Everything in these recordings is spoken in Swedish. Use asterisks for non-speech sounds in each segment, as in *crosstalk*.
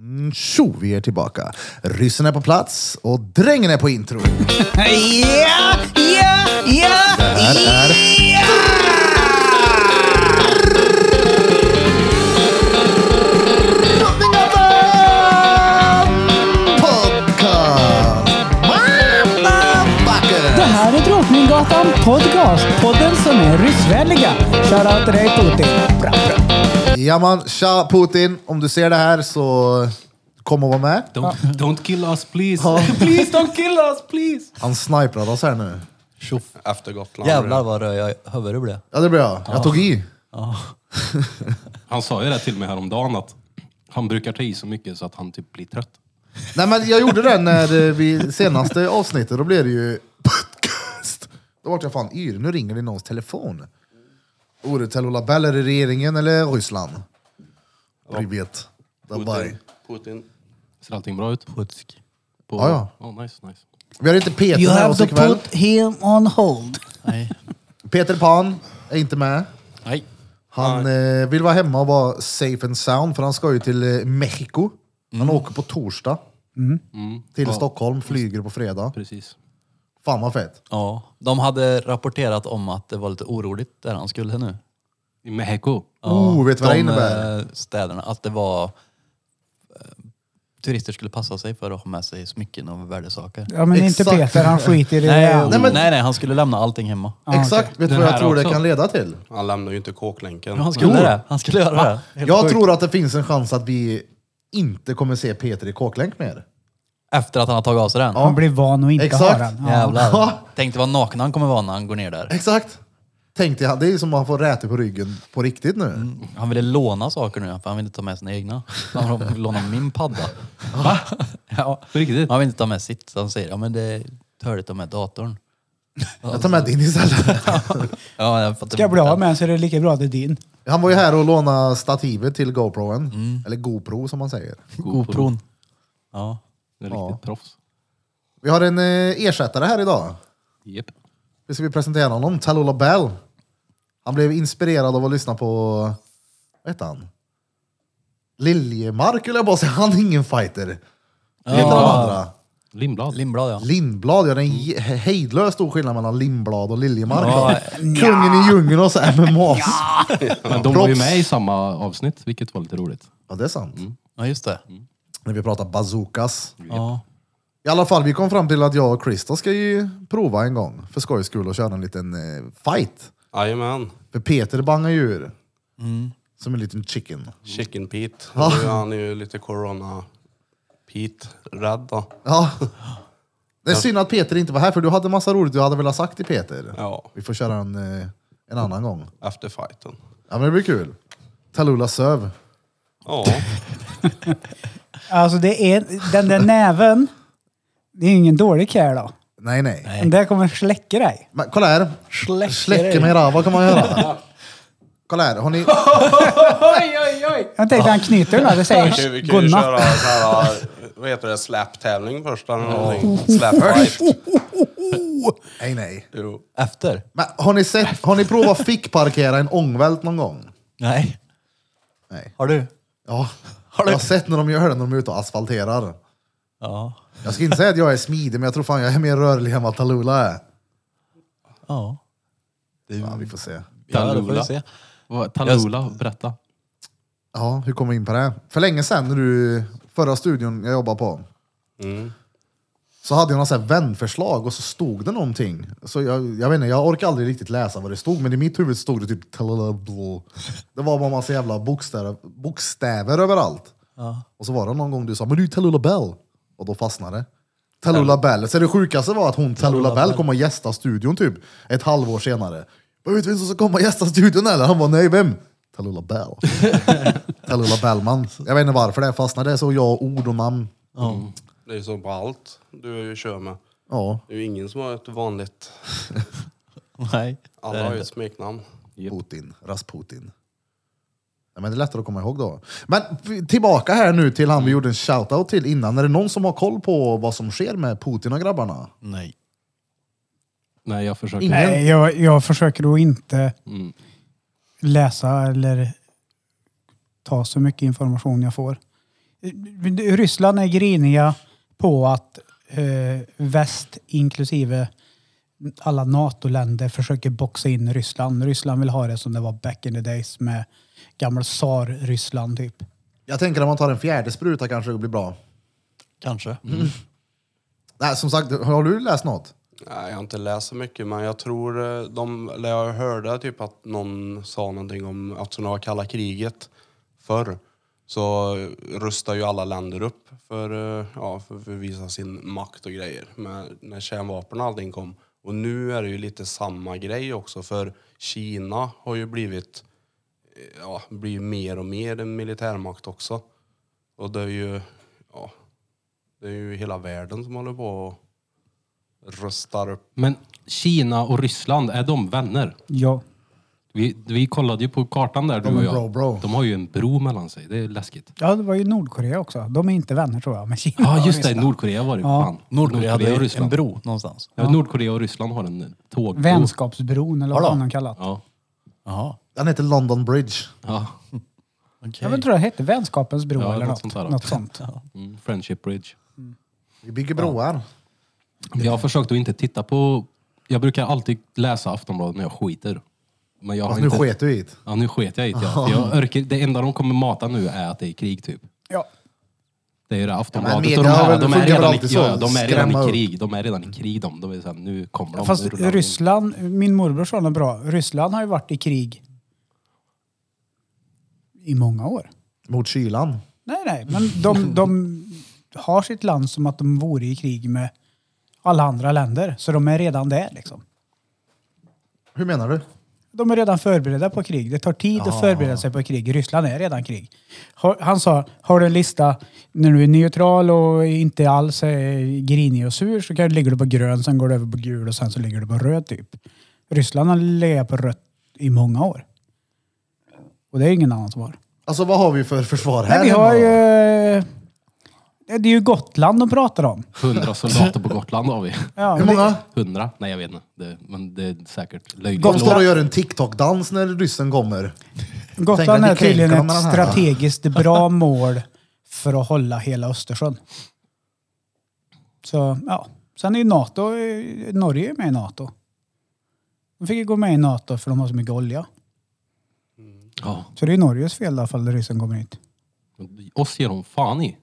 Mm, tjo, vi är tillbaka. Ryssen är på plats och drängen är på intro. Ja, ja, ja, Här är... Drottninggatan Podcast. Det Motherfucker. här är Drottninggatan Podcast, podden som är ryssvänliga. Shoutout till dig Putin. Bra, bra. Ja man, tja Putin. Om du ser det här så kom och var med. Don't, don't kill us *laughs* please. Please don't kill us, please. Han sniprar oss här nu. Tjoff. Efter Gotland. Jävlar vad röd jag huvud det blev. Ja, det blir jag. Jag tog i. Han sa ju det till mig häromdagen att han brukar ta i så mycket så att han typ blir trött. Nej men jag gjorde det när eh, vi senaste avsnittet, då blev det ju podcast. Då vart jag fan yr, nu ringer det någons telefon. Vore Telula Bell, är det regeringen eller Ryssland? Privet. Dabaj. Putin. Ser allting bra ut? Putsk. På... Ja, ja. Oh, nice, nice. Vi har inte Peter You med have oss to ikväll. put him on hold. Nej. Peter Pan är inte med. Nej. Han eh, vill vara hemma och vara safe and sound, för han ska ju till eh, Mexiko. Han Mm. åker på torsdag. Mm. Till Stockholm, flyger på fredag. Precis. Fan vad fett. Ja. De hade rapporterat om att det var lite oroligt där han skulle nu. I Mexiko. Ja, Oh, vet du vad det de, innebär? eh, städerna. Att det var... eh, Turister skulle passa sig för att ha med sig smycken och värdesaker. Ja, men Exakt. inte Peter, han skiter i det. Nej, Ja. nej, Eh, men- nej, han skulle lämna allting hemma. Ja, Exakt, vet du Den vad jag här tror det också. kan leda till? Han lämnar ju inte kåklänken. Han skulle det. Han skulle göra det. Helt jag sjukt. tror att det finns en chans att vi inte kommer se Peter i kåklänk mer. Efter att han har tagit av sig den. Han blir van att inte Exakt. ha den. Jävlar. Ja. Tänkte vad naken han kommer vara när han går ner där. Exakt. Tänkte jag, det är ju som att få räte på ryggen på riktigt nu. Han ville låna saker nu för han vill inte ta med sina egna. Han vill låna min padda. Va? Ja. På riktigt? Han vill inte ta med sitt. så Han säger ja men det är törligt att ta med datorn. Jag tar med din istället. Ja, jag fattar Ska jag bli av med den så är det lika bra att det är din. Han var ju här och lånade stativet till GoProen. Mm. Eller GoPro som man säger. GoPron. Ja. Det är Ja. riktigt proffs. Vi har en eh, ersättare här idag. Yep. Vi ska vi presentera honom, Talula Bell. Han blev inspirerad av att lyssna på, vad heter han? Liljemark höll jag på att säga, han är ingen fighter. Vad heter de andra? Lindblad. Lindblad ja. Lindblad, ja det är en je- he- hejdlös stor skillnad mellan Lindblad och Liljemark. Ja, Kungen i djungeln och så MMA. Ja. Men de var ju Proffs. med i Mm. samma avsnitt, vilket var lite roligt. det är sant. Ja just det. När vi pratar bazookas. Ja. I alla fall, vi kom fram till att jag och Krista ska ju prova en gång för skojs skull och köra en liten eh, fight. Jajamän. För Peter bangar ju ur. Som en liten chicken. Chicken Pete. Nu är han ju lite corona Pete rädd då. Ja. Det är synd att Peter inte var här för du hade massa roligt du hade velat sagt till Peter. Ja, Vi får köra en, eh, en annan gång. efter fighten. Ja men det blir kul. Talula söv. Ja, Alltså det är, den där näven, det är ju ingen dålig care då. Nej nej. Den där kommer släcka dig. Men, kolla här. Släcker Släcka mig då, vad kan man göra? Kolla här, har ni... Oj, oj, oj. Jag tänkte han knyter den här, det vi kan, ju- vi säger kan ju *laughs* godnatt. köra så här, vad heter det, slap-tävling först eller någonting. Slap-fight. Nej nej. Jo. Efter? Men har ni sett, har ni provat fickparkera en ångvält någon gång? Nej. Nej. Har du? Ja. Jag har sett när de gör det när de är ute och asfalterar. Ja. Jag ska inte säga att jag är smidig, men jag tror fan jag är mer rörlig än vad Talula är. Ja. Ja, vi får se. Ja, det får vi Talula. se. Vad- Talula, berätta. Ja, hur kom vi in på det? här? För länge sedan, när du, förra studion jag jobbade på, så hade jag några så här vänförslag och så stod det någonting. Så jag, jag vet inte, jag orkar aldrig riktigt läsa vad det stod, men i mitt huvud stod det typ talalablå. Det var bara massa jävla bokstäver, bokstäver överallt. Och så var det någon gång du sa, men du är Talula Bell. Och då fastnade det. Talula Bell. Så det sjukaste var att hon, Talula Bell, kom och gästa studion typ ett halvår senare. Vad vet du vem som ska komma och gästa studion eller? Han var nej, vem? Talula Bell. Talula Bellman. Jag vet inte varför det fastnade, det är så jag, ord och namn. Det är ju så på allt du kör med. Ja, Det är ju ingen som har ett vanligt, Nej. alla har ju ett smeknamn. Putin, Rasputin. Ja, men det är lättare att komma ihåg då. Men f- tillbaka här nu till han vi gjorde en shoutout till innan. Är det någon som har koll på vad som sker med Putin och grabbarna? Nej. Nej, jag försöker. Ingen. Nej, jag, jag försöker att inte Mm. läsa eller ta så mycket information jag får. Ryssland är griniga på att eh, väst inklusive alla NATO-länder försöker boxa in Ryssland. Ryssland vill ha det som det var back in the days med gamla tsar-Ryssland typ. Jag tänker om man tar en fjärde spruta kanske det blir bra. Kanske. Mm. Nej, som sagt, har du läst något? Nej, jag har inte läst så mycket, men jag tror eh, de, eller jag hörde typ att någon sa någonting om eftersom det var kalla kriget förr så rustar ju alla länder upp för, eh, ja, för, för att visa sin makt och grejer. Men när kärnvapen och allting kom. Och nu är det ju lite samma grej också för Kina har ju blivit, eh, ja, blir mer och mer en militärmakt också. Och det är ju, ja, det är ju hela världen som håller på och rustar upp Men Kina och Ryssland, är de vänner? Ja. Vi, vi kollade ju på kartan där, De du är och jag. bro, bro. De har ju en bro mellan sig. Det är läskigt. ja, det var ju Nordkorea också. De är inte vänner tror jag, men Kina Ja, och just det. Ryssland. Nordkorea var det. Ja. Fan. Nordkorea hade och ju en Ryssland. bro någonstans. Ja, Nordkorea och Ryssland har en eh, tågbro. Vänskapsbron eller vad fan de kallat. Ja. Jaha. Den heter London Bridge. ja. Okej. Jag vill tro det hette Vänskapens bro Ja, eller något något. sånt Något där. sånt. Mm, Friendship Bridge. Vi bygger broar. Jag har försökt att inte titta på... Jag brukar alltid läsa Aftonbladet när jag skiter. Men jag har Fast nu inte... sket du i det. Ja, nu sket jag i det. ja. För Jag orkar... Det enda de kommer mata nu är att det är krig, typ. Ja. Det är ju det Ja, men Aftonbladet. media och de, har här, väl- de, är funkar väl redan i, alltid så, ja, de är redan skrämma i upp. krig. De är redan i krig, de. de är så här, nu kommer de. Fast nu rullar de in. Ryssland, min morbror sa något bra. Ryssland har ju varit i krig i många år. Mot kylan. Nej, nej, men *laughs* de, de har sitt land som att de vore i krig med alla andra länder. Så de är redan där liksom. Hur menar du? De är redan förberedda på krig. Det tar tid att förbereda sig på krig. Ryssland är redan krig. Har- Han sa, har du en lista när du är neutral och inte alls är grinig och sur så kan, ligger du på grön, sen går du över på gul och sen så ligger du på röd typ. Ryssland har legat på rött i många år. Och det är ingen annan som har. Alltså vad har vi för försvar här Nej, vi hemma har då? ju... eh, Det är ju Gotland de pratar om. 100 soldater på Gotland har vi. Ja, Hur många? 100? Nej, jag vet inte. Det, men det är säkert löjligt. De lågt. står och gör en TikTok-dans när ryssen kommer. Tänk att Gotland vi är tydligen kränker dem med ett den här. strategiskt bra mål för att hålla hela Östersjön. Så ja, sen är ju NATO, Norge är med i NATO. De fick ju gå med i NATO för de har så mycket olja. Ja. Så det är Norges fel i alla fall när ryssen kommer hit. Oss ger de fan i.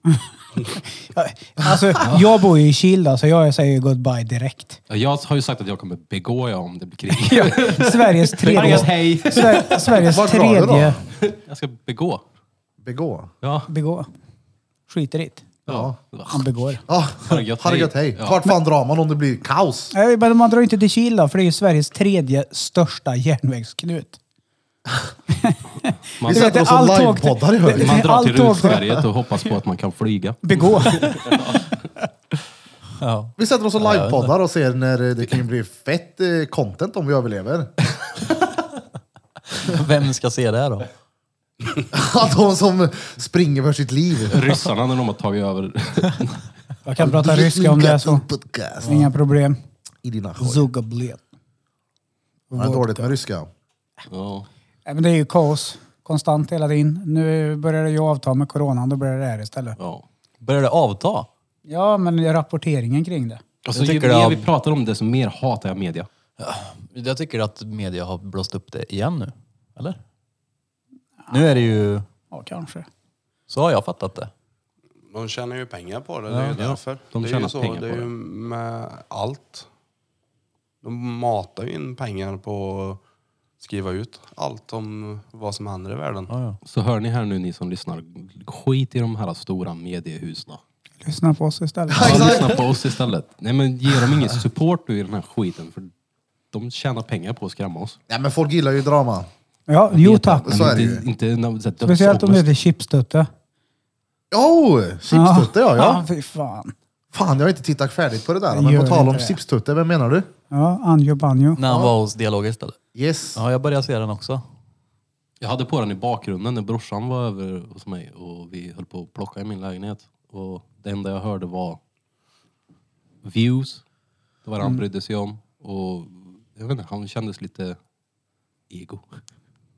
Ja, *laughs* Alltså, jag bor ju i Kil så jag säger goodbye direkt. Jag har ju sagt att jag kommer begå jag om det blir krig. *laughs* Sveriges Bang, tredje... hej! Sver- Sveriges Vart var du då? tredje... Jag ska begå. Begå. Ja. Begå. Skiter i det. ja. Han begår. Ja, Har det gött, Ah, har det gött hej. hej. Ja. Vart fan drar man om det blir kaos? Nej, men man drar inte till Kil då, för det är ju Sveriges tredje största järnvägsknut. Vi Man, vet, sätter oss allt och tåg- livepoddar i högen. *laughs* man drar till allt åkte- Rutsberget och hoppas på att man kan flyga. *laughs* Begå. Ja. Vi sätter oss och livepoddar och ser när eh, det kan ju bli fett eh, content om vi överlever. *laughs* Vem ska se det här då? Ja, De som springer för sitt liv. Ryssarna när de har tagit över. Jag kan prata ryska om det är så. Podcast Inga problem. I dina skor. Zugablet. Har du dåligt med ryska? Ja. Nej, men det är ju kaos. Konstant hela tiden. Nu börjar det ju avta med coronan, då börjar det här istället. Ja. Börjar det avta? Ja, men rapporteringen kring det. Alltså, Jag ju tycker mer det har- vi pratar om det, så mer hatar jag media. Jag tycker att media har blåst upp det igen nu. Eller? Nu är det ju... Ja, kanske. Så har jag fattat det. De tjänar ju pengar på det, det är ju Ja, därför. de det är tjänar ju så, pengar det på är det. ju med allt. De matar ju in pengar på att skriva ut allt om vad som händer i världen. Så hör ni här nu ni som lyssnar, skit i de här stora mediehusen. Lyssna på oss istället. Ja, lyssna på oss istället. Nej men ge dem ingen support nu i den här skiten. För de tjänar pengar på att skrämma oss. Nej men folk gillar ju drama. Ja, jo tack. Så är det ju. inte, inte någon så här Speciellt om det dödsångest. heter chipstutte. Oh, chipstutte ja. ja. fy fan. Fan, jag har inte tittat färdigt på det där. Gör Men på tal om inte det. chipstutte, vem menar du? Ja, Anjo Banjo. När han var hos Dialog istället. Yes. Ja, jag började se den också. Jag hade på den i bakgrunden när brorsan var över hos mig och vi höll på att plocka i min lägenhet. Och det enda jag hörde var views. Det var det Mm. han brydde sig om. Och jag vet inte, han kändes lite ego.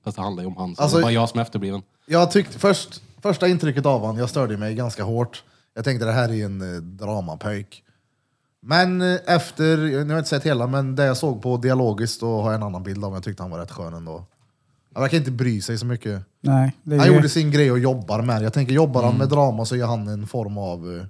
Fast det handlar ju om han. Så Alltså- det är bara jag som är efterbliven. Jag tyckte först, första intrycket av honom, jag störde mig ganska hårt. Jag tänkte det här är en eh, dramapöjk. Men eh, efter, nu har jag inte sett hela, men det jag såg på dialogiskt, då har jag en annan bild av honom. Jag tyckte han var rätt skön ändå. Han verkar inte bry sig så mycket. Nej, Mm. det är Han ju, gjorde sin grej och jobbar med det. Jag tänker, jobbar han med drama så gör han en form av... eh,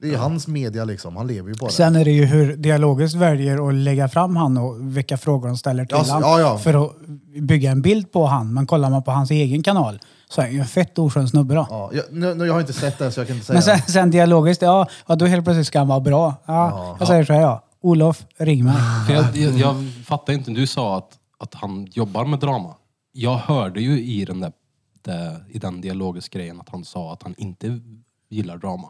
Det är ju hans media liksom, han lever ju på det. Sen är det ju hur dialogiskt väljer att lägga fram han och vilka frågor de ställer till Ja, så- han ja, ja. för att bygga en bild på han. Men kollar man på hans egen kanal så är han ju en fett oskön snubbe då. Ja, jag, nu, nu, jag har inte sett det så jag kan inte säga. Men sen, sen dialogiskt, ja, ja då helt plötsligt ska han vara bra. Ja, jag säger så här ja. Olof, ring mig. För jag, jag, jag fattar inte, du sa att, att han jobbar med drama. Jag hörde ju i den där det, i den dialogiska grejen att han sa att han inte gillar drama.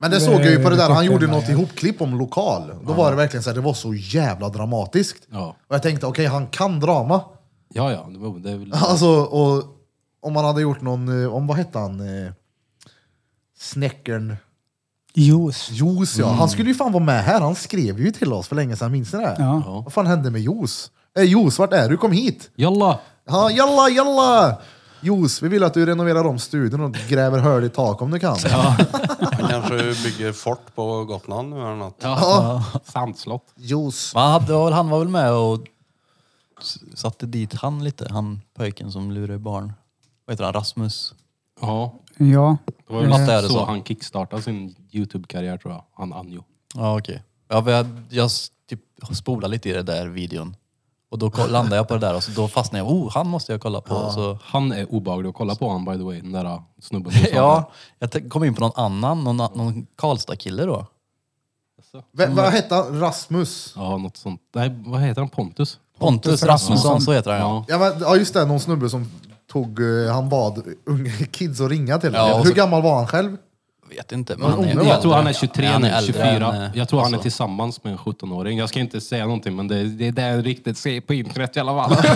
Men det Det- såg jag ju på det där, han det- gjorde Eh, det- något ja. ihopklipp om lokal. Då var det verkligen så här, det var så jävla dramatiskt. Ja, Och jag tänkte, okej han kan drama. *laughs* ja, ja det, var- det är väl... Alltså, och om man hade gjort någon, eh, om vad hette han? eh, Snäckern Juice. Jos ja. Mm. Han skulle ju fan vara med här, han skrev ju till oss för länge sedan, minns ni det? Ja. Ja. Vad fan hände med Jos? Eh, Jos, vart är du? Kom hit! Jalla! Ja, jalla, jalla! Jos, vi vill att du renoverar om studion och gräver hål i tak om du kan. Han kanske bygger fort på Gotland nu eller något. Ja. Sandslott. Jos. Men han, hade, var väl- han var väl med och s- satte dit han lite, han pojken som lurar barn. Vad heter han? Rasmus? Ja, Ja. det var väl Fast det är det så, så. han kickstartade sin YouTube-karriär tror jag. Han Anjo. Ja okej. Ja, för jag jag s- typ spolade lite i den där videon. Och då ko- landade jag på det där och så då fastnade jag. Oh, han måste jag kolla på. Så, Han är obehaglig att kolla på han by the way, den där uh, snubben som sa *laughs* ja, jag t- kom in på någon annan, någon, a- någon Karlstad-kille då. det. V- vad hette han? Rasmus? Ja, något sånt. Nej, vad heter han? Pontus? Pontus Rasmusson, så heter han ja. Ja, men, ja just det, någon snubbe som tog, eh, han bad unga *laughs* kids att ringa till Ja, honom. och Hur så- gammal var han själv? Vet inte. Men Men han är ung, ju va? Jag äldre. tror han är Ja, 23 han nu, är äldre 24. än, eh, Jag tror han är alltså. tillsammans med en 17-åring. Jag ska inte säga någonting men det, det är det jag riktigt ser på internet i alla fall. Ja,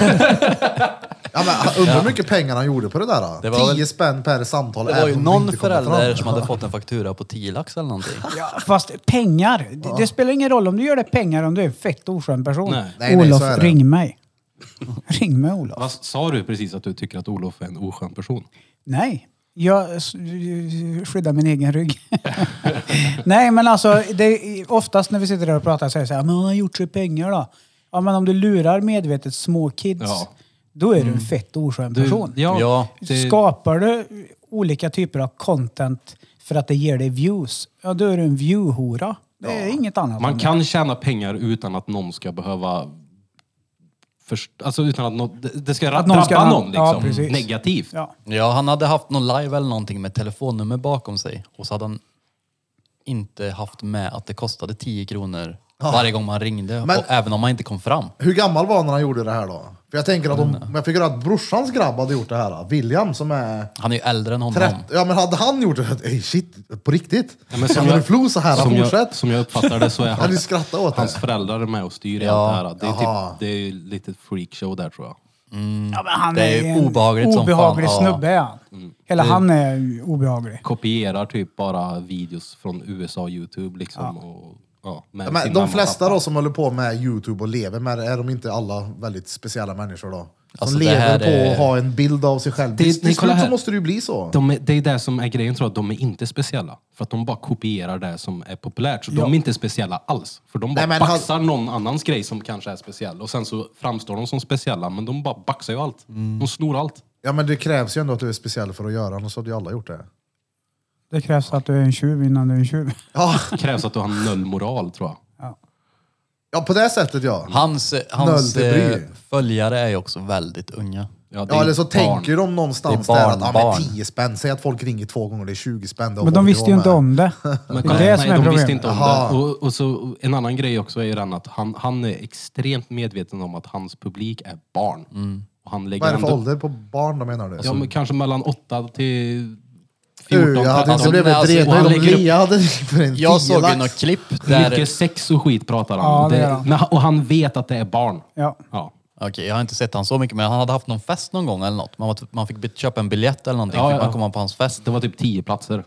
men, han- undrar hur mycket pengar han gjorde på det där. Då? Det var 10 väl- spänn per samtal. Det även var ju om någon inte kommer förälder fram. som hade fått en faktura på 10 lax eller *laughs* någonting. Ja, fast pengar. Det, det spelar ingen roll om du gör det pengar om du är en fett oskön person. Nej. Nej, nej, Olof, så är det. ring mig. *laughs* ring mig Olof. Vad sa du precis att du tycker att Olof är en oskön person? Nej. Jag s- skyddar min egen rygg. *laughs* Nej, men alltså det är, oftast när vi sitter där och pratar så är det så här, men han har gjort sig pengar då. Ja, men om du lurar medvetet små kids, Ja. då är Mm. du en fett oskön person. Ja, det- Skapar du olika typer av content för att det ger dig views, ja då är du en viewhora. Det är inget annat. Man än kan tjäna pengar utan att någon ska behöva... Först, alltså utan att nå- det- det ska Att någon drabba ska- någon ja, liksom, precis. negativt. det. Ja. Ja, han hade haft någon live eller någonting med telefonnummer bakom sig och så hade han inte haft med att det kostade 10 kronor varje gång man ringde, Ah. Men- och även om man inte kom fram. Hur gammal var han när han gjorde det här då? För jag tänker att om, Mm. om jag fick höra att brorsans grabb hade gjort det här, då, William som är Han är ju äldre än honom. 30, ja men hade han gjort det, ey shit, på riktigt? Ja, men som jag, flo så här, som, jag, fortsätt. som jag uppfattar det så är Kan han, du skratta åt det? hans föräldrar är med och styr Ja. allt det här. Det är, Jaha. typ, det är lite freakshow där tror jag. Ja, men han Det är ju en obehagligt som obehaglig fan, ja. snubbe är han. Hela han är ju obehaglig. kopierar typ bara videos från USA och Youtube liksom. Och, ja, Ja, med sin Men de mamma och flesta pappa. då som håller på med Youtube och lever med det, är de inte alla väldigt speciella människor då? Som Alltså, det lever här på är- att ha en bild av sig själv. Det- Till ni till kollar slut så här. måste det ju bli så. De är, det är det som är grejen tror jag, de är inte speciella. För att de bara kopierar det som är populärt. Så de är inte speciella alls. För de bara Nej, men han- baxar någon annans grej som kanske är speciell. Och sen så framstår de som speciella, men de bara baxar ju allt. Mm. De snor allt. Ja men det krävs ju ändå att du är speciell för att göra annars hade ju alla gjort det. Det krävs att du är en tjuv innan du är en tjuv. Ja, Det krävs att du har noll moral tror jag. ja på det sättet ja. Hans, hans Noll till bry. eh, följare är ju också väldigt unga. Ja, det är Ja eller så barn. tänker de någonstans Det är där barn, att ja, men barn. 10 spänn, säg att folk ringer två gånger, det är 20 spänn. det har Men de folk visste ju råd inte med. om det. Men det är det kolla, som nej, är de problemet. visste inte om Jaha. det. Och, och så, en annan grej också är ju den att han, han är extremt medveten om att hans publik är barn. Mm. Och han lägger Vad är det för ändå- ålder på barn då menar du? Ja, men kanske mellan 8 till 14, du, jag hade inte alltså, blivit nej, alltså, alltså, han om lägger upp- Lea hade ringt för en Jag såg ju tiolax. något klipp där... Mycket sex och skit pratar han Ja, om. det Det- gör han. men han- Och han vet att det är barn. Ja. Ja. Okej, jag har inte sett han så mycket, men han hade haft någon fest någon gång eller något. Man, var, man fick be- köpa en biljett eller någonting, Ja, fick ja. man komma på hans fest. Det var typ 10 platser.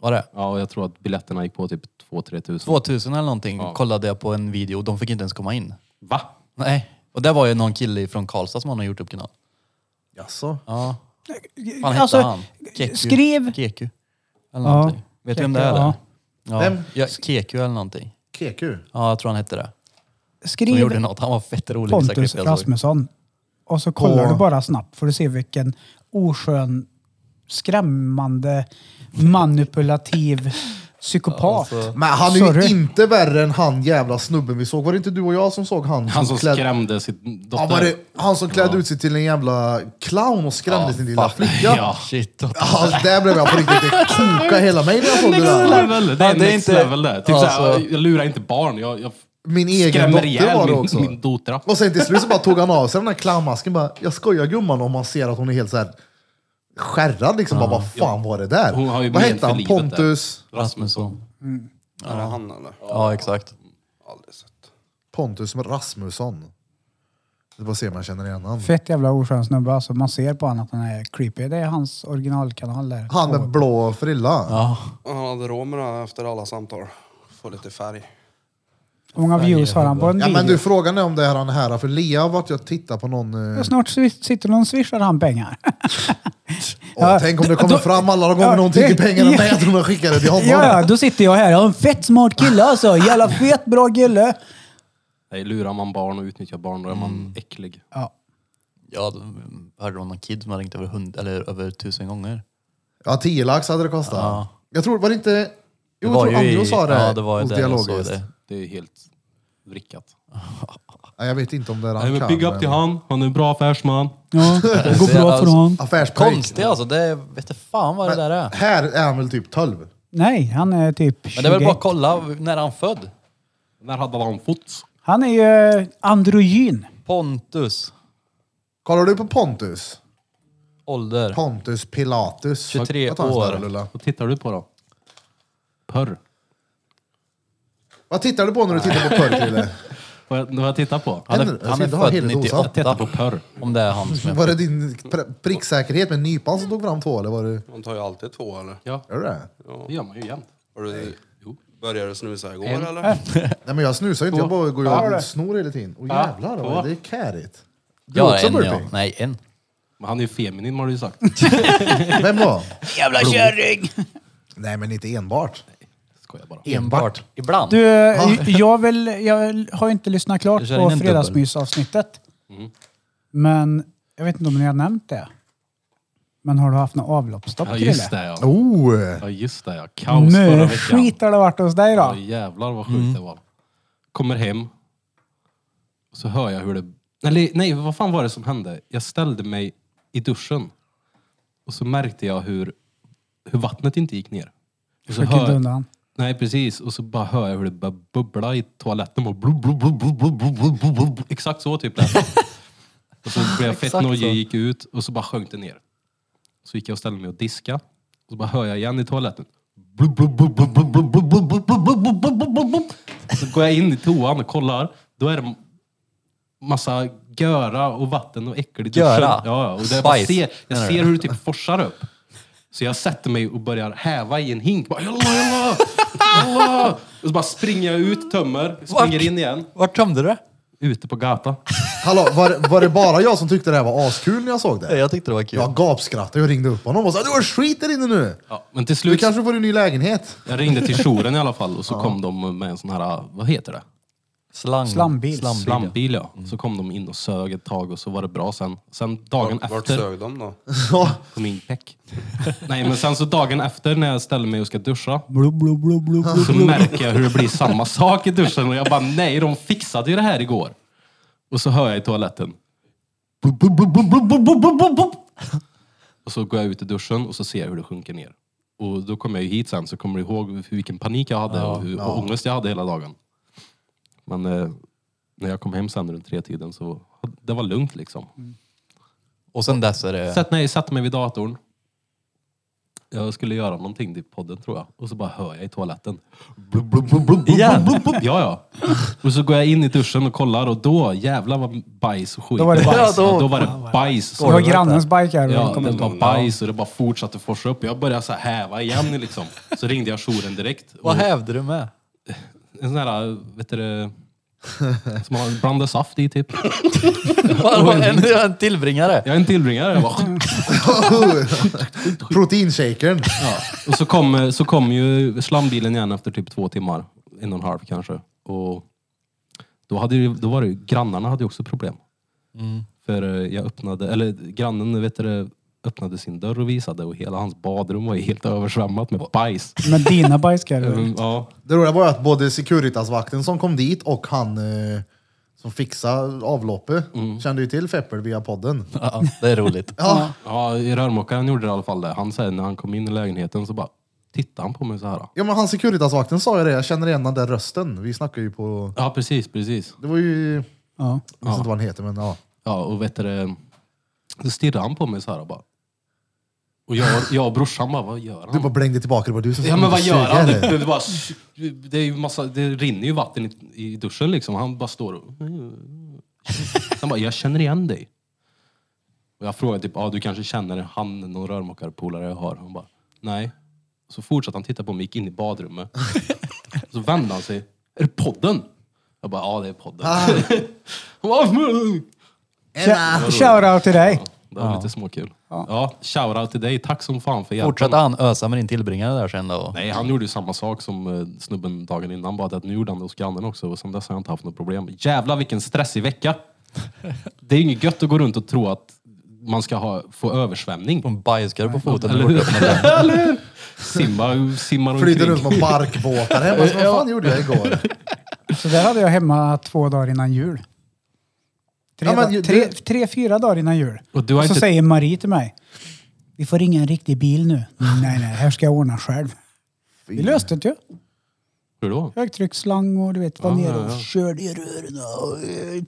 Var det? Ja, och jag tror att biljetterna gick på typ 2-3 tusen. 2000 eller någonting kollade jag på en video och de fick inte ens komma in. Va? Nej, Och det var ju någon kille från Karlstad som han har gjort upp kanal. Jaså? Ja. Vad Alltså, hette han? Keku. skriv- Keku. Eller Ja. någonting. Vet du vem det är? Keku, eller? ja. Ja. Vem? Ja, Keku eller någonting. Keku? Ja, jag tror han hette det. Som gjorde Skriv något. Han var fett rolig. i vissa Pontus alltså. klipp jag såg. Rasmusson. Och så kollar På- du bara snabbt för att se vilken oskön, skrämmande, manipulativ psykopat. Men han är ju Sorry. inte värre än han jävla snubben vi såg. Var det inte du och jag som såg han? Han som klädd- skrämde sin Ja, dotter. var det han som klädde ut sig till en jävla clown och skrämde sin lilla fuck. flicka? Ja. Shit. Ja, alltså, där blev jag på riktigt, det kokade hela mig när jag såg det där. Level, det är Ja, det är next inte- level det. Typ Ja, såhär, alltså. jag lurar inte barn. Jag, jag Min egen skrämmer dotter ihjäl var det min, också. min dotra. Och sen till slut så bara tog han av sig den där clownmasken bara, jag skojar gumman om man ser att hon är helt så här skärrad liksom. Bara, vad fan var det där? Hon har ju vad men hette för han? livet där. Pontus? Rasmusson. Är det han eller? Ja, exakt. Aldrig sett. Pontus Rasmusson. Det bara se om jag känner igen han. Fett jävla oskön snubbe alltså. Man ser på honom att han är creepy. Det är hans originalkanal där. Han med blå frilla. Ja. Han hade råd med det efter alla samtal. Få lite färg. Hur många views har han på en Ja, video? men du, frågan är om det är han här, för Lea vart jag tittar på någon... eh, Och Snart swi- sitter någon och swishar han pengar. åh, Ja, tänk om det då- kommer fram alla de gånger ja, någon tycker det- pengarna ja. nej, jag tror de skickade till honom. ja, ja, då sitter jag här. Jag är en fett smart kille alltså. Jävla fet, bra kille. Nej, lurar man barn och utnyttjar barn, då är Mm. man äcklig. Ja. Ja, då hörde om någon kid som hade ringt över, hund, eller över tusen gånger. Ja, 10 lax hade det kostat. Ja. Jag tror, var det inte... Jo, Det jag var tror ju i- Andrew sa det, ja, det var ju hos där jag såg Dialogiskt. det. Det är helt vrickat. Nej, jag vet inte om det är han Nej, men kan, big up till han. Han är en bra affärsman. ja. Det går bra för honom. Affärspöjk. Konstigt alltså. Det är, vet du fan vad det där är. Här är han väl typ 12? Nej, han är typ Men det är väl 21. bara att kolla när han född. När hade han fått? Han är ju eh, androgyn. Pontus. Kollar du på Pontus? Ålder. Pontus Pilatus. 23 Vad tar han för år. där, Lulla? Vad tittar du på då? Pörr. Vad tittar du på när du tittar *laughs* på Pörk, Lille? Vad jag, vad jag tittar på? Han Händer är, det? han Alltså, är Du har född hela dosan. 98. Jag tittar på Pörr. Om det är han som är Var det din pr- pricksäkerhet med nypan som tog fram två, eller var det... Han tar ju alltid två eller? Ja, Gör du det? det gör man ju jämt. Har du, Jo. började du snusa igår En. eller? Nej men jag snusar ju inte, jag bara går Ja, och det. snor hela tiden. Åh jävlar, vad är det är kärigt. Du Ja, också en ja. burpee? Nej, en. Men han är ju feminin har du ju sagt. *laughs* Vem var? Jävla kärring! Nej men inte enbart. Skojar bara. Enbart. Ibland. *laughs* Du, eh, jag, vill, jag har ju inte lyssnat Jag klart kör in på en dubbel. fredagsmysavsnittet. Mm. Men jag vet inte om ni har nämnt det. Men har du haft något avloppsstopp, Ja, Krille? just det ja. Oh! Ja, just det ja. Kaos förra Nu veckan. skit har det varit hos dig Ja, då. Mm. jävlar vad sjukt det var. Kommer hem. Och så hör jag hur det... Eller, nej, vad fan var det som hände? Jag ställde mig i duschen. Och så märkte jag hur, hur vattnet inte gick ner. Och så Försök inte undan. Nej, precis. Och så bara hör jag hur det börjar bubbla i toaletten. Och blub, blub, blub, blub, blub, blub, blub, blub, blub. Exakt så typ lät det. Och så blev jag fett Exakt nojig så. gick ut och så bara sjönk det ner. Så gick jag och ställde mig och diska. Och så bara hör jag igen i toaletten. Blub, blub, blub, blub, blub, blub, blub, blub, blub, blub, blub, blub, blub, blub, blub. Så går jag in i toan och kollar. Då är det massa göra och vatten och äckel i duschen. Göra? Ja, ja. Och det jag, bara Spice, ser, jag menar ser du? hur det typ forsar upp. Så jag sätter mig och börjar häva i en hink. Bara, jalla, jalla, jalla. Och så bara springer jag ut, tömmer, springer in igen. Vart tömde du det? Ute på gatan. Hallå, var, det- var det bara jag som tyckte det här var askul när jag såg Nej, det? Jag tyckte det var kul. Jag gapskrattade och ringde upp honom och sa du har skit där inne nu! Ja, men till Du slut, kanske får en ny lägenhet? jag ringde till jouren i alla fall och så kom de med en sån här, vad heter det? Slang. Slambil. Slambil. ja. Slambil ja. Mm. Så kom de in och sög ett tag och så var det bra sen. Sen dagen Vart efter. sög de då? Ja. På min peck. Nej men sen så dagen efter när jag ställer mig och ska duscha. Blub, blub, blub, blub, blub. *laughs* Så märker jag hur det blir samma sak i duschen och jag bara nej, de fixade ju det här igår. Och så hör jag i toaletten. Bup, bup, bup, bup, bup, bup, bup, bup, bup, bup. Och så går jag ut i duschen och så ser jag hur det sjunker ner. Och då kommer jag ju hit sen så kommer du ihåg hur- vilken panik jag hade och hur och ångest jag hade hela dagen. Men eh, när jag kom hem sen runt tre tiden så det var lugnt liksom. Mm. Och sen dess är det... Sätt, nej, jag satte mig vid datorn. Jag skulle göra någonting i podden tror jag. Och så bara hör jag i toaletten. Blub, blub, blub, blub, blub, Igen? blub, blub. Ja, ja. Och så går jag in i duschen och kollar och då jävlar vad bajs och skit. Då var det bajs. Ja, då, då var det bajs. Det var grannens bike här. Ja, Välkommen. det var bajs och det bara fortsatte forsa upp. Jag började så här häva igen liksom. Så ringde jag jouren direkt. *laughs* Och Vad hävde du med? en sån här, vet du det, Som man blandar saft i typ. En, en tillbringare. Jag är en tillbringare. Jag bara, *laughs* Proteinshakern. Ja. Och så kom, så kom ju slambilen igen efter typ två timmar. En och en halv kanske. Och då, hade ju, då var det ju, grannarna hade ju också problem. För eh, jag öppnade, eller grannen vet du, det, öppnade sin dörr och visade och hela hans badrum var ju helt översvämmat med bajs. Men dina bajskorvar. Mm, *laughs* Ja, Det roliga var ju att både Securitas-vakten som kom dit och han eh, som fixade avloppet kände ju till Feppel via podden. Ja, det är roligt. Ja, ja i rörmokaren gjorde det i alla fall det. Han säger när han kom in i lägenheten så bara tittade han på mig så här. ja men han Securitas-vakten sa ju det, jag känner igen den där rösten. Vi snackar ju på... Ja, precis, precis. Det var ju... Jag Ja. minns inte vad han heter men ja. Ja, och vet du, det, då stirrade han på mig så här och bara. Och jag, jag och brorsan bara, vad gör han? Du bara blängde tillbaka, det var du som Ja men vad gör han? Det, Det det, bara, det, är ju massa, det rinner ju vatten i, i duschen liksom. Han bara står och... Han bara, jag känner igen dig. Och jag frågade typ, ah, du kanske känner han, någon rörmokarpolare jag har? Han bara, nej. Så fortsatte han titta på mig, gick in i badrummet. Så vände han sig, är det podden? Jag bara, ja det är podden. Han bara, "Mm." Shout- Shoutout till dig. det var lite småkul. Ja, shoutout till dig. Tack som fan för hjälpen. Fortsatte han ösa med din tillbringare där sen då? Nej, han gjorde ju samma sak som eh, snubben dagen innan, bara det att nu gjorde han det hos grannen också och sen dess har jag inte haft något problem. Jävlar vilken stressig *laughs* vecka! Det är ju inget gött att gå runt och tro att man ska ha, få översvämning. På *laughs* en bajskorv på foten. Eller hur? Eller hur? Simma, simmar Flyter runt omkring. med barkbåtar hemma. Vad fan gjorde jag *laughs* igår? Så där hade jag hemma två dagar innan jul. Tre, Ja, men da- ju- tre, det- tre, fyra dagar innan jul. Och du har så inte- säger Marie till mig. Vi får ringa en riktig bil nu. Mm. nej, nej, här ska jag ordna själv. Vi löste det ju. Hur då? Högtrycksslang och du vet, var nere och körde i rören och eh,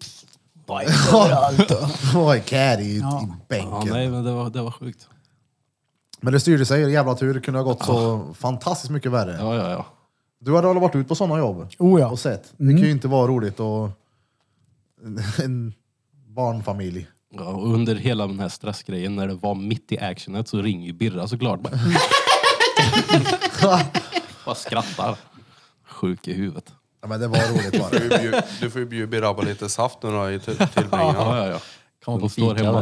bajs *laughs* överallt. och- Vad är Carrie i, i Ja, bänken? nej, men det var, det var sjukt. men det styrde sig, jävla tur. Det kunde ha gått så fantastiskt mycket värre. Ja, ja, ja. Du hade aldrig varit ut på sådana jobb? Oh ja. Och sett. Det kan ju inte vara roligt och *laughs* en barnfamilj. ja och under hela den här stressgrejen, när det var mitt i actionet, så ringer ju Birra såklart. Bara, bara skrattar. Sjuk i huvudet. Ja, men det var roligt *laughs* bara. Du får ju bjud- Du får ju bjuda Birabba lite saft nu då i till- Ja, *laughs* tillbringarna. ja, ja. Kommer på De står fika hemma.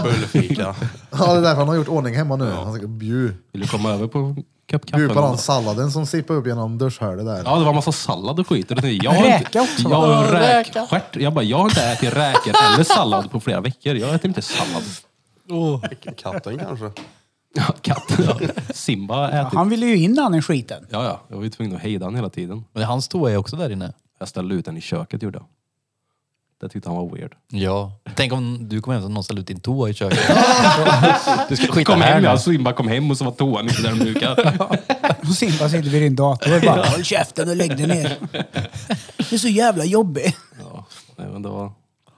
där. Bullfika. ja, det är därför han har gjort ordning hemma nu. Han ska bju- Vill du komma över på en kopp kaffe? bjuda på den någon dag? salladen som sippar upp genom duschhålet där. Ja, det var en massa sallad och skit. Och det tänkte Jag har inte- Räka också, va? Jag har en Ja, räka. räkstjärt. Jag bara, jag har inte ätit räkor eller sallad på flera veckor. Jag äter inte sallad. *laughs* Katten kanske. Ja, Katten, ja. Simba har ätit. Han ville ju in den i skiten. Ja, ja. Jag var ju tvungen att hejda honom hela tiden. Men hans toa är också där inne. Jag ställde ut den i köket, gjorde jag. Det tyckte han var weird. Ja. Tänk om du kom hem och någon ställde ut din toa i köket. Du ska skita Kom här hem, nu. ja. Simba kom hem och så var toan inte där den brukar. Och Simba sitter vid din dator och bara håll käften och lägg dig ner. Det är så jävla jobbigt. *laughs* Ja, nej, men det var...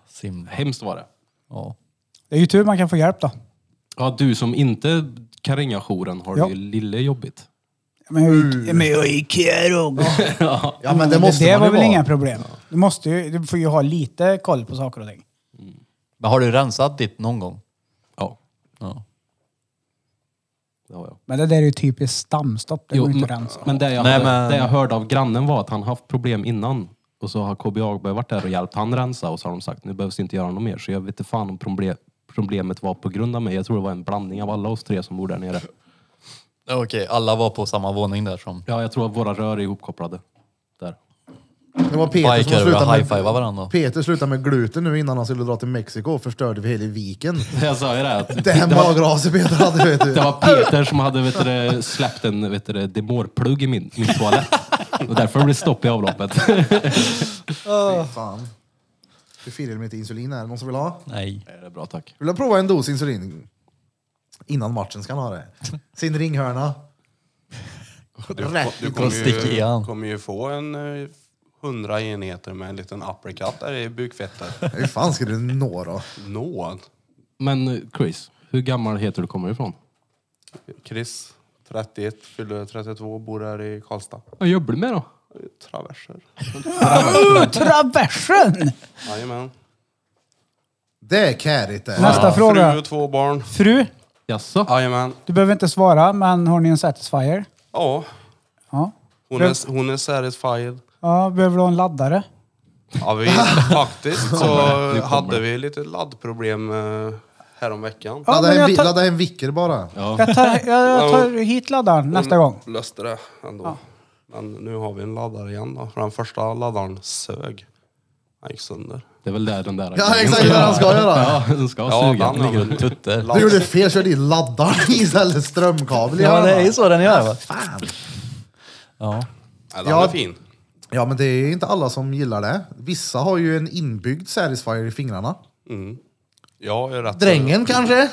Simba. Hemskt var det. Ja. Det är ju tur man kan få hjälp då. Ja, du som inte kan ringa jouren har Ja. det ju lille jobbigt. Men jag, Mm. gick- men jag gick här *laughs* och... Ja, men det måste det man var ju väl vara. inga problem. Du, måste ju, du får ju ha lite koll på saker och ting. Men har du rensat ditt någon gång? Ja, Ja. det har jag. Men det där är ju typiskt stamstopp. Det Jo, går ju inte att men- rensa. Men det jag, Nej, hörde, men- det jag hörde av grannen var att han haft problem innan. Och så har KB Agberg varit där och hjälpt han rensa och så har de sagt nu behövs det inte göra något mer. Så jag vet inte fan om proble- problemet var på grund av mig. Jag tror det var en blandning av alla oss tre som bor där nere. Okej, alla var på samma våning där som Ja, jag tror att våra rör är ihopkopplade. Där. *laughs* Det var Peter som biker och slutade high-fivar med, varandra. Peter slutade med gluten nu innan han skulle dra till Mexiko och förstörde vi hela viken. Jag sa ju det. Att Den magraset Peter hade vet det du. var Peter som hade vet du, det, släppt en vet du, det, demorplugg i min, min toalett. Och därför blev det stopp i avloppet. *laughs* Fan. Du firar med lite insulin här, någon som vill ha? Nej. Nej, det är bra tack. Vill du prova en dos insulin? Innan matchen ska han ha det. Sin ringhörna. Du, Rätt du i kommer, Stick i ju, han. kommer ju få en eh, 100 enheter med en liten uppercut där i *laughs* bukfettet. Hur fan ska du nå då? Nål. Men eh, Chris, hur gammal heter du kommer ifrån? Chris, 31, fyller 32, bor här i Karlstad. Vad jobbar du med då? Traverser. Uh, traversen! Jajamän. Det är kärigt det. Nästa Fru fråga. och två barn. Fru, Jaså? Jajamän. du behöver inte svara, men har ni en Satisfyer? Ja, Ja. hon är, hon är satisfied. ja behöver du ha en laddare? *laughs* Ja, vi, faktiskt så det, nu kommer hade det. vi lite laddproblem eh, häromveckan. Ja, Ladda men en, jag vi- tar- ladda en vicker bara. Jag tar, jag, *laughs* jag tar hit laddaren nästa gång. Löste det ändå. Men nu har vi en laddare igen då. För den första laddaren sög. Den gick sönder. Det är väl där den där... Ja, exakt vad han ska göra. Ja, den ska suga. den har väl- Tutter. Ladd- Du gjorde fel, körde i laddaren *laughs* istället. Strömkabel i Ja, det är hörnan. ju så den gör va? Fan. *laughs* Ja. Ja, den Ja. är fin. Ja, men det är inte alla som gillar det. Vissa har ju en inbyggd satisfier i fingrarna. Mm. Ja, jag är rätt. Drängen kanske?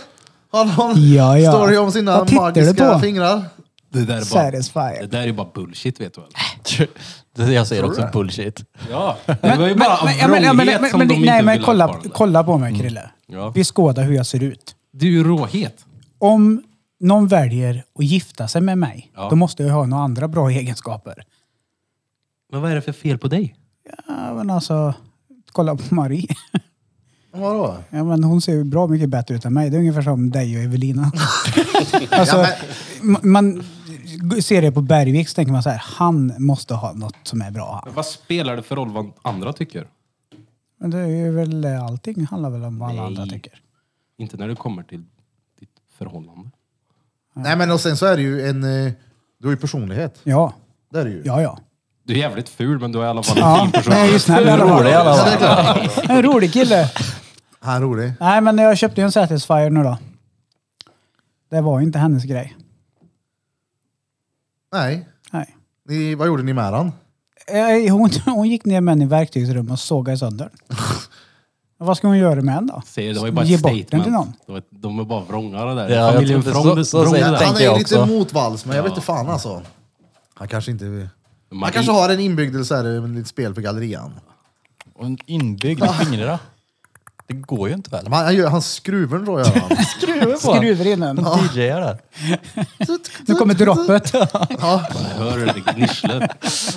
Har någon Ja, ja. story om sina Vad tittar du magiska på? fingrar? Det där är bara, Satisfied. det där är bara bullshit vet du väl? Det *laughs* jag säger också bullshit. Ja, det var ju bara av Äh. Men- ja, men- ja, men- råhet som men- de inte Nej, men ville ha kolla, kvar den där. kolla på mig Krille. Ja. Vi skådar hur jag ser ut. Du är ju råhet. Om någon väljer att gifta sig med mig, Ja. då måste jag ha några andra bra egenskaper. Men vad är det för fel på dig? Ja, men alltså, kolla på Marie. Vadå? Ja, men hon ser ju bra mycket bättre ut än mig. Det är ungefär som dig och Evelina. alltså, Ja, ma- Man ser det på Bergvik så tänker man så här, han måste ha något som är bra. Vad spelar det för roll vad andra tycker? Men det är ju väl allting handlar väl om vad alla andra tycker. Inte när det kommer till ditt förhållande. Nej, men och sen så är det ju en... eh, Du har ju personlighet. Ja, Det är det ju. ja, ja. Du är jävligt ful men du är i alla fall en Ja, fin person. men jag är ju snäll i alla fall. Rolig i alla Ja, det är fall. klart. En rolig kille. Han är rolig. Nej, men jag köpte ju en Satisfyer nu då. Det var ju inte hennes grej. Nej. Nej. Ni, vad gjorde ni med han? Eh, Hon, *laughs* hon gick ner med den i verktygsrummet och *laughs* sågade sönder den. Vad ska hon göra med den då? Ser, det var ju bara Ge ett bort den till någon. statement. Det var- De är bara vrångare där. Ja, jag Familjen tänkte Vrång, så- så Vrång säger där. jag. Han tänker är ju lite också. motvalls, men jag vet inte fan alltså. Han kanske inte... Han Marie- kanske har en inbyggd så här, en litet spel för gallerian. Och en inbyggd i fingrarna. Det går ju inte väl? Men Han, han, gör- han skruvar tror jag. Han. Skruvar Skruvar in den. DJar där. Nu kommer *laughs* droppet. Ja, Hör du det gnisslet?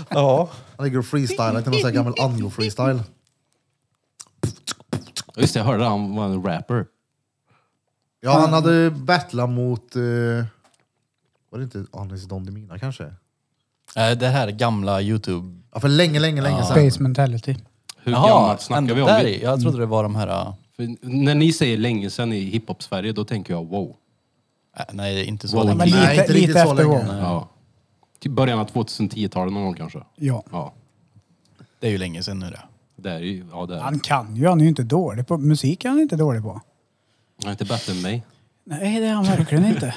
Ja. han ligger och freestylar till någon sån här gammal Anjo-freestyle. Ja, Just det, jag hörde det. han var en rapper. Ja, han hade battlat mot... eh, var det inte Anis Don Demina kanske? Nej, Eh, Det här gamla Youtube... Ja, för länge, länge, länge sedan. Space mentality. Hur gammalt snackar vi om? Där, Vi- i. jag trodde det var de här... äh, För när ni säger länge sedan i hiphop-Sverige, då tänker jag wow. Nej, inte så Wow. länge. Men Nej, lite, inte riktigt lite så efter länge. gång. Ja. Typ början av 2010-talet någon gång kanske? Ja. Ja. Det är ju länge sedan nu det. Det är ju, ja det är. Han kan ju, han är ju inte dålig på musik. är Han är inte dålig på. Han är inte bättre än mig. Nej, det är han verkligen *laughs* inte.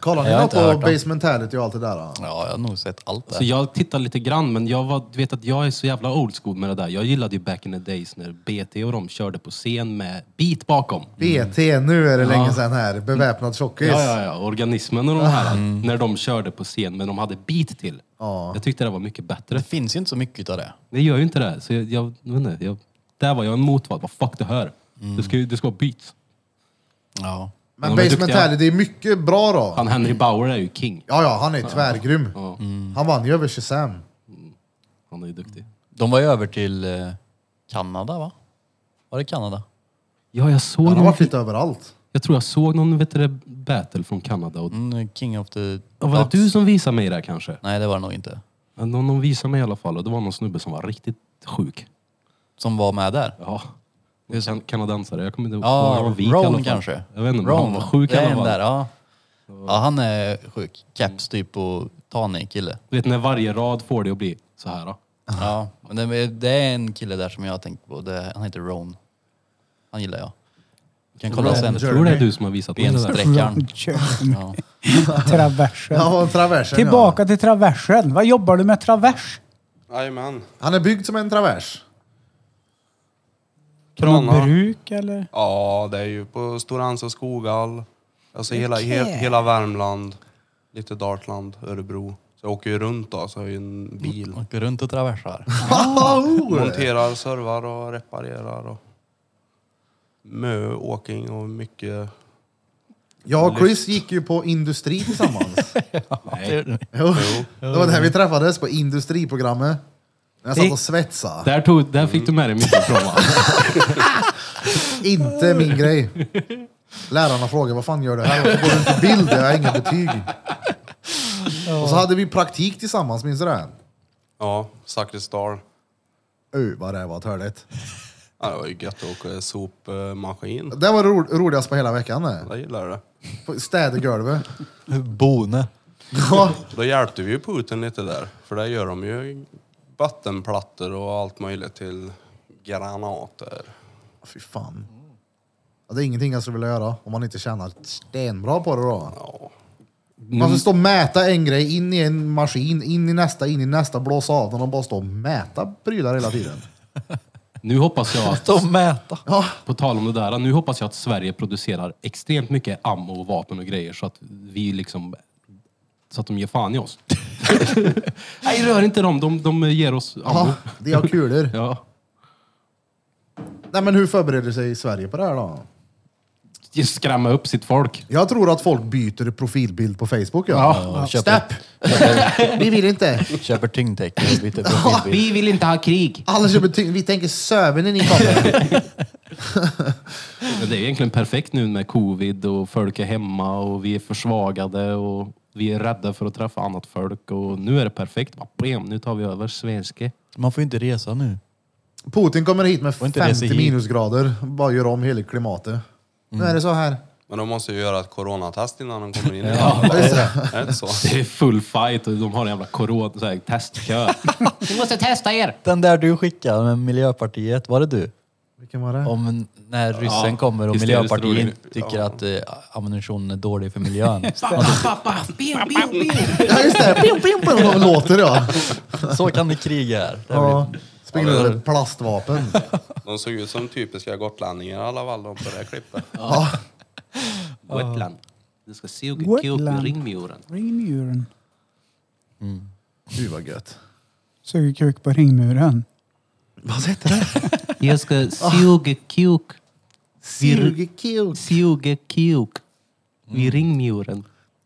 Kollar ni Jag har något inte hört på om. basementality och allt det där? då? Ja, jag har nog sett allt Så det. jag tittar lite grann, men jag var, du vet att jag är så jävla old school med det där. Jag gillade ju back in the days när BT och de körde på scen med beat bakom. BT, nu är det länge sedan här. Beväpnad tjockis. Ja, ja, ja. Organismen och de här. När de körde på scen, men de hade beat till. Ja. Jag tyckte det var mycket bättre. Det finns ju inte så mycket av det. Det gör ju inte det. Så jag, jag, jag vet inte, jag, där var jag en motvall. Vad fuck det här. Det, ska, ju- det ska vara beats. Ja. Men Ja, de är basementality är mycket bra då. Han Henry Bauer är ju king. Ja, ja, han är tvärgrym. Ja. Mm. Han vann ju över Shazam. Han är ju duktig. De var ju över till eh, Kanada, va? Var det Kanada? Ja, jag såg Han har någon, varit lite överallt. Jag tror jag såg någon vet du, det, battle från Kanada. Och, Mm, King of the... och var det du som visade mig det här kanske? Nej, det var det nog inte. Ja, Någon, någon visade mig i alla fall och det var någon snubbe som var riktigt sjuk. Som var med där. Ja. Kan, kanadensare, jag kommer inte ihåg. Han var Ja, vit i alla Ron fall. kanske? Jag vet inte, men han var sjuk i det är alla en fall. där, ja. ja. han är sjuk. Caps typ och tanig kille. Du vet när varje rad får det att bli så här. Då. Ja, men det, är- det är en kille där som jag har tänkt på. Det, han heter Ron. Han gillar jag. Du kan kolla Ron sen. Jag tror det är du som har visat mig det *laughs* där. Bensträckaren. Ja. Traversen. *laughs* Ja, traversen Tillbaka till traversen. Vad jobbar du med travers? Jajamän. Ja. Han är byggd som en travers. Krana. Bruk eller? Ja, det är ju på Stora Enso Skoghall. Alltså hela, he, Okej. hela Värmland, lite Dartland, Örebro. Så jag åker ju runt då, så jag har ju en bil. Mm. Åker runt och traversar. Monterar, servar och reparerar. Och mö, åking och mycket. Jag och Chris gick ju på industri tillsammans. Nej. jo. Det var där vi träffades, på industriprogrammet. Jag satt och svetsade. Där, tog, där fick du med dig mycket *laughs* ifrån va? Inte min grej. Lärarna frågade vad fan gör du här? Varför Går du inte på bild? Jag har inga betyg. Och så hade vi praktik tillsammans, minns du det? Ja, Zakrisdal. Uh, vad det var törligt. Ja, det var ju gött att åka sopmaskin. Det var ro roligast på hela veckan. det. Jag gillar det. På- Städgolvet. Bone. Ja. Då hjälpte vi ju Putin lite där. För där gör de ju vattenplattor och allt möjligt till granater. Fy fan. Ja, Det är ingenting jag skulle vilja göra om man inte tjänar stenbra på det då. Ja. Man får stå och mäta en grej in i en maskin, in i nästa, in i nästa, blåsa av den och bara stå och mäta prylar hela tiden. Nu hoppas jag att, Stå och mäta. Ja, på tal om det där, nu hoppas jag att Sverige producerar extremt mycket ammo och vapen och grejer så att vi liksom, så att de ger fan i *laughs* oss. Nej, rör inte dem, de, de ger oss ammo. ja det är kulor. *laughs* Ja. Nej, men hur förbereder sig Sverige på det här då? Just skrämma upp sitt folk. Jag tror att folk byter profilbild på Facebook. Ja. Ja, köper, Stepp! Vi vill inte. köper tyngdtäcke och *laughs* byter profilbild. Ah, Vi vill inte ha krig. Alla köper ty- vi tänker söver när ni kommer. Men det är egentligen perfekt nu med covid och folk är hemma och vi är försvagade och vi är rädda för att träffa annat folk och nu är det perfekt. Bara, bam, nu tar vi över svenska. Man får ju inte resa nu. Putin kommer hit med Och inte reser 50 hit. minusgrader. Bara gör om hela klimatet. Nu är det så här. Men de måste ju göra ett coronatest innan de kommer in. Är det inte så? Det är full fight och de har en jävla corona, så här, testkö. *laughs* Vi måste testa er! Den där du skickade med Miljöpartiet, var det du? Vilken var det? Om n- när ryssen Ja, kommer och hysteriskt rolig. Miljöpartiet tycker att eh, ammunitionen är dålig för *laughs* miljön. Ja just det, pim pim pim. De låter ja. Så kan det kriga här. Det blir- ja. Springer över ett plastvapen. De såg ut som typiska gotlänningar i alla fall de på det här klippet. Ja. Gotland. Du ska suga Gotland. ringmuren. Ringmuren. Gud vad gött. Suger kuk på ringmuren. Vad heter det? Jag ska suga kuk, Sugekuk. suga kuk vid ringmuren.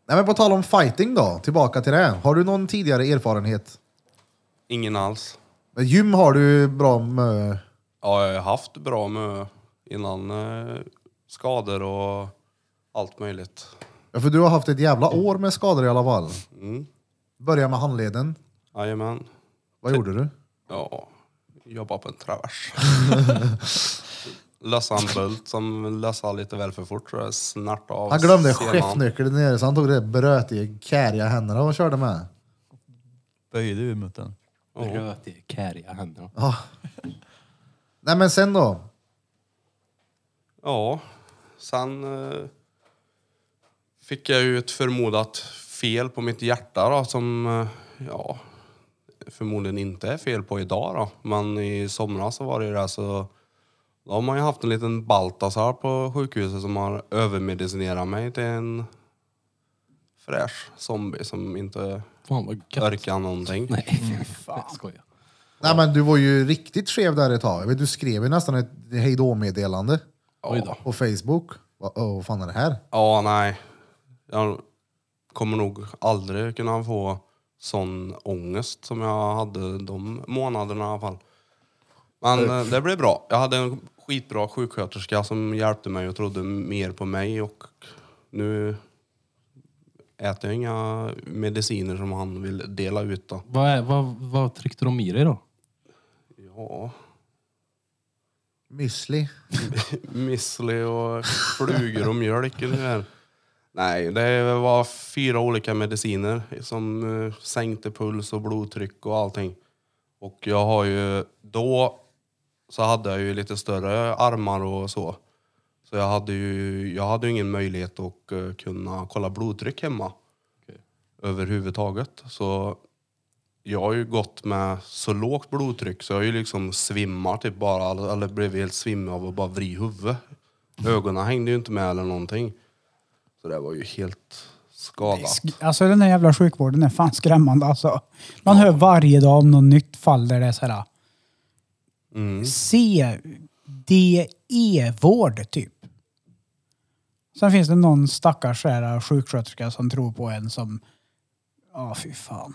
Nej men på tal om fighting då, tillbaka till det. Har du någon tidigare erfarenhet? Ingen alls. Gym har du bra med... Ja, jag har ju haft bra med innan eh, skador och allt möjligt. Ja, för du har haft ett jävla år med skador i alla fall. Mm. Börja med handleden. Jajamän. Vad gjorde du? Ja, jobba på en travers. Lösa en bult som lösa lite väl för fort tror jag. Snart av Han glömde senan. chefnyckeln nere så han tog det bröt i käriga händerna och körde med. Böjde ur mot den. Röt i käriga händer. Ja. Nej men sen då? Ja, sen eh, fick jag ju ett förmodat fel på mitt hjärta då som eh, ja, förmodligen inte är fel på idag då. Men i somras så var det ju det så då har man ju haft en liten Baltasar på sjukhuset som har övermedicinerat mig till en fräsch zombie som inte Fan vad gött. orkar någonting. Mm. Nej, fy fan. Jag skojar. Nej men du var ju riktigt skev där ett tag. Jag vet, Du skrev ju nästan ett hejdå-meddelande Oj då. på Facebook. Va- åh, Vad fan är det här? Ja, nej. Jag kommer nog aldrig kunna få sån ångest som jag hade de månaderna i alla fall. Men eh, det blev bra. Jag hade en skitbra sjuksköterska som hjälpte mig och trodde mer på mig och nu äter jag inga mediciner som han vill dela ut då. Vad, är, vad, vad tryckte de i dig då? Ja, Müsli. müsli och flugor och mjölk ungefär. Nej, det var fyra olika mediciner som eh, sänkte puls och blodtryck och allting. Och jag har ju, då så hade jag ju lite större armar och så. Så jag hade ju, jag hade ju ingen möjlighet att eh, kunna kolla blodtryck hemma. Överhuvudtaget. Så jag har ju gått med så lågt blodtryck så jag har ju liksom svimmar typ bara, eller- eller blev helt svimmig av att bara vri huvudet. Ögonen hängde ju inte med eller någonting. Så det var ju helt skadat. Sk- Alltså den här jävla sjukvården är fan skrämmande alltså. Man hör varje dag om något nytt fall där det är såhär Mm. CDE-vård typ. Sen finns det någon stackars så här, sjuksköterska som tror på en som... Ja, fy fan.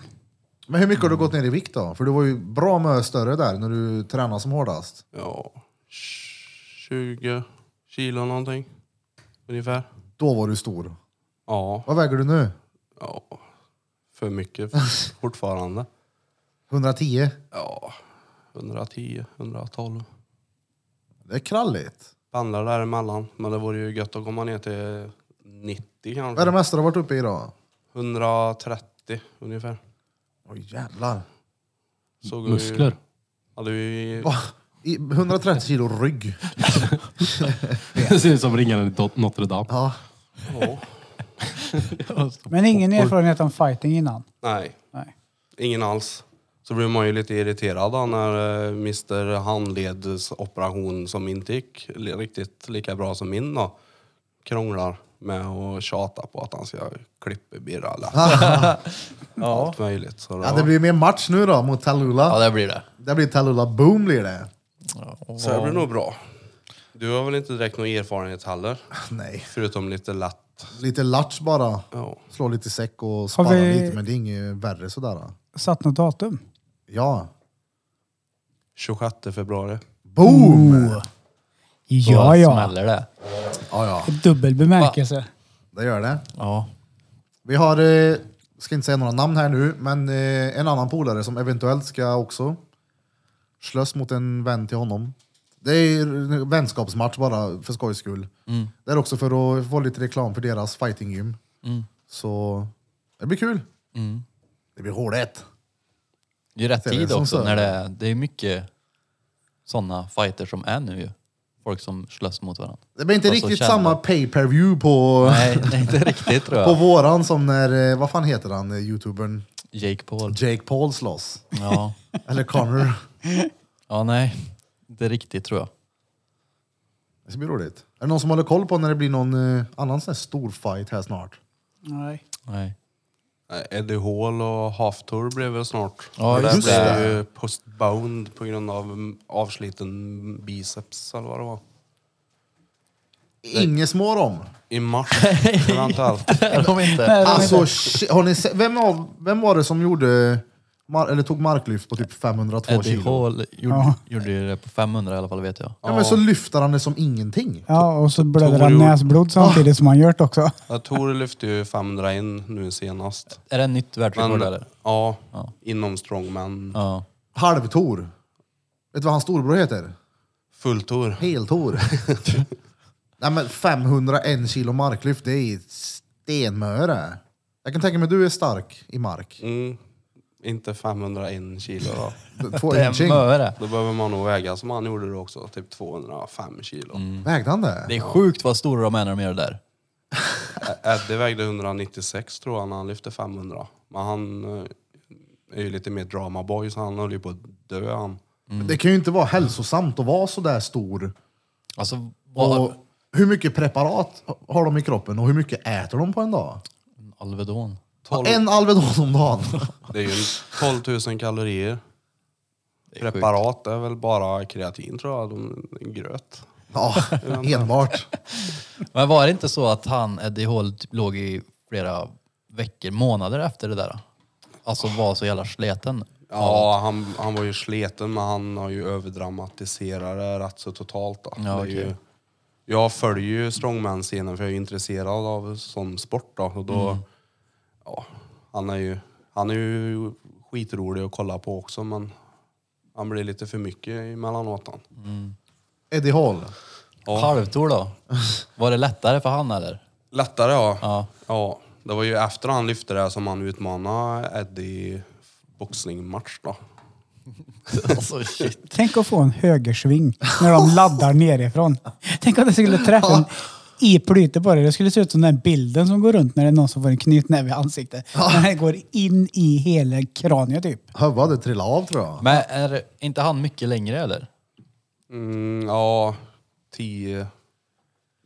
Men hur mycket har du gått ner i vikt då? För du var ju bra mycket större där när du tränade som hårdast. Ja, 20 kilo någonting. Ungefär. Då var du stor. Ja, Vad väger du nu? ja. *laughs* För mycket fortfarande. 110? Ja, 110, 112. Det är kralligt. Pendlar däremellan. Men det vore ju gött att komma ner till 90 Vad är det kanske. mesta du har varit uppe i idag? 130 ungefär. Oj jävlar. Såg vi- Muskler. Hade vi Va? I 130 kilo rygg. *laughs* Det ser ut som ringaren i Dot- Notre Dame. Ja. Ja. Men ingen erfarenhet om fighting innan? Nej, Nej. ingen alls. Så blir man ju lite irriterad då när eh, Mr Handleds operation som inte gick li- riktigt lika bra som min då krånglar med att tjata på att han ska klippa Birralla. Allt möjligt. Så ja, det blir mer match nu då mot Tallulah. Ja, det blir det. Det blir Tallulah Boom blir det. så det blir nog bra. Du har väl inte direkt någon erfarenhet heller? Nej, Förutom lite lätt. lite latch bara. Ja. Slå lite i säck och spara vi- lite, men det är inget värre sådär. Satt något datum? Ja. 26 februari. Boom! Då Ja, ja. smäller det. Ja, ja, Dubbel bemärkelse. det gör det. Ja. Vi har, eh, ska inte säga några namn här nu, men eh, en annan polare som eventuellt ska också slåss mot en vän till honom. Det är en vänskapsmatch bara för skojs skull. Det är också för att få lite reklam för deras fightinggym. Så det blir kul. Mm. Det blir hårdhet. Det är rätt Ser det tid som också så. när det är, det är mycket sådana fighter som är nu ju. Folk som slåss mot *laughs* varandra. Det blir inte Alltså, riktigt känna. samma pay-per-view på, Nej, nej inte riktigt tror på jag. våran som när, eh, vad fan heter han, eh, youtubern Jake Paul. Jake Paul *laughs* slåss. Ja. Eller Connor. ja, nej. Inte riktigt tror jag. Det ska bli roligt. Är det någon som håller koll på när det blir någon eh, annan sån här stor fight här snart? Nej. Nej. Eh, Eddie Hall och Half Tour blev väl snart. Ja, Men just blev det. ju postbound på grund av mm, avsliten biceps eller vad det var. Inget smår om. *laughs* I mars eventuellt. Jag kommer inte. Alltså, shit, har ni se- vem, av, vem var det som gjorde, mar, eller tog marklyft på typ 502 Eddie kilo? Hall gjorde, gjorde ju det på 500 i alla fall vet jag. Ja, men så lyfter han det som ingenting. Ja, och så blöder Tor- Ah. han näsblod samtidigt som han gjort också. Jag tror det lyfte ju 500 in nu senast. Är det en nytt världsrekord Men, eller? ja, Ja. inom strongman. Ja. Halvtor. Vet du vad hans storbror heter? Fulltor. *laughs* Heltor. Nej men 501 kilo marklyft, det är stenmöre. Jag kan tänka mig att du är stark i mark. Mm, inte 501 kilo då. Två Det är inching. möre. Då behöver man nog väga som han gjorde då också, typ 205 kilo. Mm. Vägde han det? Det är sjukt vad stora de är när de gör det där. Ä- Eddie vägde 196 tror jag när han lyfte 500. Men han eh, är ju lite mer dramaboy så han höll ju på att dö han. Mm. Det kan ju inte vara hälsosamt att vara så där stor. Alltså, Och vad, hur mycket preparat har de i kroppen och hur mycket äter de på en dag? Alvedon. 12, En Alvedon om dagen. *laughs* Det är ju en 12 000 kalorier. Det är sjukt. Preparat är väl bara kreatin tror jag, de, gröt. Ja, enbart. Men var det inte så att han, Eddie Hall, typ låg i flera veckor, månader efter det där? Alltså var så jävla sleten. Ja, han, han var ju sleten men han har ju överdramatiserat det rätt så totalt. Då. det är okej. ju, jag följer ju strongman-scenen för jag är ju intresserad av sån sport. Då, och då Mm. ja, han, är ju, han är ju skitrolig att kolla på också men han blir lite för mycket emellanåt. Han. Eddie Hall. Halvtor då? Var det lättare för han eller? Lättare ja. Ja. Ja, det var ju efter han lyfte det som han utmanade Eddie i boxningmatch då. Alltså shit. Tänk att få en högersving när de laddar nerifrån. Tänk om det skulle träffa en i plytet på det. Det skulle se ut som den bilden som går runt när det är någon som får en knytnäve i ansiktet. När den går in i hela kraniet typ. Hövva hade trillat av tror jag. Men är inte han mycket längre eller? Mm, ja, 10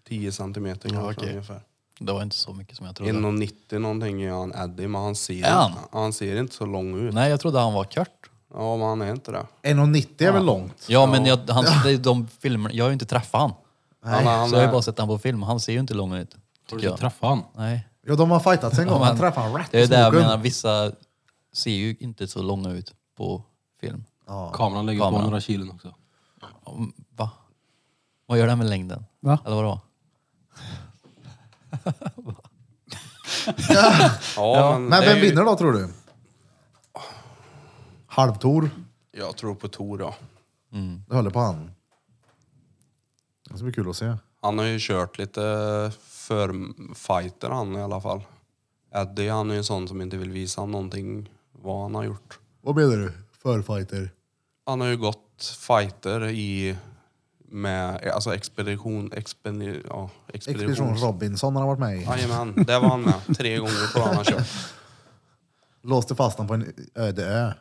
10 centimeter kanske okej. ungefär. Det var inte så mycket som jag trodde. 1,90 någonting är han Eddie, men han ser, Är han? han ser inte så lång ut. Nej, jag trodde han var kort. Ja, men han är inte det. 1,90 är väl långt? Ja, men jag, han, det är de filmer, jag har ju inte träffat han. Han, han, så jag har ju är, bara sett han på film. Han ser ju inte lång ut. Har Tycker du inte jag. träffat han? Nej. Ja, de har fightat en gång. men- Han träffade han rätt Det är i ju det jag snoken. menar. Vissa ser ju inte så långa ut på film. Kameran lägger på Kameran. några kilon också. Va? Vad gör det med längden? Va? Eller vadå? ja, men Men det är vem ju- vinner då tror du? Halvtor? Jag tror på Tor då. Det håller på han. Det ska bli kul att se. Han har ju kört lite för fighter han i alla fall. Eddie han är ju en sån som inte vill visa någonting vad han har gjort. Vad menar du? Förfighter? Han har ju gått fighter i med alltså expedition, expedi, ja, Expedition expedition. Robinson har han varit med i. Jajamän, det var han med. Tre gånger tror jag han har kört. Låste fast honom på en öde ö.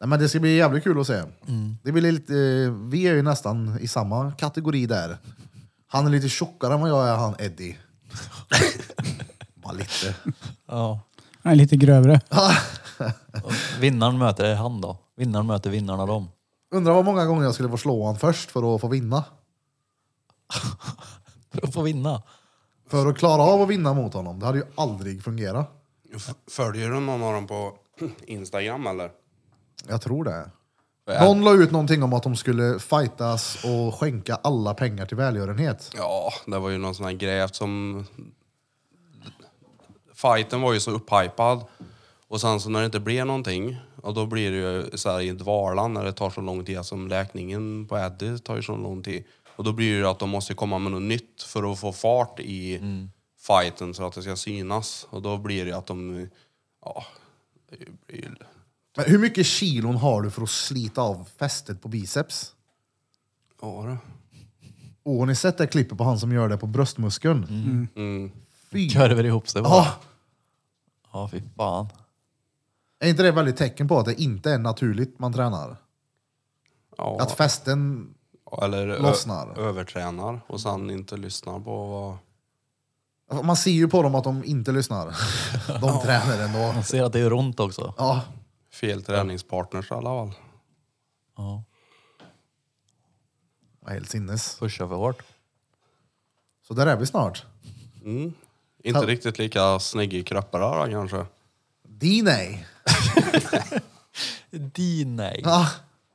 Nej, men det ska bli jävligt kul att se. Det blir lite, eh, vi är ju nästan i samma kategori där. Han är lite tjockare än vad jag är, han Eddie. Bara lite. Ja. Han är lite grövre. Och Vinnaren möter är han då. Vinnaren möter vinnaren av dem. Undrar vad många gånger jag skulle få slå honom först för att få vinna. För att få *laughs* vinna. För att klara av att vinna mot honom. Det hade ju aldrig fungerat. F- Följer du någon av dem på Instagram eller? Jag tror det. Ja. Någon la ut någonting om att de skulle fightas och skänka alla pengar till välgörenhet. Ja, det var ju någon sån här grej eftersom fighten var ju så upphypad och sen så när det inte blev någonting och då blir det ju så här i dvalan när det tar så lång tid som läkningen på Eddie tar ju så lång tid och då blir det ju att de måste komma med något nytt för att få fart i fighten så att det ska synas och då blir det ju att de ja, det blir ju Men hur mycket kilon har du för att slita av fästet på biceps? ja, du. Och har ni sett det klippet på han som gör det på bröstmuskeln? Mm. Fy! Körver ihop sig bara. Ah, Ja, fy fan. är inte det ett väldigt tecken på att det inte är naturligt man tränar? Ja. Att fästen... Eller ö- Lossnar. övertränar och sen inte lyssnar på vad... Man ser ju på dem att de inte lyssnar. *laughs* De tränar ändå. Man ser att det gör ont också. Ja, fel träningspartners i alla fall. Ja. helt sinnes. Pusha för hårt. Så där är vi snart. Mm. Inte Ta- riktigt lika snygga kroppar då kanske. D-nej! Di nej. Ah,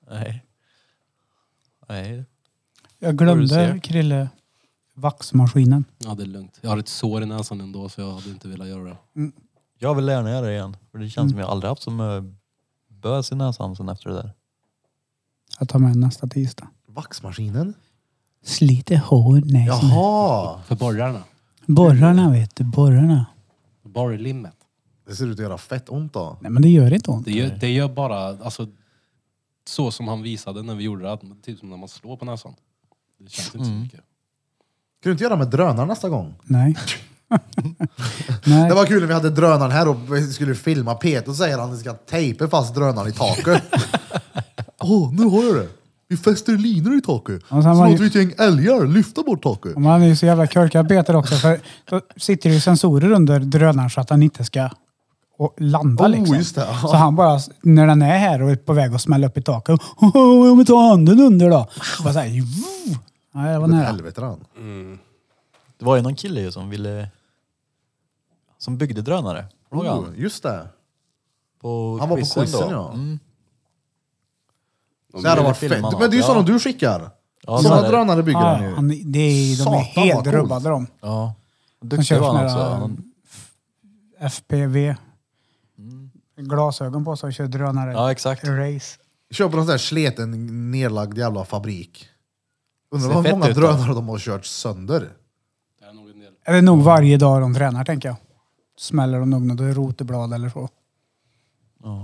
Nej. Nej. Jag Får du glömde, se. Krille, vaxmaskinen. Ja, det är lugnt. Jag har ett sår i näsan ändå så jag hade inte velat göra det. Jag vill gärna göra det igen. För det känns som jag aldrig haft som eh, bös i näsan sen efter det där. Jag tar med nästa tisdag. vaxmaskinen? Sliter hår, nej. Jaha! För borrarna. Borrarna vet du, borrarna. Borrlimmet. Det ser ut att göra fett ont då. Nej men det gör inte ont. Det gör, det gör bara, alltså, så som han visade när vi gjorde det, att- typ som när man slår på näsan. Det känns inte så mycket. Kan du inte göra med drönaren nästa gång? Nej. nej. Det var kul när vi hade drönaren här och vi skulle filma. Peter säger att han ska tejpa fast drönaren i taket. Åh, nu har jag det! Vi fäster linor i taket. sen var Så ju- låter vi ett gäng älgar lyfta bort taket. Och man är ju så jävla korkad Peter också för då sitter det ju sensorer under drönaren så att den inte ska och landa Oh, liksom. just det, ja. Så han bara, när den är här och är på väg att smälla upp i taket, oh, oh, jag vill ta handen under då. Bara så här, "Vuh!" Nej, det var Åt nära. helvete han. Det var ju någon kille ju som ville... Som byggde drönare. Kommer du ihåg Oh, han? just det. På Han var på quizen quizen då. ja. Mm. Det hade ville varit filma fett. något, Men det är ju ja. sådana du skickar. Ja, Sådana sådana där- drönare bygger Ja, han ju. han, det är, de Satan, är vad helt coolt. rubbade de. Ja. De Duktig kör var han också. sådana Han, FPV. Mm. Glasögon på sig och kör drönare. ja, exakt. Race. Köper någon sån där sleten nedlagd jävla fabrik. Undrar Ser vad fett många ut då. drönare de har kört sönder. Det är nog en del. Är det nog varje dag de tränar tänker jag. Smäller de nog något roteblad eller så.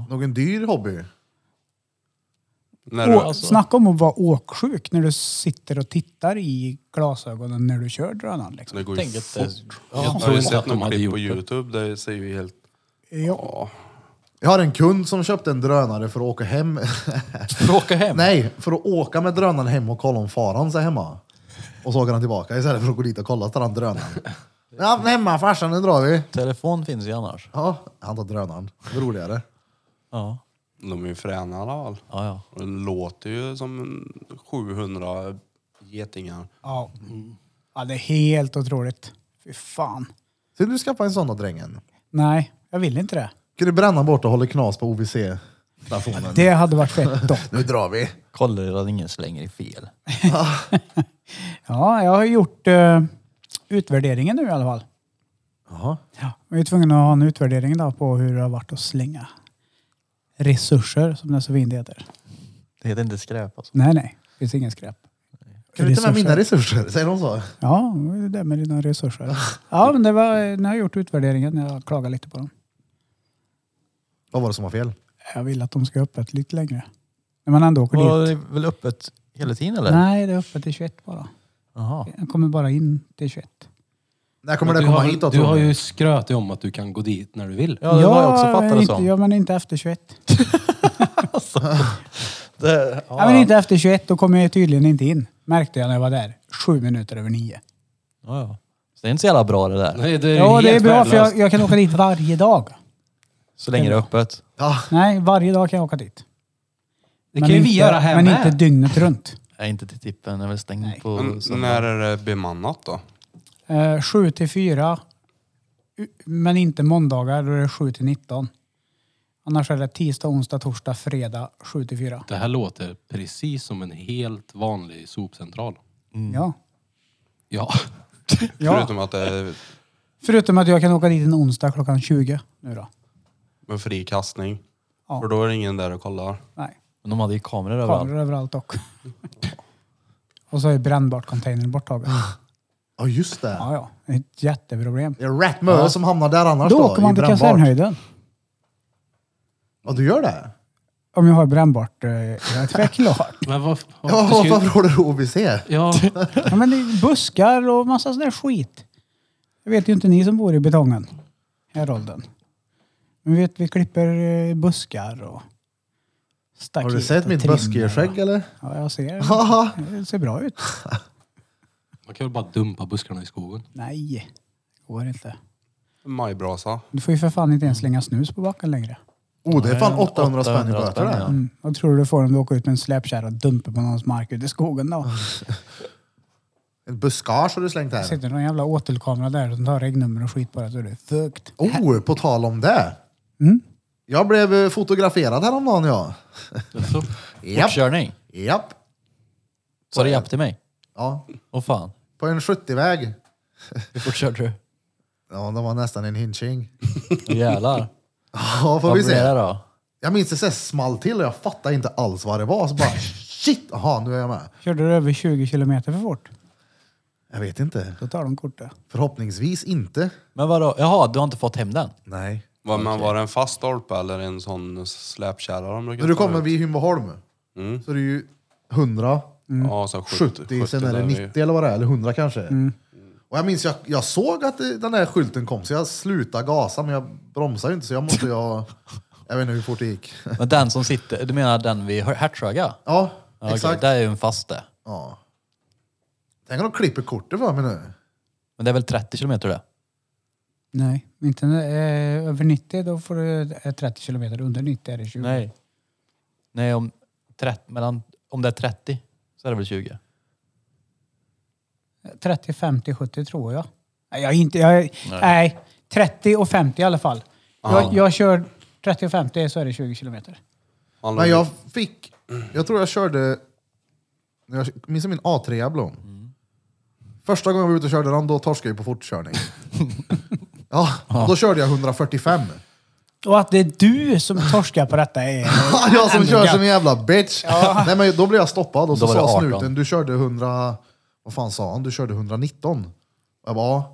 Någon dyr hobby. När Å, du, alltså. Snacka om att vara åksjuk när du sitter och tittar i glasögonen när du kör drönaren. Liksom. det går Tänk ju att det, fort. Jag Har tror du inte sett att de något hade klipp gjort på det. Youtube? Det ser ju helt... Ja. Ja. Jag har en kund som köpte en drönare för att åka hem. För att åka hem? *laughs* Nej, för att åka med drönaren hem och kolla om faran är hemma. Och så åker han tillbaka istället för att gå dit och kolla tar *laughs* han drönaren. Ja, hemma farsan, nu drar vi. Telefon finns ju annars. Ja, han tar drönaren. Det är roligare. Ja. De är ju fräna i alla fall. Ja, ja. Och Det låter ju som en 700 getingar. Ja. ja, det är helt otroligt. Fy fan. Så du skaffa en sån då drängen? Nej, jag vill inte det. Kan du bränna bort och hålla knas på OVC-stationen? Det hade varit fett dock. Nu drar vi. Kolla att ingen slänger i fel. Ja, jag har gjort eh, utvärderingen nu i alla fall. Jaha. Ja, vi är tvungna att ha en utvärdering då på hur det har varit att slänga resurser som den så fint heter. Det heter inte skräp alltså. Nej, nej. Det finns ingen skräp. Kan du inte ta med mina resurser? Säger de så? Ja, det är det med dina resurser. Ja, men det var, när jag gjort utvärderingen, jag klagade lite på dem. Vad var det som var fel? Jag vill att de ska ha öppet lite längre. När man ändå åker Var dit. det väl öppet hela tiden eller? Nej, det är öppet till 21 bara. Jaha. Jag kommer bara in till 21. När kommer det du komma har, hit då Du tror har du? ju skrötit om att du kan gå dit när du vill. Ja, det var jag också men fattade inte, som. Ja, men inte efter 21. Det, Ja, men inte efter 21, då kommer jag tydligen inte in. Märkte jag när jag var där. Sju minuter över nio. ja, ja. Så det är inte så jävla bra det där. Nej, det är Ja, det är helt bra för värdelöst. jag, jag kan åka dit varje dag. Så länge det är öppet. Ja, Nej, varje dag kan jag åka dit. Det kan ju vi göra här Men med. inte dygnet runt. Nej, inte till tippen. Jag är väl stängd Nej. på Men söndag. när är det bemannat då? Eh, 7 till 4. u- Men inte måndagar, då är det 7 till 19. Annars är det tisdag, onsdag, torsdag, fredag 7 till 4. Det här låter precis som en helt vanlig sopcentral. Ja. Ja. ja. Förutom att det är Förutom att jag kan åka dit en onsdag klockan 20 nu då. med fri kastning. Ja. För då är det ingen där och kollar. Nej, Men de hade ju kameror överallt. kameror överallt dock. *laughs* Och så är brännbart containern borttagen. Ja, just det. Ja, ja. Ett jätteproblem. Det är rätt mycket som hamnar där annars Då då. åker i man till brännbart. kasernhöjden. Ja, du gör det? Om jag har brännbart, eh, ja, det är klart. Men vad... vad- Ja, ska ju- varför har du OBC? ja. Ja, men det är buskar och massa sån där skit. Det vet ju inte ni som bor i betongen. Härolden. Men vi vet, vi klipper eh, buskar och Har staket du sett och mitt trim buskgerskägg och- eller? Ja, jag ser. Haha. Det ser bra ut. Man kan väl bara dumpa buskarna i skogen. Nej, det går inte. Majbrasa. Du får ju för fan inte ens slänga snus på backen längre. Oh, det är fan 800 spänn i 800 böter spänn, det. ja. Mm. Vad tror du du får om du åker ut med en släpkärra och dumpar på någons mark ute i skogen Mm. då? En buskage har du slängt Det här. sitter någon jävla åtelkamera där som tar regnummer och skit på det så är det fukt. Oh, på tal om det. Mm. Jag blev eh, fotograferad häromdagen jag. Alltså, *laughs* Japp, Uppkörning. japp. Sa du japp till mig? Ja, Åh fan. på en 70-väg. Hur fort körde du? Ja, det var nästan en hinching. Åh, Jävlar. Ja, får Vad vi blev det se. då? Jag minns det så här small till och jag fattade inte alls vad det var. Så bara shit, aha, nu är jag med. Körde du över 20 kilometer för fort, Jag vet inte. då tar de kortet. Förhoppningsvis inte. Men vadå? Jaha, du har inte fått hem den? Nej. Var, men var det en fast stolpe eller en sån släpkärra de brukar När du ta kommer ut? vid Hymbeholm så är det ju 100, Ja, så 70, 70, mm, sen är det där 90 eller vad det är, eller 100 kanske. Och jag minns, jag, jag såg att det- den där skylten kom så jag slutade gasa men jag bromsade ju inte så jag måste, jag, jag vet inte hur fort det gick. Men den som sitter, du menar den vid Her- Hertsöga? Ja, Ja, Exakt. exakt. Det är ju en faste. Ja. Tänk om de klipper kortet för mig nu. Men det är väl 30 kilometer det? Nej, inte eh, över 90 då får du eh, 30 kilometer. Under 90 är det 20. Nej. Nej, om, 30, mellan, om det är 30 så är det väl 20? 30, 50, 70 tror jag. Nej, jag är inte, jag, nej. nej, 30 och 50 i alla fall. Jag, jag kör 30 och 50 så är det 20 kilometer. Han Men jag fick, jag tror jag körde, jag minns min A3 Jablon. Första gången jag var ute och körde den, då torskade jag *laughs* på fortkörning. ja, då körde jag 145. Och att det är du som torskar på detta är... *laughs* jag som ändå kör gött. som en jävla bitch. Nej, men då blev jag stoppad och så Då var det sa 18. snuten, du körde 100, vad fan sa han, du körde 119. Och jag bara, "Ja."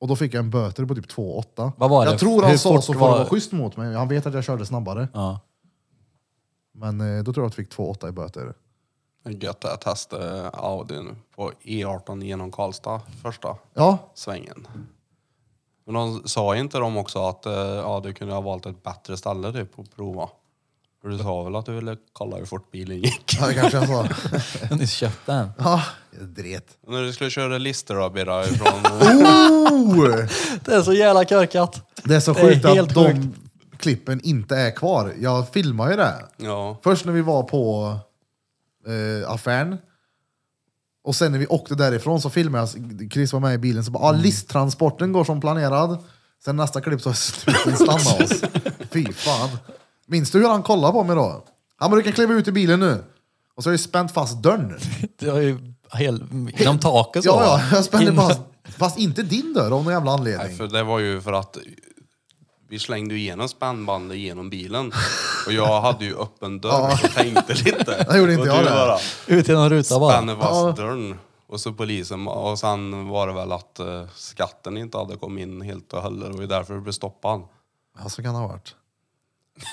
och då fick jag en böter på typ 2,8. Vad var det? Jag tror han Hur sa fort så för att var- vara schysst mot mig. Han vet att jag körde snabbare. Ja. *laughs* Men eh, då tror jag att jag fick 2,8 i böter. Gött att testa Audin på E18 genom Karlstad första Ja, svängen. Men de sa inte de också att eh, ja, du kunde ha valt ett bättre ställe typ att prova? För du sa väl att du ville kolla hur fort bilen gick? *laughs* Ja, det kanske jag sa. Jag har nyss köpt den. Ja, jag dret. När du skulle köra listor då Birra, ifrån... *laughs* Oh! Det är så jävla korkat. Det är så Det är sjukt att helt de sjukt. klippen inte är kvar. Jag filmar ju det. ja, Först när vi var på eh, affären och sen när vi åkte därifrån så filmade jag, Chris var med i bilen, så bara ah, Mm. listtransporten går som planerad. Sen nästa klipp så har snuten *laughs* stannat oss. Fy fan. Minns du hur han kollade på mig då? Han bara, du kan kliva ut i bilen nu. Och så har jag ju spänt fast dörren. Det var ju helt, genom taket så. Ja, ja, jag spände *laughs* Innan- fast, fast inte din dörr av någon jävla anledning. för det var ju för att vi slängde ju igenom spännbandet genom bilen. Och jag hade ju öppen dörr och tänkte lite. *laughs* Det gjorde inte och jag du det. bara Ut genom rutan bara. spänner fast dörren. Och så polisen, och sen var det väl att eh, skatten inte hade kommit in helt och hållet och det är därför det blev stoppad. Ja, så kan det ha varit.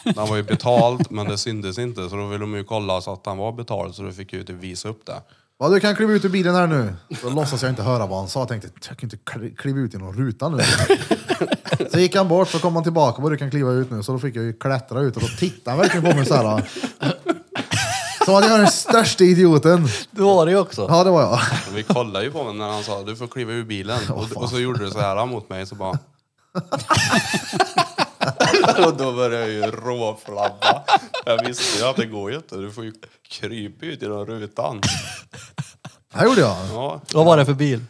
Den var ju betald men det syntes inte så då ville de ju kolla så att den var betald så då fick jag ju typ visa upp det. Ja, du kan kliva ut ur bilen här nu. Då låtsas jag inte höra vad han sa. Jag tänkte, jag kan inte kli- kliva ut genom rutan *laughs* nu. Så gick han bort, så kom han tillbaka och bara, du kan kliva ut nu. Så då fick jag ju klättra ut och då tittade han verkligen på mig så här. Så att jag är den största idioten. Du var det ju också. Ja, det var jag. Och vi kollade ju på honom när han sa du får kliva ur bilen. och, och så gjorde du så här mot mig så bara... och då började jag ju råflabba. Jag visste ju att det går ju inte. Du får ju krypa ut genom rutan. Det här gjorde jag. Ja, Vad var det för bil?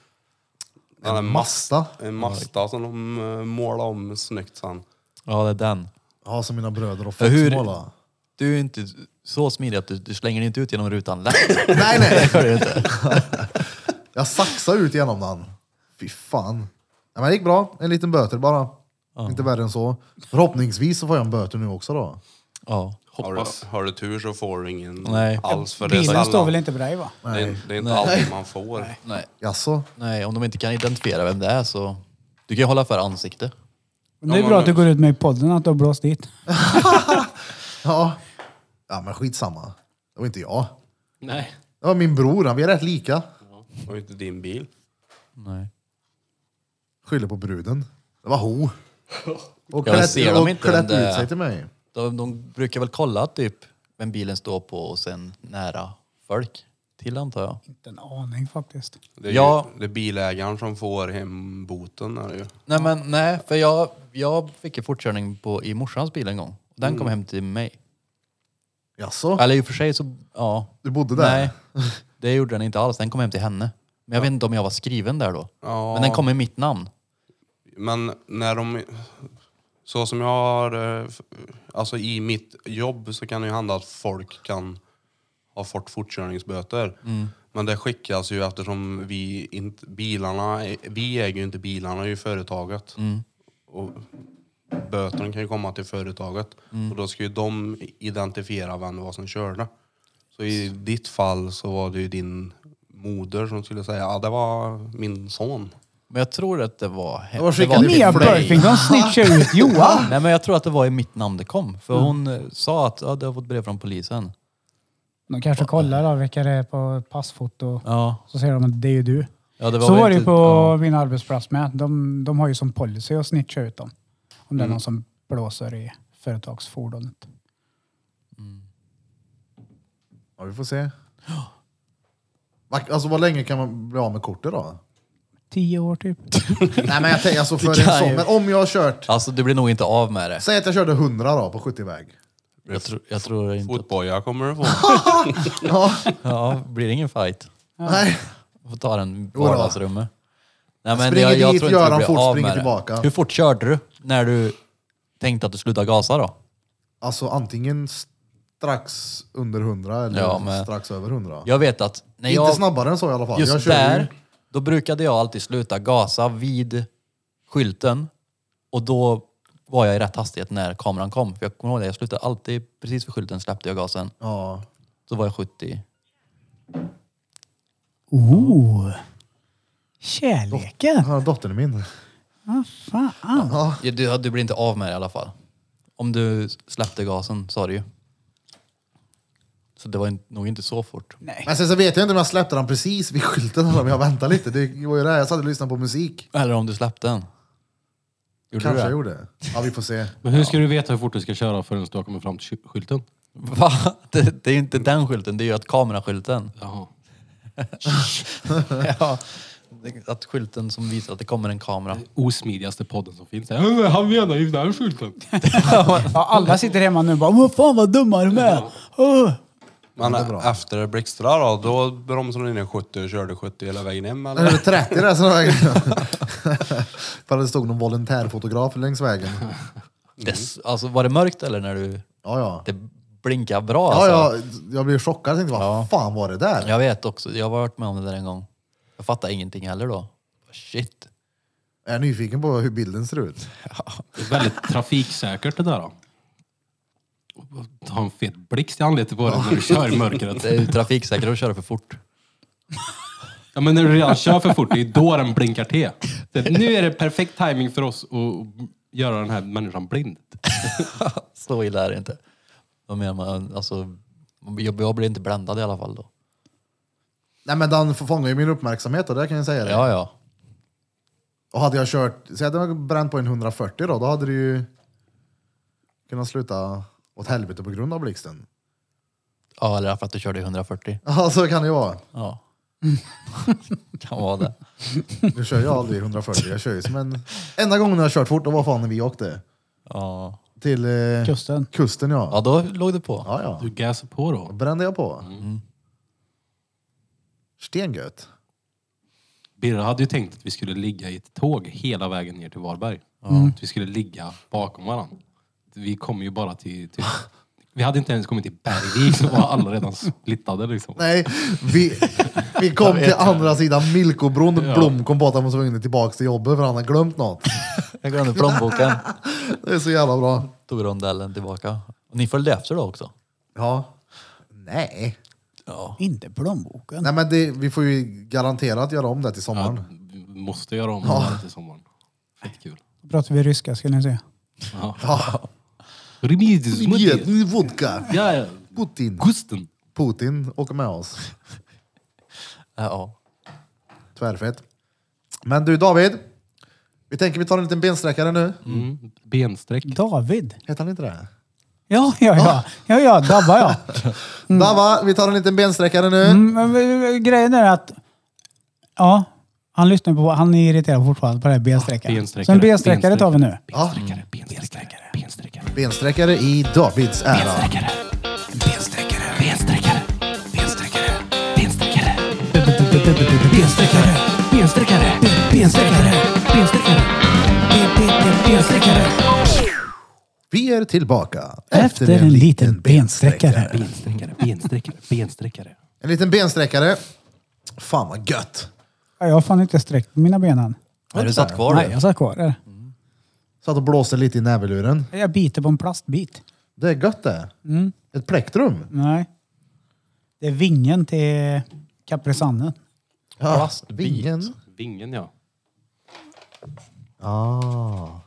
den där mas- Masta. en Mazda som de eh, målade om snyggt sen. Ja, det är den. Ja, som mina bröder och För hur- fotsmåla. Du är inte så smidig att du, du slänger inte ut genom rutan lätt. *laughs* Nej, nej. Det gör du inte. *laughs* Jag saxade ut genom den. Fy fan. Ja, men det gick bra. En liten böter bara. Inte värre än så. Förhoppningsvis så får jag en böter nu också då. Ja. Har du, har du tur så får du ingen Nej. alls för det är Bilen står väl sällan. inte på dig va? Det är, det är inte alltid man får. Nej, Jaså? Nej, om de inte kan identifiera vem det är så... Du kan ju hålla för ansikte. Det är bra att du går ut med i podden att du har blåst dit. Ja. Ja, men skitsamma. Det var inte jag. Nej. Det var min bror. Han, vi är rätt lika. Det var ju inte din bil. Nej. Skyller på bruden. Det var *laughs* ho. Och Ja, ser klätt, de och inte klätt den där- ut sig till mig. De, de brukar väl kolla typ vem bilen står på och sen nära folk till antar jag. Inte en aning faktiskt. Det är, Ja. ju, det är bilägaren som får hem boten. Är det ju. Nej men nej, för jag, jag fick ju fortkörning på, i morsans bil en gång. Den kom hem till mig. Jaså? Mm. Eller i och för sig så, ja. Du bodde där? Äh, Nej, *laughs* det gjorde den inte alls. Den kom hem till henne. Men jag vet inte om jag var skriven där då. Ja. Men den kom i mitt namn. Men när de... Så som jag har... eh, f- Alltså i mitt jobb så kan det ju hända att folk kan ha fått fortkörningsböter. Men det skickas ju eftersom vi inte... Bilarna... Vi äger ju inte bilarna, det är ju företaget. Och böterna kan ju komma till företaget. Och då ska ju de identifiera vem det var som körde. Så i ditt fall så var det ju din moder som skulle säga ja det var min son. Men jag tror att det var... he- var skickad i Mia Mia Burfing, de snitchar ut Johan. Nej men jag tror att det var i mitt namn det kom. För Mm. hon eh, sa att ja, det har fått brev från polisen. De kanske kollar då vilka det är på passfoto. Ja, Så säger de att det är ju du. ja det var Så väl var det ju inte- på ja. min arbetsplats med. De, de har ju som policy att snitcha ut dem. Om det är någon som blåser i företagsfordonet. Ja, vi får se. Va- Alltså vad länge kan man bli av med kortet då? Tio år typ. Nej men jag tänker alltså för kan en sån, ju- men om jag har kört, Alltså du blir nog inte av med det. säg att jag körde 100 då på 70-väg. Jag, tro, jag tror inte... att- Fotboja kommer du få. Ja, Ja, blir det ingen fight? nej. Får ta den i Jodå. vardagsrummet. Nej, men Springer jag, jag dit, tror gör inte han du fort, blir av springer med tillbaka. det. Hur fort körde du när du tänkte att du slutade gasa då? Alltså antingen strax under 100 eller Ja, men- strax över 100. Jag vet att när Inte jag, snabbare än så i alla fall. jag just kör ju- där, då brukade jag alltid sluta gasa vid skylten och då var jag i rätt hastighet när kameran kom. För jag kommer ihåg det, jag slutade alltid precis vid skylten släppte jag gasen. Ja. Så var jag 70. Oh. *laughs* Kärleken. Ja, dottern min. Vad fan. Ja, Du, du blir inte av med det i alla fall. Om du släppte gasen sa du ju. Så det var in- nog inte så fort. Men sen så vet jag inte om jag släppte den precis vid skylten eller om jag väntade lite. Det var ju det, här, jag satt och lyssnade på musik. Eller om du släppte den. Gjorde Kanske jag du det? gjorde det. Ja, vi får se. Men hur ska du veta hur fort du ska köra förrän du har kommit fram till sk- skylten? *laughs* Va? Det, det är ju inte den skylten, det är ju *laughs* att kameraskylten. Jaha. ja. Det- Att skylten som visar att det kommer en kamera. Osmidigaste podden som finns. Äh, Han menar ju den skylten. Ja, alla sitter hemma nu och bara Vad fan vad dumma de är. Åh. Men efter blixtrar då, då bromsade du ner 70 och körde 70 hela vägen hem eller? Eller 30 där som vägen. *laughs* För det stod någon volontärfotograf längs vägen. Dess, alltså, var det mörkt eller när du... Ja, ja. Det blinkar bra Ja, alltså. ja, jag blev chockad. Jag tänkte, vad fan var det där? Jag vet också, jag har varit med om det där en gång. Jag fattade ingenting heller då. Shit. Jag är nyfiken på hur bilden ser ut. Det är väldigt trafiksäkert det där. Då. Ta en fet blixt i anletet på den när du kör i mörkret. Det är ju trafiksäkert att köra för fort. Ja, men när du redan kör för fort, det är ju då den blinkar till. Så att nu är det perfekt timing för oss att göra den här människan blind. Så illa är det inte. Vad menar man? Alltså, jag, jag blir inte bländad i alla fall då. Nej men den fångar ju min uppmärksamhet och det kan jag säga det. Ja, ja. Och hade jag kört, säg att jag bränt på en 140 då, då hade det ju kunnat sluta åt helvete på grund av blixten. *laughs* Ja, eller för att du körde i 140. Ja, så kan det ju vara. Ja. *laughs* kan vara det. Nu kör jag aldrig i 140, jag kör ju som en... Enda gången jag har kört fort, det var fan när vi åkte. Ja. Till eh, Kusten. kusten ja. ja, då låg det på. Ja, ja. Du gasar på då. brände jag på. Mm. Stengött. Birra hade ju tänkt att vi skulle ligga i ett tåg hela vägen ner till Varberg. Att vi skulle ligga bakom varandra. Vi kom ju bara till... till vi hade inte ens kommit till Bergvik så var alla redan splittade liksom. Nej, vi, vi kom till andra sidan Milkobron. Blom kom på att han var tvungen tillbaka till jobbet för han hade glömt något. Jag glömde plånboken. Det är så jävla bra. Tog rondellen tillbaka. Och ni följde efter då också? Ja. Nej. Ja. Inte plånboken. Nej men det, vi får ju garanterat göra om det till sommaren. Vi måste göra om det här till sommaren. Fett kul. Då pratar vi ryska skulle ni säga. Remedius, Get Mutti. ny vodka! Ja, ja. Putin. Gusten. Putin åker med oss. Ja. Tvärfett. Men du David. Vi tänker vi tar en liten bensträckare nu. Mm. Bensträck. David. Heter han inte det? Ja, ja, ja. Ja, ja, Dabba ja. Dava, vi tar en liten bensträckare nu. Mm, men, eh, grejen är att... Ja, han lyssnar på... Han är irriterad fortfarande på det här bensträckaren. Bensträckare. Så en bensträckare tar vi nu. Bensträckare, bensträckare, bensträckare. Bensträckare i Davids ära. Bensträckare, bensträckare, bensträckare, bensträckare. Bensträckare, bensträckare, bensträckare, bensträckare. Ben- ben- ben- Bensträckare. Vi är tillbaka Efter en liten bensträckare. Bensträckare, bensträckare, bensträckare. En liten bensträckare. Fan vad gött! Ja, jag har fan inte sträckt mina ben än. Är du satt kvar Nej, där? jag satt kvar där. Satt och blåste lite i näverluren. Jag biter på en plastbit. Det är gött det. Mm. Ett plektrum. Nej. Det är vingen till Kapresannen. Ja. Plastbit. Vingen. Vingen ja. Ah.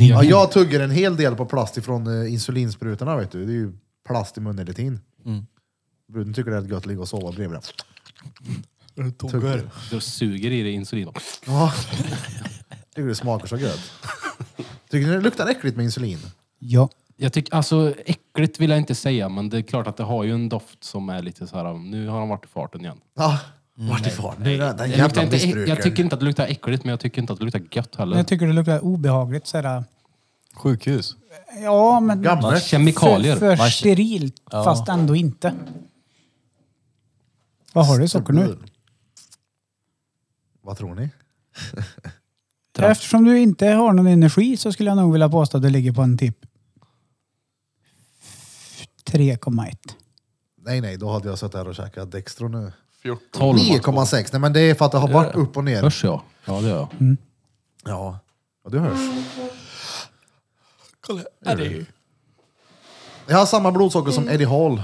Ja, jag tuggar en hel del på plast ifrån eh, insulinsprutorna. Vet du. Det är ju plast i munnen hela tiden. Bruden tycker det är gött att ligga och sova bredvid det. Tuggar. Du suger i dig insulin. Ja. *laughs* Tycker det smakar så gött. Tycker ni det luktar äckligt med insulin? Ja. Jag tycker, alltså äckligt vill jag inte säga, men det är klart att det har ju en doft som är lite så här. um, nu har han varit i farten igen. Ja. Vart ifrån? Nu är det Den Det luktar jävla inte, äck- jag tycker missbrukaren. inte att det luktar äckligt, men jag tycker inte att det luktar gött Men heller. jag tycker det luktar obehagligt sådär. Sjukhus. Ja, men... Gamla. Kemikalier. För, för sterilt, fast ändå inte. Vad har du i socker nu? Vad tror ni? Eftersom du inte har någon energi så skulle jag nog vilja påstå att du ligger på en typ 3,1. Nej, nej, då hade jag suttit här och käkat Dextro nu. 14. 12 9,6. Nej, men det är för att det har varit upp och ner. hörs jag? Ja, det gör jag. Mm. Ja, ja du hörs. Kolla, är det ju. Jag har samma blodsocker som Eddie Hall.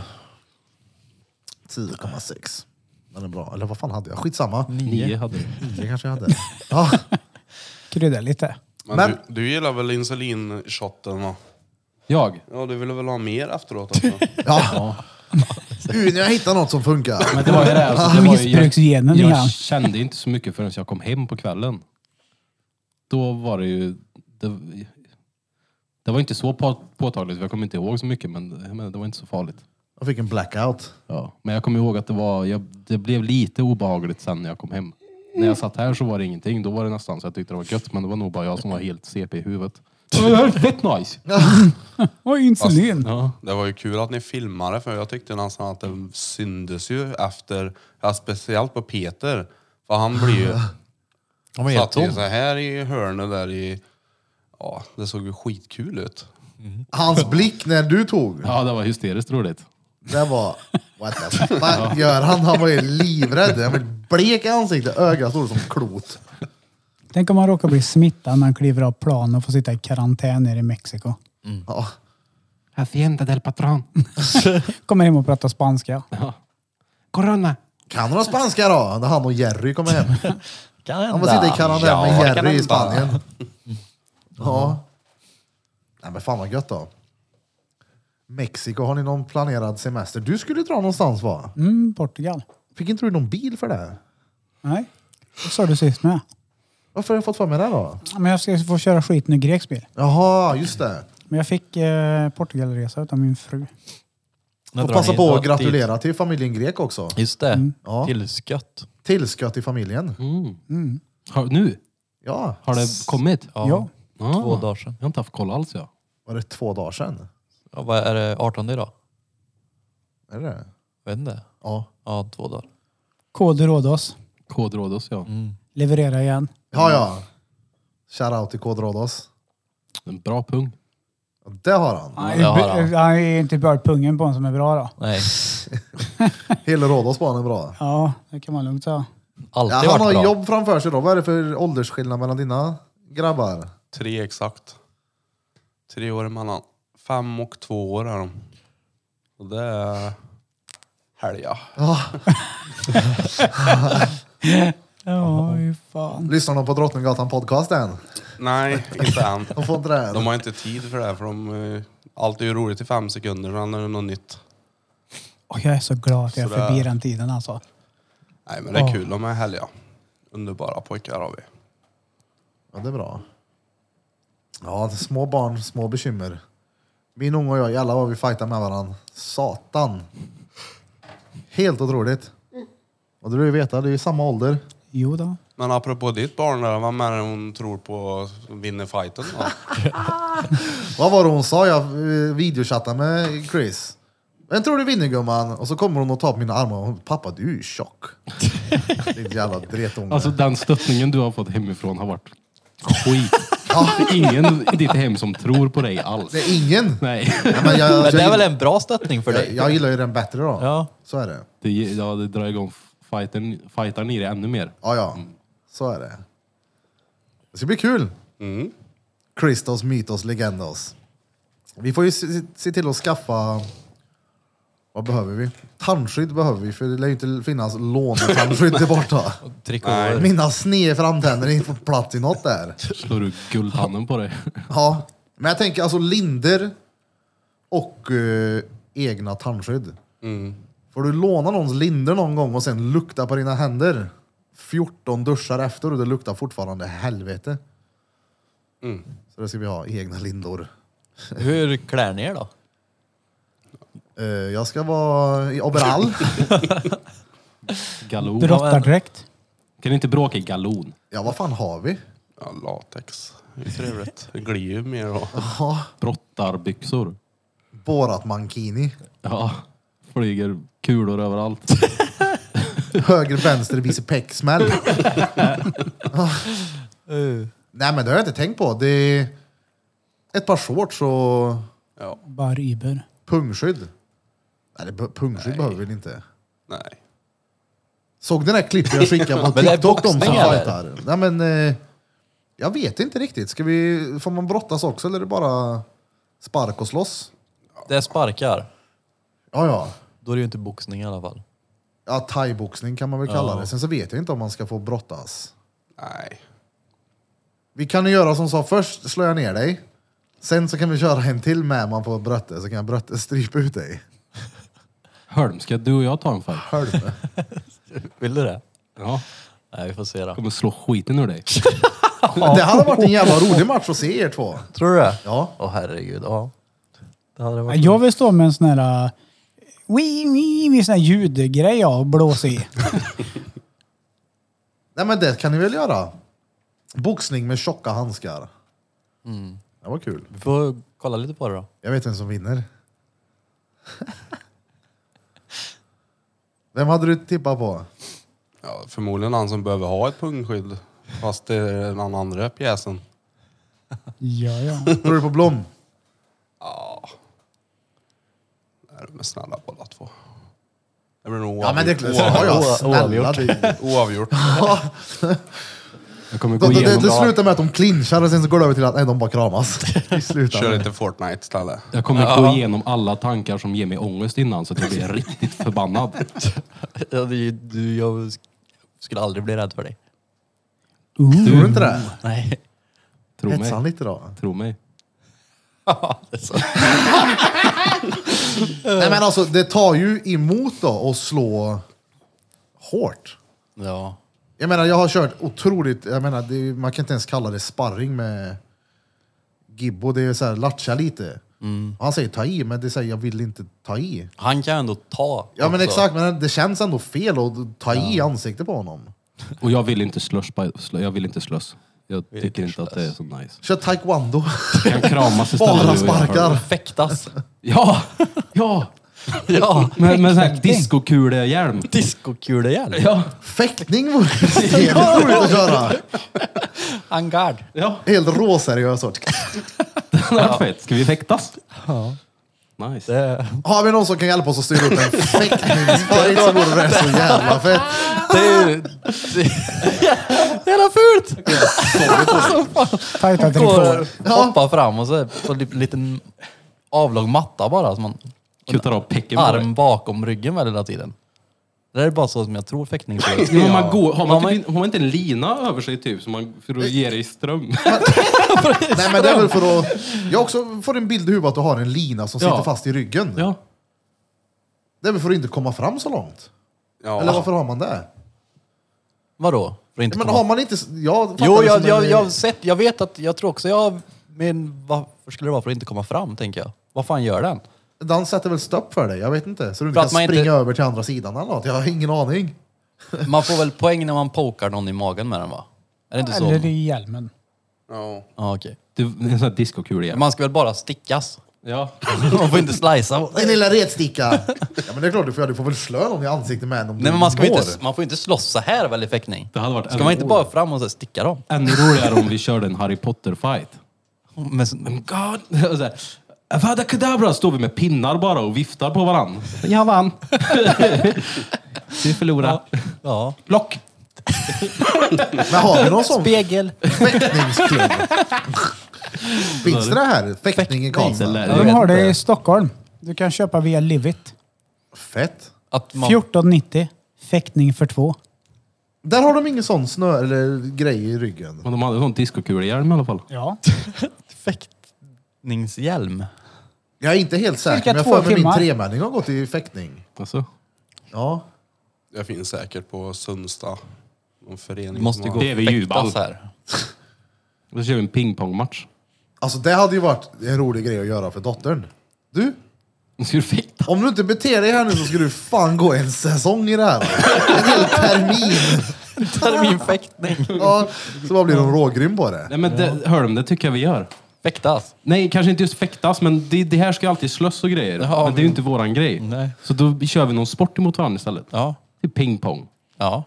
10,6. Den är bra. Eller vad fan hade jag? Skitsamma. Nio hade du. 9 kanske jag hade. Ja, Krydda lite. Men, Men- Du, du gillar väl insulinshotten va? Jag? Ja, du ville väl ha mer efteråt också? ja. Uh, när jag hittar något som funkar. Men det var ju det. *laughs* Alltså, det var ju, Missbruksgenen jag, igen. jag kände inte så mycket förrän jag kom hem på kvällen. Då var det ju... Det, det var inte så på, påtagligt, för jag kommer inte ihåg så mycket, men jag menar, det var inte så farligt. Jag fick en blackout. Ja. Men jag kommer ihåg att det, var, jag, det blev lite obehagligt sen när jag kom hem. När jag satt här så var det ingenting. Då var det nästan så jag tyckte det var gött, men det var nog bara jag som var helt CP i huvudet. Det var fett nice! Och insulin. Ja. Det var ju kul att ni filmade för jag tyckte nästan att det syndes ju efter, ja, speciellt på Peter. För han blev ju, Ja, men helt satt ju tom. så här i hörnet där i, ja det såg ju skitkul ut. Hans blick när du tog. ja, det var hysteriskt roligt. Det var... What the fuck gör han? Han var ju livrädd. Han var blek i ansiktet. Ögat stod som klot. Tänk om man råkar bli smittad när man kliver av plan och får sitta i karantän nere i Mexiko. Ja. Hacienda del patron. Kommer hem och pratar spanska. Corona. Kan han spanska då? När han och Jerry kommer hem. Kan Han får sitta i hända. karantän Ja, med det Jerry kan i hända. Spanien. Ja. Nej men fan vad gött då. Mexiko, har ni någon planerad semester? Du skulle dra någonstans va? Mm, Portugal. Fick inte du någon bil för det? Nej, det sa du sist med. Varför har jag fått för mig det då? Ja, Men jag ska få köra skiten ur greks bil. Jaha, just det. Men jag fick eh, Portugalresa utav min fru. Nu Och drar passa ni på att åt gratulera till familjen Grek också. dit. Just det. Ja. Tillskott. Tillskott till familjen. Har, nu? Ja, Har det kommit? Ja. Ja. Ah, Två dagar sedan. Jag har inte haft koll alls jag. var det två dagar sedan? Ja, vad är det 18 idag? Är det det? Jag vet inte. Ja. Ja, två dagar. Kod Rhodos. Kod Rhodos ja. Leverera igen. Ja, ja. Shoutout till Kod Rhodos. En bra pung. Det har han. Han det har är- han. han är inte bara pungen på en som är bra då. Nej, Hela Rhodos var han är bra. Ja, det kan man lugnt säga. alltid Ja, han har varit bra. jobb framför sig då. Vad är det för åldersskillnad mellan dina grabbar? Tre exakt. Tre år emellan. Fem och två år är de. Och det är helga. Ja, hur fan. Lyssnar de på Drottninggatan podcast än? Nej, inte än. De får inte det. De har inte tid för det här för de, eh, allt är ju roligt i fem sekunder, sen är det något nytt. Åh, jag är så glad att jag är Sådär. förbi den tiden alltså. Nej men det är Ja. kul, de är helga. Underbara pojkar har vi. Ja, det är bra. Ja, små barn, små bekymmer. Min unge och jag, jävlar vad vi fightar med varandra. Satan. Helt otroligt. Och det vill du veta, det är ju samma ålder. Jo då. Men apropå ditt barn där, vem är det hon tror på vinner fighten då? Vad var det hon sa? Jag eh, videochattade med Chris. Vem tror du vinner gumman? Och så kommer hon och tar på mina armar och hon, pappa du är ju tjock. Ditt jävla dretunge. Alltså den stöttningen du har fått hemifrån har varit skit. Det är ingen i ditt hem som tror på dig alls. det är ingen. Nej. Ja, men jag, Men det är jag, väl en bra stöttning för jag, dig? jag gillar ju den bättre då. Ja. Så är det. Det, ge- ja, det drar igång fighten, fightaren i dig ännu mer. Ja, ja. Så är det. Det ska bli kul. Mm. Christos, Mytos, Legendos. Vi får ju se, se till att skaffa... Vad behöver vi? Tandskydd behöver vi, för det lär ju inte finnas lånetandskydd där borta. Trikåer. Mina sneda framtänder är inte på plats i något där. Slår du guldhanden på dig? Ja. Men jag tänker alltså linder och eh, egna tandskydd. Mm. Får du låna någons linder någon gång och sen lukta på dina händer 14 duschar efter och det luktar fortfarande helvete. Mm. Så det ska vi ha, egna lindor. Hur klär ni er då? Eh, jag ska vara i *laughs* overall. Galon. Brottardräkt. Kan ni inte bråka i galon? ja, vad fan har vi? Ja, latex. Det är ju trevligt. Det glir ju mer då. Brottarbyxor. Borat mankini. Ja. Flyger kulor överallt. *laughs* Höger, vänster, vice pecksmäll. Ah. Nej, men det har jag inte tänkt på. Det är ett par shorts och Ja, Bar Iber. pungskydd. Nej, det be- pungskydd behöver vi väl inte. nej. Såg den där klippet jag skickade på Men det är TikTok om som boxning, eller? fightar? Nej men, eh, jag vet inte riktigt. Ska vi, får man brottas också eller är det bara spark och slåss? Det är sparkar. Ja, ja. Då är det ju inte boxning i alla fall. Ja, thaiboxning kan man väl kalla det. Sen så vet jag inte om man ska få brottas. Nej. Vi kan ju göra som sa först, slår jag ner dig. Sen så kan vi köra en till med man på brötte, så kan jag brötte strypa ut dig. Hölm, ska du och jag ta en fight? Hölme. Vill du det? Ja. Nej, vi får se då. Kommer slå skiten ur dig. Det hade varit en jävla rolig match att se er två. Tror du det? Ja. Åh herregud, ja. Det hade Ja, varit... Jag vill stå med en sån här... eh, Wii, wii, wii, sån här ljudgrej ja, och blåsa *laughs* i. Nej men det kan ni väl göra? Boxning med tjocka handskar. Det var kul. Vi får kolla lite på det då. Jag vet vem som vinner. vem hade du tippat på? Ja, förmodligen han som behöver ha ett pungskydd. Fast det är den andra pjäsen. Ja, ja. Tror du på Blom? Är de är snälla båda två. Det blir nog Ja men det är oavgjort. *laughs* klart. Ja, ja, snälla du. Oavgjort. *laughs* Jag kommer Det, gå det, igenom, det slutar med att de clinchar och sen så går det över till att nej, de bara *laughs* kramas. I slutändan. Kör inte Fortnite istället. jag kommer gå igenom alla tankar som ger mig ångest innan så att *laughs* jag blir riktigt förbannad. Ja, det- du, jag skulle aldrig bli rädd för dig. Tror du inte det? Nej. Mm. Tro mig. Hetsar han lite då? Tro mig. Nej men alltså det tar ju emot då att slå hårt. Ja. Jag menar jag har kört otroligt, jag menar det, är- man kan inte ens kalla det sparring med Gibbo. Det är så här latcha lite. Mm. Han säger ta i men det säger jag vill inte ta i. Han kan ändå ta. Ja men också. exakt, men det känns ändå fel att ta i ansiktet på honom. Och jag vill inte slös. Jag vill inte slös. Jag tycker inte att det är så nice. Kör taekwondo, *laughs* Kan kramas istället. bara du och jag, hörru. sparkar. *laughs* Fäktas. Ja! Ja! ja. Med, med sån här Fäktning. discokulehjälm. Discokulehjäl. Ja. Fäktning *laughs* vore jävligt *laughs* roligt att köra. Angard. Ja. Helt råseriös sort. Det hade varit fett. Ska vi fäktas? Ja. Nice. Det, Har vi någon som kan hjälpa oss att styra upp en *laughs* fäktningsfight så vore det så jävla fett. det är ju... Jävla fult! Tajta Går, trikåer. hoppar fram och så på en liten avlång matta bara. Så man Kuttar av pecken på dig. arm bakom ryggen väl hela tiden. Det där är bara så som jag tror fäktning ser ut. Ja, men man går, har, man Ja, men- typ, har man inte en lina över sig typ, så man, för att ge dig ström? Nej men det är väl för att... Jag också får en bild i huvudet att du har en lina som sitter Ja. fast i ryggen. Ja. Det är väl för att inte komma fram så långt? Ja. Eller varför har man det? Vadå? För att inte Ja, Men komma- har man inte... Jag fattar Jo, det jag, som jag, en- jag, har sett, jag vet att, jag tror också jag, men varför skulle det vara för att inte komma fram, tänker jag? Vad fan gör den? Den sätter väl stopp för dig? Jag vet inte. Så du inte För att kan man inte- springa över till andra sidan eller något. Jag har ingen aning. Man får väl poäng när man pokar någon i magen med den, va? Är det inte så? Eller i hjälmen. Ja. Ja, okej. Det är en sån här discokula. Man ska väl bara stickas? Ja. *laughs* Man får inte slicea. Din lilla retsticka! *laughs* ja men det är klart du får göra. Du får väl slå någon i ansiktet med den om du Nej, men man, ska väl mår. inte, man får inte slåss så här väl i fäktning? Det hade varit Ska man inte ännu bara roligare. fram och så här sticka dem? Ännu roligare om vi körde en Harry Potter-fight. Men, så- God! *laughs* Och så här, Avada Kedavra står vi med pinnar bara och viftar på varann. Jag *laughs* vann. du förlorade. ja. Lock! Men har vi någon sån Spegel. *laughs* fäktningsklubb? Finns det det här? Fäktning i Det Karlstad? lär- De vet har det inte. i Stockholm. Du kan köpa via Livit. Fett. Att man, 1490. Fäktning för två. Där har de ingen sån snö eller grej i ryggen. Men de hade en sån discokulehjälm i alla fall. Ja. fäktningshjälm. Jag är inte helt säker, Cirka men jag två får mig min timmar. tremänning har gått i fäktning. Alltså. Ja. Det finns säkert på Sundsta. Någon förening Måste som gå har- Det är och vi Jubal. fäktas här. *laughs* Och så kör vi en pingpongmatch. Alltså det hade ju varit en rolig grej att göra för dottern. Du, Nu Ska du fäkta? om du inte beter dig här nu så ska du fan gå en säsong i det här. En hel termin. Terminfäktning. Ja, så bara blir hon rågrym på det. Nej men det, hör de, det tycker jag vi gör. Fäktas. Nej, kanske inte just fäktas, men det, det här ska ju alltid slåss och grejer. Ja, men det är ju inte våran grej. Nej. Så då kör vi någon sport emot varandra istället. Ja. Typ pingpong. Ja.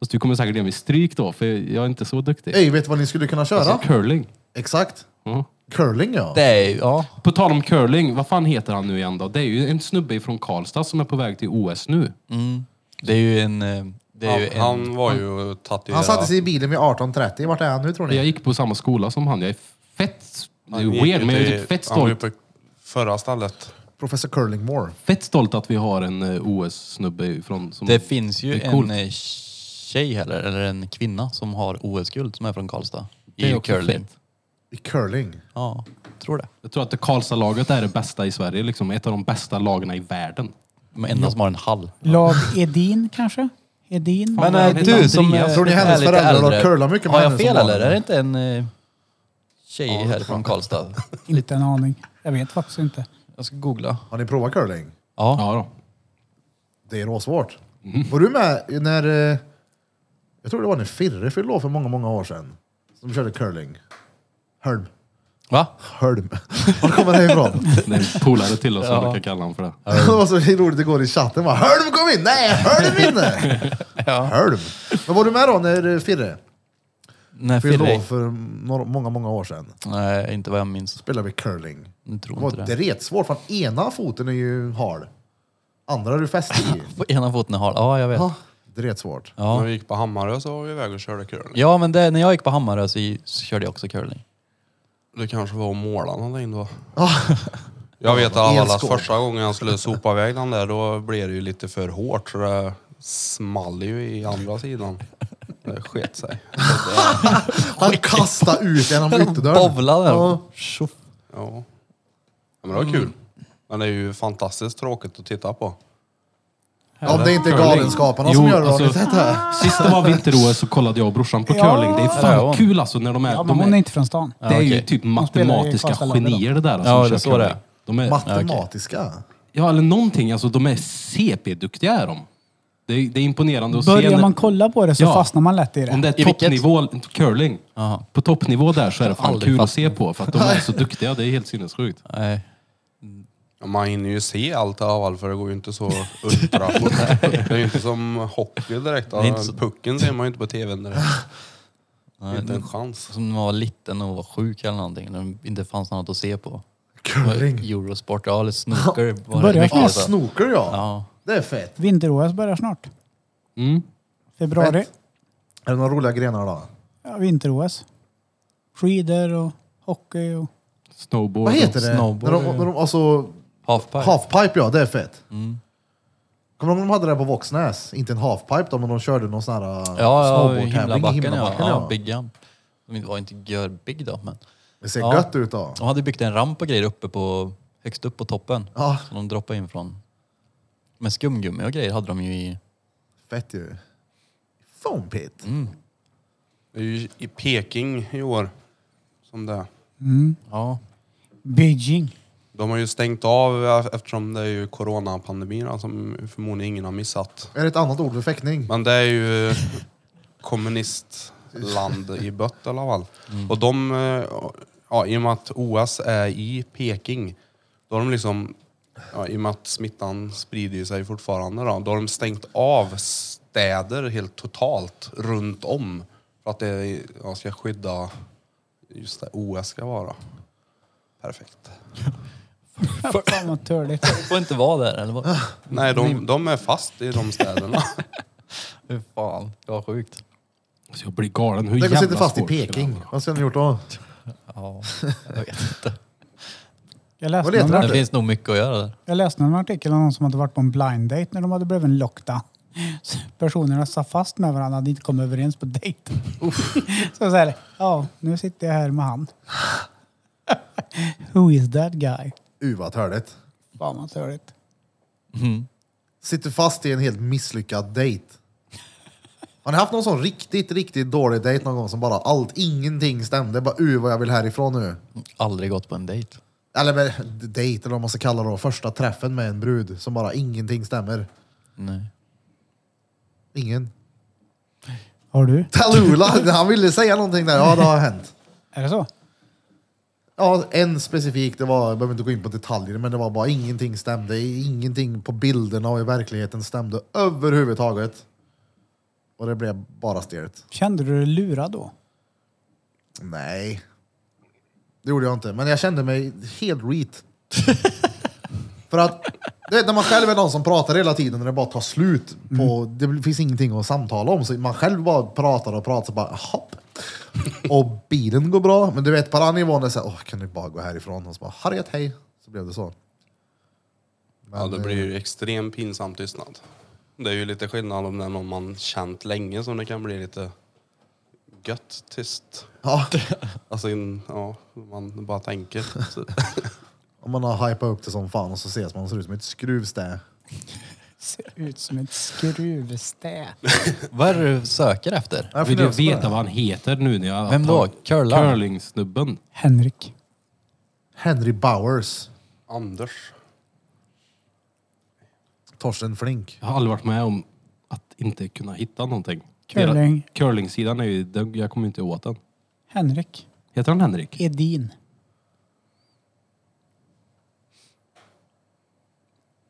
Fast du kommer säkert ge mig stryk då, för jag är inte så duktig. Ey, vet du vad ni skulle kunna köra? Alltså, Mm. curling. Exakt. Ja. Curling ja. Det är ju, ja. På tal om curling, vad fan heter han nu igen då? Det är ju en snubbe från Karlstad som är på väg till OS nu. Det är ju en... eh, Det är ju Han, en han var ju tatuerad. Han satte sig i bilen vid 18.30. Vart är han nu tror ni? Jag gick på samma skola som han. Jag är fett... Det är Han gick weird, ju men jag är till- typ fett Han var ju stolt, på förra stallet. Professor Curling Moore. fett stolt att vi har en eh, OS-snubbe från... Som, Det finns ju Det är coolt. en eh, tjej heller, eller en kvinna som har OS-guld som är från Karlstad. Det är I också curling. fett. I curling. Ja, tror det. Jag tror att det Karlstad-laget är det bästa i Sverige. Liksom. Ett av de bästa lagen i världen. De enda som har en hall. Lag Edin kanske? Edin? Fan, Men vad eh, heter du Andreas? som eh, Tror ni hennes är lite föräldrar har äldre, curlat mycket med Har jag henne som fel barn? eller? Är det inte en eh, tjej här från Karlstad? Inte en aning. Jag vet faktiskt inte. Jag ska googla. Har ni provat curling? Ja. Ja då. Det är råsvårt. Var du med när... eh, Jag tror det var när Firre fyllde år för många, många år sedan. Som körde curling. Hölm. Va? Hölm. *laughs* Var kommer det här ifrån? Det är en polare till oss som brukar kalla honom för det. *laughs* det var så roligt igår i chatten. Bara, Hölm kom in! Nej, Hölm inne! Hölm. Men var du med då när eh, Firre Nej, fyllde år Fredrik. för några, många, många år sedan? Nej, inte vad jag minns. Spelade vi curling. Jag Det tror var inte det. dretsvårt. Fan, ena foten är ju hal. Andra är du fäst i. *laughs* På ena foten är hal. Ja, jag vet. Det är rätt svårt. När Ja. vi gick på Hammarö så var vi iväg och körde curling. ja, men det, när jag gick på Hammarö så, i- så körde jag också curling. Det kanske var att måla någonting då. *laughs* Jag vet att alla Elskåp. första gången jag skulle sopa iväg den där då blev det ju lite för hårt så det small ju i andra sidan. Det sket sig. Så det, Han kastade ut genom ytterdörren. Bovlade den. Ja. Tjoff. ja. Ja, men det var kul. Men det är ju fantastiskt tråkigt att titta på. Om det inte är Galenskaparna Jo, som gör det. har alltså- ni sett *laughs* det här? Sist det var vinter så kollade jag och brorsan på Ja. curling. Det är fan Ja, ja. kul alltså när de är... Ja, men de hon är inte från stan. det är ju typ okej. spelar i matematiska Karlstad-landet då. genier det där. Alltså, som Ja, det kör är så curling. det är. De är, Matematiska. ja, eller någonting. Alltså, de är CP-duktiga är de. Det är, det är imponerande att se. Börjar när- man kolla på det så Ja. fastnar man lätt i Om det. det är I vilket? toppnivå, curling. Aha. På toppnivå där så är det fan Aldrig kul att fast- se på. För att de *laughs* är så duktiga. Det är helt sinnessjukt. Nej. Ja, Man hinner ju se allt i alla fall för det går ju inte så ultra fort. Det är ju inte som hockey direkt. är inte så- Pucken ser man ju inte på tvn direkt. Inte en chans. Som när man var liten och var sjuk eller någonting. När det inte fanns något att se på. Curling. Eurosport, ja, eller snooker. var det Börjar mycket alltså. Ja, så. snooker ja. Ja. Det är fett. Vinter-OS börjar snart. Mm. Februari. Fett. Är det några roliga grenar då? Ja, Vinter-OS. Skidor och hockey och... Snowboard. Vad heter det? När snowboard. de, när de, alltså, Halfpipe. halfpipe ja, det är fett. Mm. Kommer du ihåg när de hade det på Våxnäs? Inte en halfpipe då, men de körde någon sån här eh, Ja, ja, snowboardtävling i himlabacken ja. Himlabacken, ja. Big Jump. De var inte görbig då, men Det ser Ja. gött ut då. de hade byggt en ramp och grejer uppe på, högst upp på toppen. Ja, Som de droppade in från. Med skumgummi och grejer hade de ju i. fett ju. Foam pit. Mm. Det är ju i Peking i år som det är. Ja, Beijing. De har ju stängt av eh, eftersom det är ju coronapandemin då, som förmodligen ingen har missat. Är det ett annat ord för fäktning? Men det är ju kommunistland i bött i alla fall. Och de, eh, ja, i och med att OS är i Peking, då har de liksom, ja, i och med att smittan sprider ju sig fortfarande då, då har de stängt av städer helt totalt runt om. För att det ja, ska skydda just det OS ska vara. Perfekt. Fan vad törligt. de får inte vara där eller vad? Nej, de, de är fast i de städerna. *laughs* Fy fan, det var sjukt. Alltså, jag blir galen. Hur Den jävla går sitter fast i svårt ska det Peking. vara? Vad ska ni gjort då? Ja, *laughs* jag vet inte. Jag Vad läste, letar någon, Det du? finns nog mycket att göra där. jag läste en artikel om någon som hade varit på en blind date när de hade blivit en lockdown. Så Personerna satt fast med varandra hade inte kommit överens på dejten. Så så här, ja, nu sitter jag här med han. Who is that guy? Uh, vad törligt. Fan vad törligt. Sitter fast i en helt misslyckad dejt. Har ni haft någon sån riktigt, riktigt dålig dejt någon gång som bara allt, ingenting stämde? Bara uh, vad jag vill härifrån nu. Aldrig gått på en dejt. Eller men, dejt eller vad man ska kalla det då. Första träffen med en brud som bara ingenting stämmer. Nej. Ingen. Har du? Talula, han ville säga någonting där. Ja, det har hänt. Är det så? Ja, en specifik, det var, jag behöver inte gå in på detaljer, men det var bara ingenting stämde. Ingenting på bilderna och i verkligheten stämde överhuvudtaget. Och det blev bara stelt. Kände du dig lurad då? Nej. Det gjorde jag inte, men jag kände mig helt *laughs* reet. För att, du vet när man själv är någon som pratar hela tiden och det bara tar slut. Mm. På, Det finns ingenting att samtala om, så man själv bara pratar och pratar så bara hopp. Och bilen går bra, men du vet på den här nivån är det såhär, åh kan du bara gå härifrån? Och så bara, Harriet hej. Så blev det så. Ja, det eh, blir ju extrem pinsam tystnad. Det är ju lite skillnad om det är någon man känt länge som det kan bli lite gött tyst. Ja, Alltså, in, ja, man bara tänker. Så, om man har hypat upp det som fan och så ses man och ser ut som ett skruvstä. Ser ut som ett skruvstäd. Vad är det du söker efter? Jag Vill funderar du också på veta det. vad han heter nu när jag... Vem då? Curlar? Curlingsnubben. Henrik. Henry Bowers, Anders. Torsten Flink. Jag har aldrig varit med om att inte kunna hitta någonting. Curling. Deras- Curlingsidan är ju... den- Jag kommer inte åt den. Henrik. Heter han Henrik? Edin.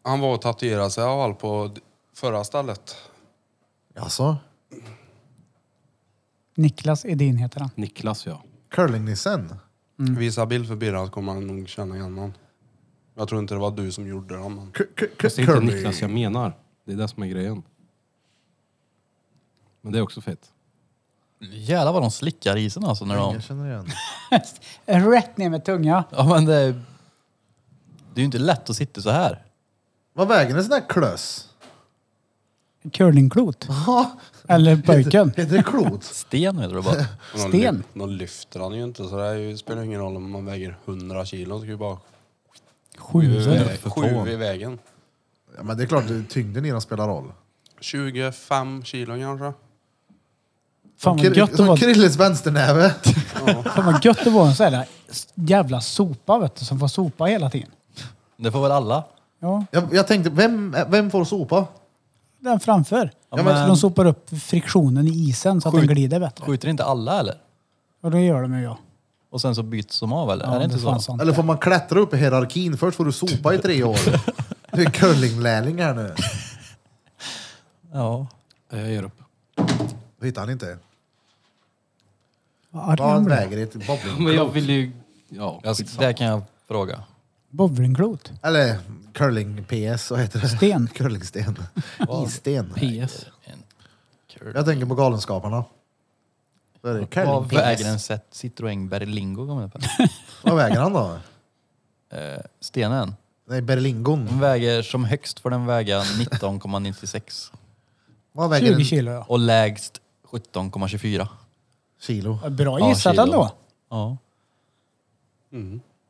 Han var och tatuerade sig i alla fall på d- förra stället. Jaså? Niklas Edin heter han. *laughs* Niklas ja. Curlingnissen? Visa bild för Birra så kommer han nog känna igen honom. Jag tror inte det var du som gjorde det. Men... K- k- k- Fast Det är inte curly. Niklas jag menar. Det är det som är grejen. Men det är också fett. Jävlar vad de slickar isen alltså när de... Jag känner igen. Rätt ner med tunga. Ja men det... är- Det är ju inte lätt att sitta så här. Vad väger en sån där klöss? Curlingklot. Eller pöjken. Heter det klot? Sten heter det *laughs* bara. Men de Sten. lyf- De lyfter han ju inte så det är ju- spelar ingen roll om man väger 100 kilo. Ska ju bara Sju. så. Eh, sju i vägen. Ja, men det är klart, det- tyngden i den spelar roll. 25 kilo kanske. Fan vad gött att Som vara, Krilles vänsternäve. fan vad gött att vara en sån här jävla sopa vet du, som får sopa hela tiden. Det får väl alla. Ja, Jag, jag tänkte, vem, vem får sopa? den framför. men- Så de sopar upp friktionen i isen så att den Sju- glider bättre. Skjuter inte alla eller? Och det gör de ju ja. Och sen så byts de av eller? ja är det inte så? fanns sånt Eller där. får man klättra upp i hierarkin? Först får du sopa i tre år. Du är curlinglärling här nu. Ja. Jag ger upp. Det hittar han inte. Vad arg han Vad blev. väger ett bowling? Men jag vill ju... Ja, Jag, skitsamma. det kan jag fråga. Bowlingklot. Eller curling-PS, vad heter det? Sten. Curlingsten. Issten. PS. En curl. Jag tänker på Galenskaparna. Då är det Vad väger en curling-PS. set Citroën Berlingo? kom jag på. Vad väger han då? Eh, Stenen. Nej, Den Berlingon. väger som högst får den väga 19,96 Vad väger 20 en kilo ja. och lägst 17,24. kilo? Bra Ja, gissat kilo. ändå. Ja.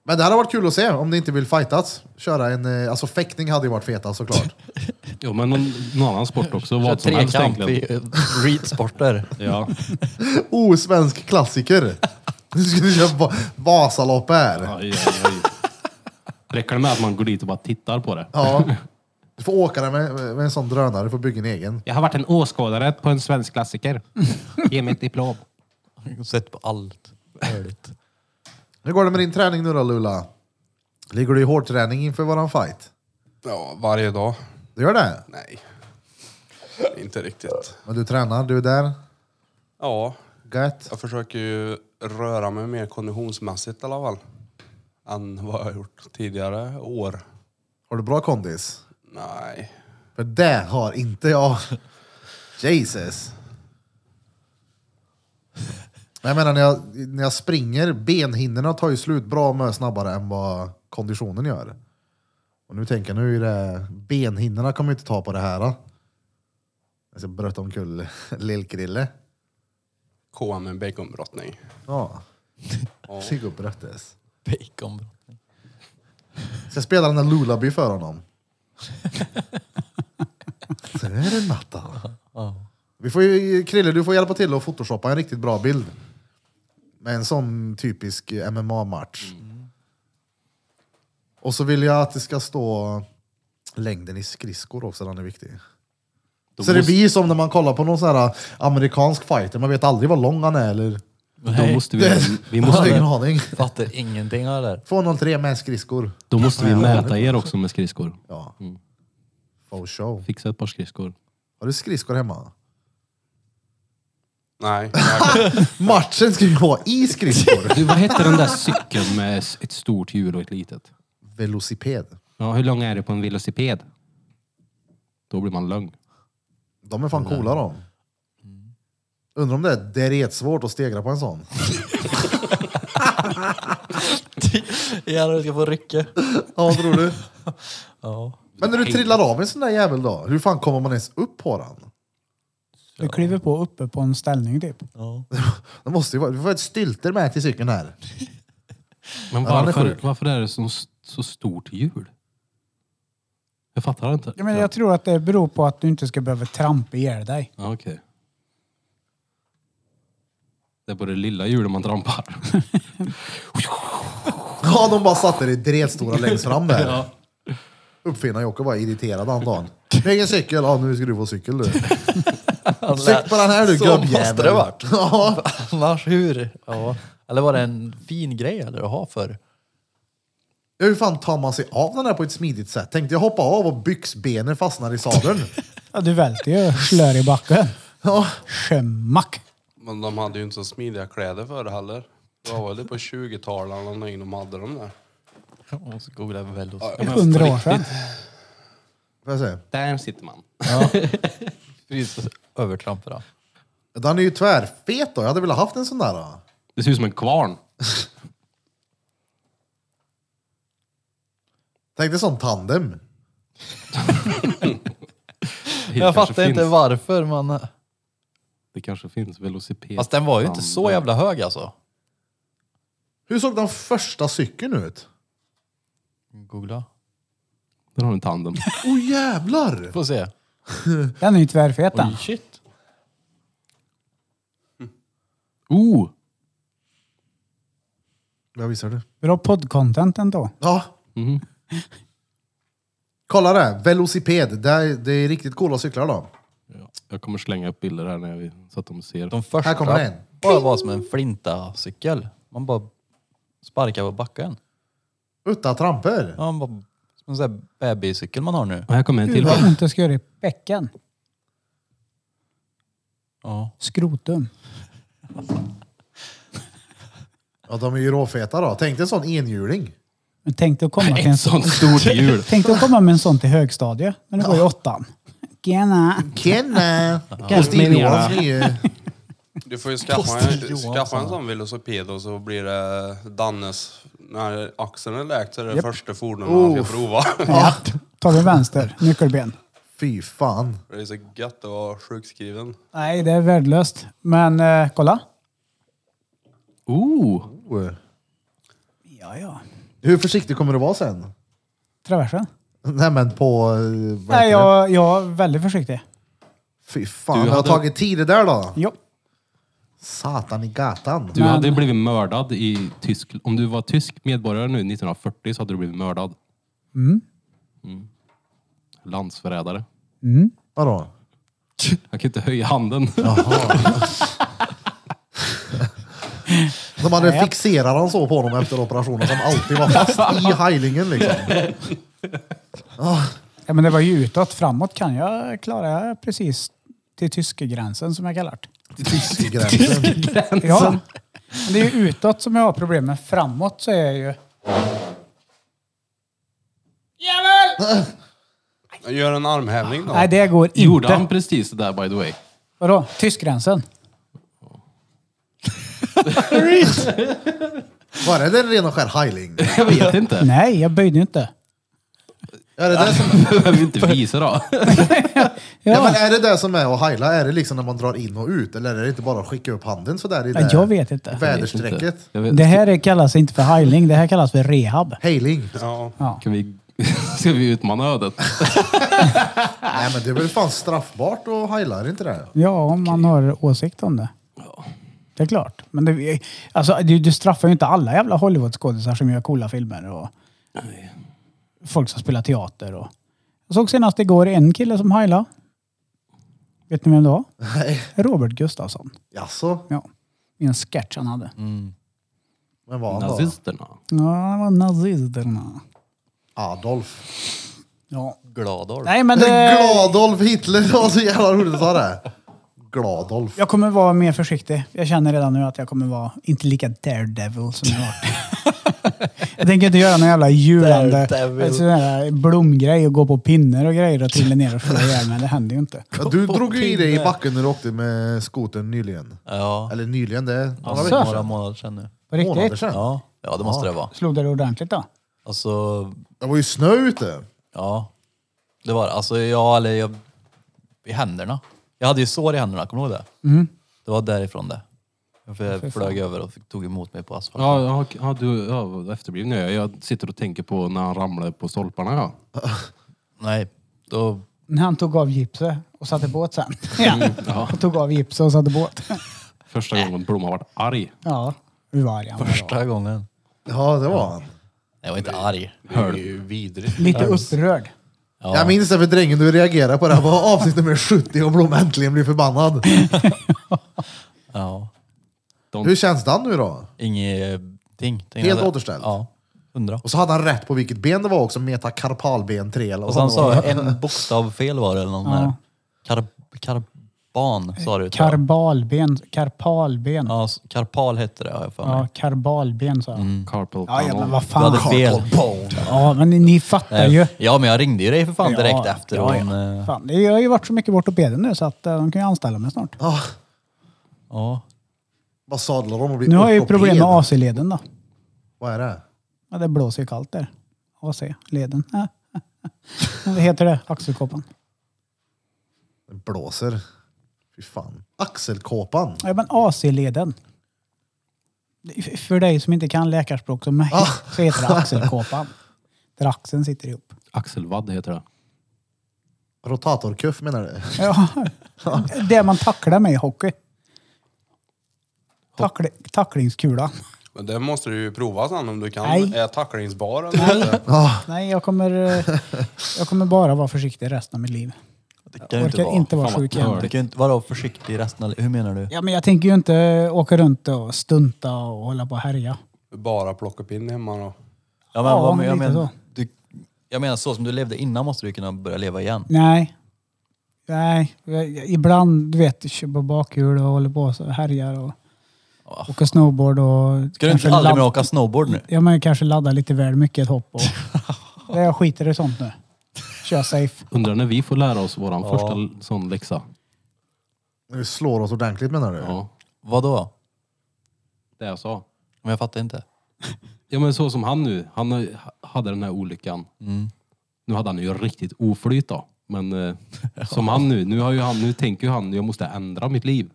Men det hade varit kul att se om ni inte vill fightas. Köra en, eh, alltså fäktning hade ju varit feta såklart. Jo, men någon, någon annan sport också. Kör Vad som helst trekamp egentligen. i eh, reedsporter. Ja. Oh, svensk klassiker! Nu ska vi köra Va- Vasaloppet här. Aj, aj, aj. Räcker det med att man går dit och bara tittar på det? Ja. Du får åka där med, med en sån drönare, du får bygga en egen. Jag har varit en åskådare på en svensk klassiker. Ge mig ett diplom. Sett på allt. möjligt. Hur går det med din träning nu då Lula? Ligger du i hårdträning inför våran fight? Ja, varje dag. Du gör det? Nej. Inte riktigt. Men du tränar, du är där? Ja, Gött? jag försöker ju röra mig mer konditionsmässigt i alla fall. Än vad jag har gjort tidigare år. Har du bra kondis? Nej. För det har inte jag. Jesus. Men Jag menar när jag, när jag springer, benhinnorna tar ju slut bra mycket snabbare än vad konditionen gör. Och nu tänker jag, nu är det, benhinnorna kommer ju inte ta på det här. Då. Jag ska bröt omkull lillkrille. KM med baconbrottning. Ja. Fick upp bröttes. Bacon. Ska jag spela den där Lullaby för *laughs* honom? Så är det Nattan. Vi får ju, Krille, du får hjälpa till att photoshoppa en riktigt bra bild. Med en sån typisk MMA-match. Mm. Och så vill jag att det ska stå längden i skridskor också, den är viktig. Då så det måste- blir som när man kollar på någon sån här amerikansk fighter, man vet aldrig vad lång han är eller... Då måste vi, *laughs* vi, Man har måste, ingen aning. *laughs* Fattar ingenting av det där. 203 med skridskor. då måste vi mäta er också med skridskor. Ja. For show. Fixa ett par skridskor. Har du skridskor hemma? Nej. *laughs* jag- Matchen ska ju vara i *laughs* skridskor. Du, vad hette den där cykeln med s- ett stort hjul och ett litet? Velociped. Ja, hur lång är du på en velociped? Då blir man lugn. De är fan coola de. Mm. Undrar om det är deretsvårt att stegra på en sån. Jävlar du ska få rycke. Ja, tror *laughs* du? Ja. Men när du trillar av en sån där jävel då, hur fan kommer man ens upp på den? Du kliver på uppe på en ställning typ. Ja. Det måste ju vara, vi får ett stylter med till cykeln här. Men Ja, han är varför, sjuk. varför är det så, så stort hjul? Jag fattar inte. Ja, men jag tror att det beror på att du inte ska behöva trampa ihjäl dig. Ja, okej. Det är på det lilla hjulet man trampar. Ja, de bara satte det dretstora längst fram *laughs* där. Uppfinnar-Jocke var irriterad den dagen. Egen cykel, *laughs* ja nu ska du få cykel du. Sikt på den här du Så måste gubbjävel. det varit. *laughs* Ja. *laughs* Annars hur? Ja. Eller var det en fin grej eller, att ha för? Ja, hur fan tar man sig av den här på ett smidigt sätt? Tänkte jag hoppa av och byxbenet fastnar i *laughs* sadeln. Ja, du välter ju slör i backen. Ja. Sjömack. Men de hade ju inte så smidiga kläder för det heller. Det var väl det på 20-talet eller någonting de hade de där. *laughs* Jag måste googla Vellos. Hundra år sedan. Får jag se? Där sitter man. Precis. Övertramp då. Den är ju tvärfet då. Jag hade velat haft en sån där. Då. Det ser ut som en kvarn. Tänk dig sån tandem. Det Jag kanske fattar inte finns. varför man... Det kanske finns velociped. Fast den var ju inte så jävla hög alltså. Hur såg den första cykeln ut? Googla. Den har en tandem. Åh oh, jävlar! Får se. Den är ju tvärfet den. shit. Oh! Jag visar det. Mhm. Bra poddcontent ändå. Ja. Kolla det, velociped. Det är, det är riktigt coola cyklar då. Ja, jag kommer slänga upp bilder här när vi, så att de ser. De första Här kommer en. bara var som en flintacykel. Man bara sparkar på backen. Utan tramper. Ja, man bara, som en sån här bebiscykel man har nu. Och här kommer en Gud till. vad ont det ska göra i bäcken. Ja. Skrotum. Ja, de är ju råfeta då. Tänk dig en sån enhjuling. Men tänk dig att *laughs* komma till en Ett sånt stort hjul. Tänk dig att komma med en sån till högstadiet när du går i åttan. Tjena! Kenna! Kanske Stig Johans nya. Du får ju skaffa en, skaffa en sån velociped och så blir det Dannes... När axeln är läkt så är det första fordonet man ska prova. *laughs* Ja. Tar vi vänster, nyckelben. Fy fan. Det är så gött att vara sjukskriven. Nej, det är värdelöst. Men eh, kolla. Oh! Ja, ja. Hur försiktig kommer du vara sen? Traversen. *laughs* Nej men på... eh, vad heter Nej, det? jag, jag är väldigt försiktig. Fy fan, Du det har hade- tagit tid det där då. Jo. Satan i gatan. Du Men- hade blivit mördad i Tyskland. Om du var tysk medborgare nu 1940 så hade du blivit mördad. Mm. Landsförrädare. Vadå? Jag kan inte höja handen. De hade fixerat han så på honom efter operationen som alltid var fast i hejlingen liksom. Ja, men det var ju utåt. Framåt kan jag klara jag precis till tyska gränsen som jag kallar det. I gränsen. Ja. Men Det är ju utåt som jag har problem med. Framåt så är jag ju... Gör en armhävning då. Nej, det går inte. Gjorde han precis det där by the way? Vadå? Tyskgränsen? Var det en ren och skär hejling? Jag vet inte. Nej, jag böjde ju inte. Är det det som, behöver vi inte visa då. ja. Ja. men är det det som är att hejla? Är det liksom när man drar in och ut? Eller är det inte bara att skicka upp handen sådär i det Men jag vet inte. väderstrecket? Jag vet- Det här är- kallas inte för heiling, det här kallas för rehab. Hejling? Ja. Kan vi... *laughs* Ska vi utmana ödet? Nej men det är väl fan straffbart att hejla, är det inte det? Ja, om man har åsikt om det. Det är klart. Men det, alltså, du, du straffar ju inte alla jävla Hollywoodskådisar som gör coola filmer och folk som spelar teater. Och. Jag såg senast igår en kille som heilade. Vet ni vem det var? Nej. Robert Gustafsson. Jaså? Ja. I en sketch han hade. Men vad han då? Nazisterna. Ja, han var nazisterna. Adolf. Ja. Glador. Nej, men det... Gladolf Hitler, *laughs* det var så jävla roligt att ta det. Gladolf. Jag kommer vara mer försiktig. Jag känner redan nu att jag kommer vara inte lika daredevil som jag har varit. jag tänker inte göra någon jävla julande Alltså, Daredevil. sån här blomgrej och gå på pinnar och grejer och trilla ner och slå ihjäl mig. Det händer ju inte. Ja, *laughs* du drog ju i dig i backen när du åkte med skotern nyligen. Ja. Eller nyligen, det är Alltså, några några veckor månader sedan nu. På sedan. Månader riktigt? sedan. Ja, ja det måste det vara. Slog det dig ordentligt då? Alltså, Det var ju snö ute. ja. Det var det. Alltså, ja, eller jag... I händerna. Jag hade ju sår i händerna, kommer du ihåg det? Det var därifrån det. För jag flög över och fick- tog emot mig på asfalt. Ja, ja, ja, du ja, efterbliven nu. Jag sitter och tänker på när han ramlade på stolparna. Ja. Nej, då... När han tog av gipset och satte båt sen. *laughs* ja. Och tog av gipset och satte båt. Första gången Blom har varit arg. ja. Hur var han då? Första gången. Nej, Ja, det var han. jag var inte arg. Det är ju vidrigt. Lite upprörd. Jag minns det för drängen du reagerade på det här på avsnitt nummer 70 och Blom äntligen blir förbannad. *laughs* Ja. Hur känns den nu då? Ingenting. Helt återställt? Ja. Hundra. Och så hade han rätt på vilket ben det var också, metakarpalben 3 eller Och vad sen fan det sa var. jag en bokstav fel var det eller någon där. Kar, karban sa du. tror jag. Karbalben. Karpalben. Ja, Ja, s- karpal hette det har jag för mig. karbalben sa jag. Mm. Carpal Ja, ja, tunnel. men vad Du hade fan. fel. Ja, men ni, ni fattar ju. Nej, Ja, men jag ringde ju dig för fan direkt efter ja, hon... ja. eh, Fan, det har ju varit så mycket bortopeder nu så att eh, de kan ju anställa mig snart. Ja. Ja. Bara Ah, sadlar om och blir Nu har jag ju ortoped. problem med AC-leden då. Vad är det? Ja, det blåser ju kallt där. AC-leden. Ja. *laughs* Vad heter det? Axelkåpan. Det blåser. Fy fan. Axelkåpan. Ja, men AC-leden. F- För dig som inte kan läkarspråk som mig så heter det axelkåpan. Där axeln sitter ihop. Axelvadd heter det. Rotatorkuff menar du? Ja. Det man tacklar med i hockey. Tackli, tacklingskulan. Men det måste du ju prova sen om du kan. Nej. Är tacklingsbar eller inte? Nej, jag kommer, eh, jag kommer bara vara försiktig resten av mitt liv. Det kan Jag ju inte orkar vara. inte vara Fan, vad sjuk igen. nördigt. Det kan ju inte, vadå försiktig resten av Hur menar du? Ja, men jag tänker ju inte åka runt och stunta och hålla på och härja. Bara plocka pin hemma då. Ja, men, Ja, vad, men, jag, lite men, så. du, jag menar så som du levde innan måste du kunna börja leva igen. Nej. Nej, jag- jag- ibland du vet, kör på bakhjul och håller på så härjar och åker snowboard och... Ah. Ska du inte kanske aldrig mer ladd- åka snowboard nu? Ja, men kanske ladda lite väl mycket ett hopp och... *laughs* Nej, jag skiter i sånt nu. Kör safe. Undrar när vi får lära oss våran första l- sån läxa. Nu slår oss ordentligt menar du? Ja, Vadå? det jag sa. Men jag fattar inte. Ja men så som han nu. Han har- hade den här olyckan. Mm. Nu hade han ju riktigt oflyt då. Men eh, som han nu. Nu, har ju han, nu tänker ju han jag måste ändra mitt liv.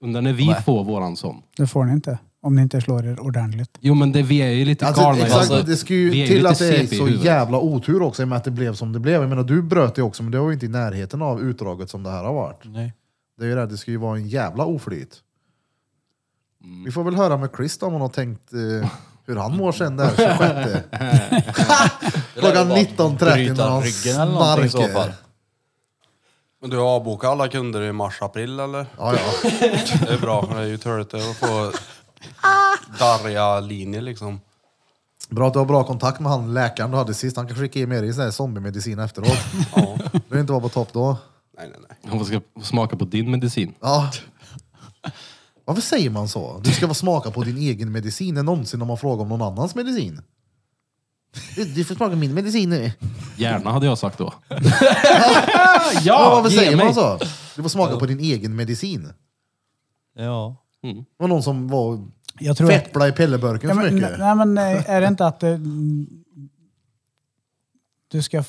Undrar när vi får våran sån. Det får ni inte. Om ni inte slår er ordentligt. Jo men det, vi är ju lite galna. Alltså, exakt, Alltså, det ska ju vi är ju till lite att det är CP i så huvudet. jävla otur också i och med att det blev som det blev. Jag menar, du bröt det också, men det var ju inte i närheten av utdraget som det här har varit. Nej. Det är ju det, det ska ju vara en jävla oflyt. Mm. Vi får väl höra med Chris då, om han har tänkt eh, hur han mår sen där *laughs* 26. Klockan 19.30 när han ryggen eller någonting i så fall. snarkar. Men du har avbokat alla kunder i mars-april eller? Ja, ja. Det är bra för det är ju törligt att få darriga linjer liksom. Bra att du har bra kontakt med han läkaren du hade sist. Han kan skicka in mer i sån här zombiemedicin *laughs* efteråt. Ja. Du behöver inte vara på topp då. Nej, nej, nej. han ska smaka på din medicin. Ja. Varför säger man så? Du ska vara smaka på din egen medicin. Det är någonsin om man frågar om någon annans medicin. Du, du får smaka min medicin nu. Gärna hade jag sagt då. *laughs* Ja, varför ge säger man mig. så? Du får smaka på din egen medicin. Ja. Mm. Det var någon som var Jag tror att- feppla i pelleburken Ja, för men, mycket. nej, men eh, är det inte att eh, du ska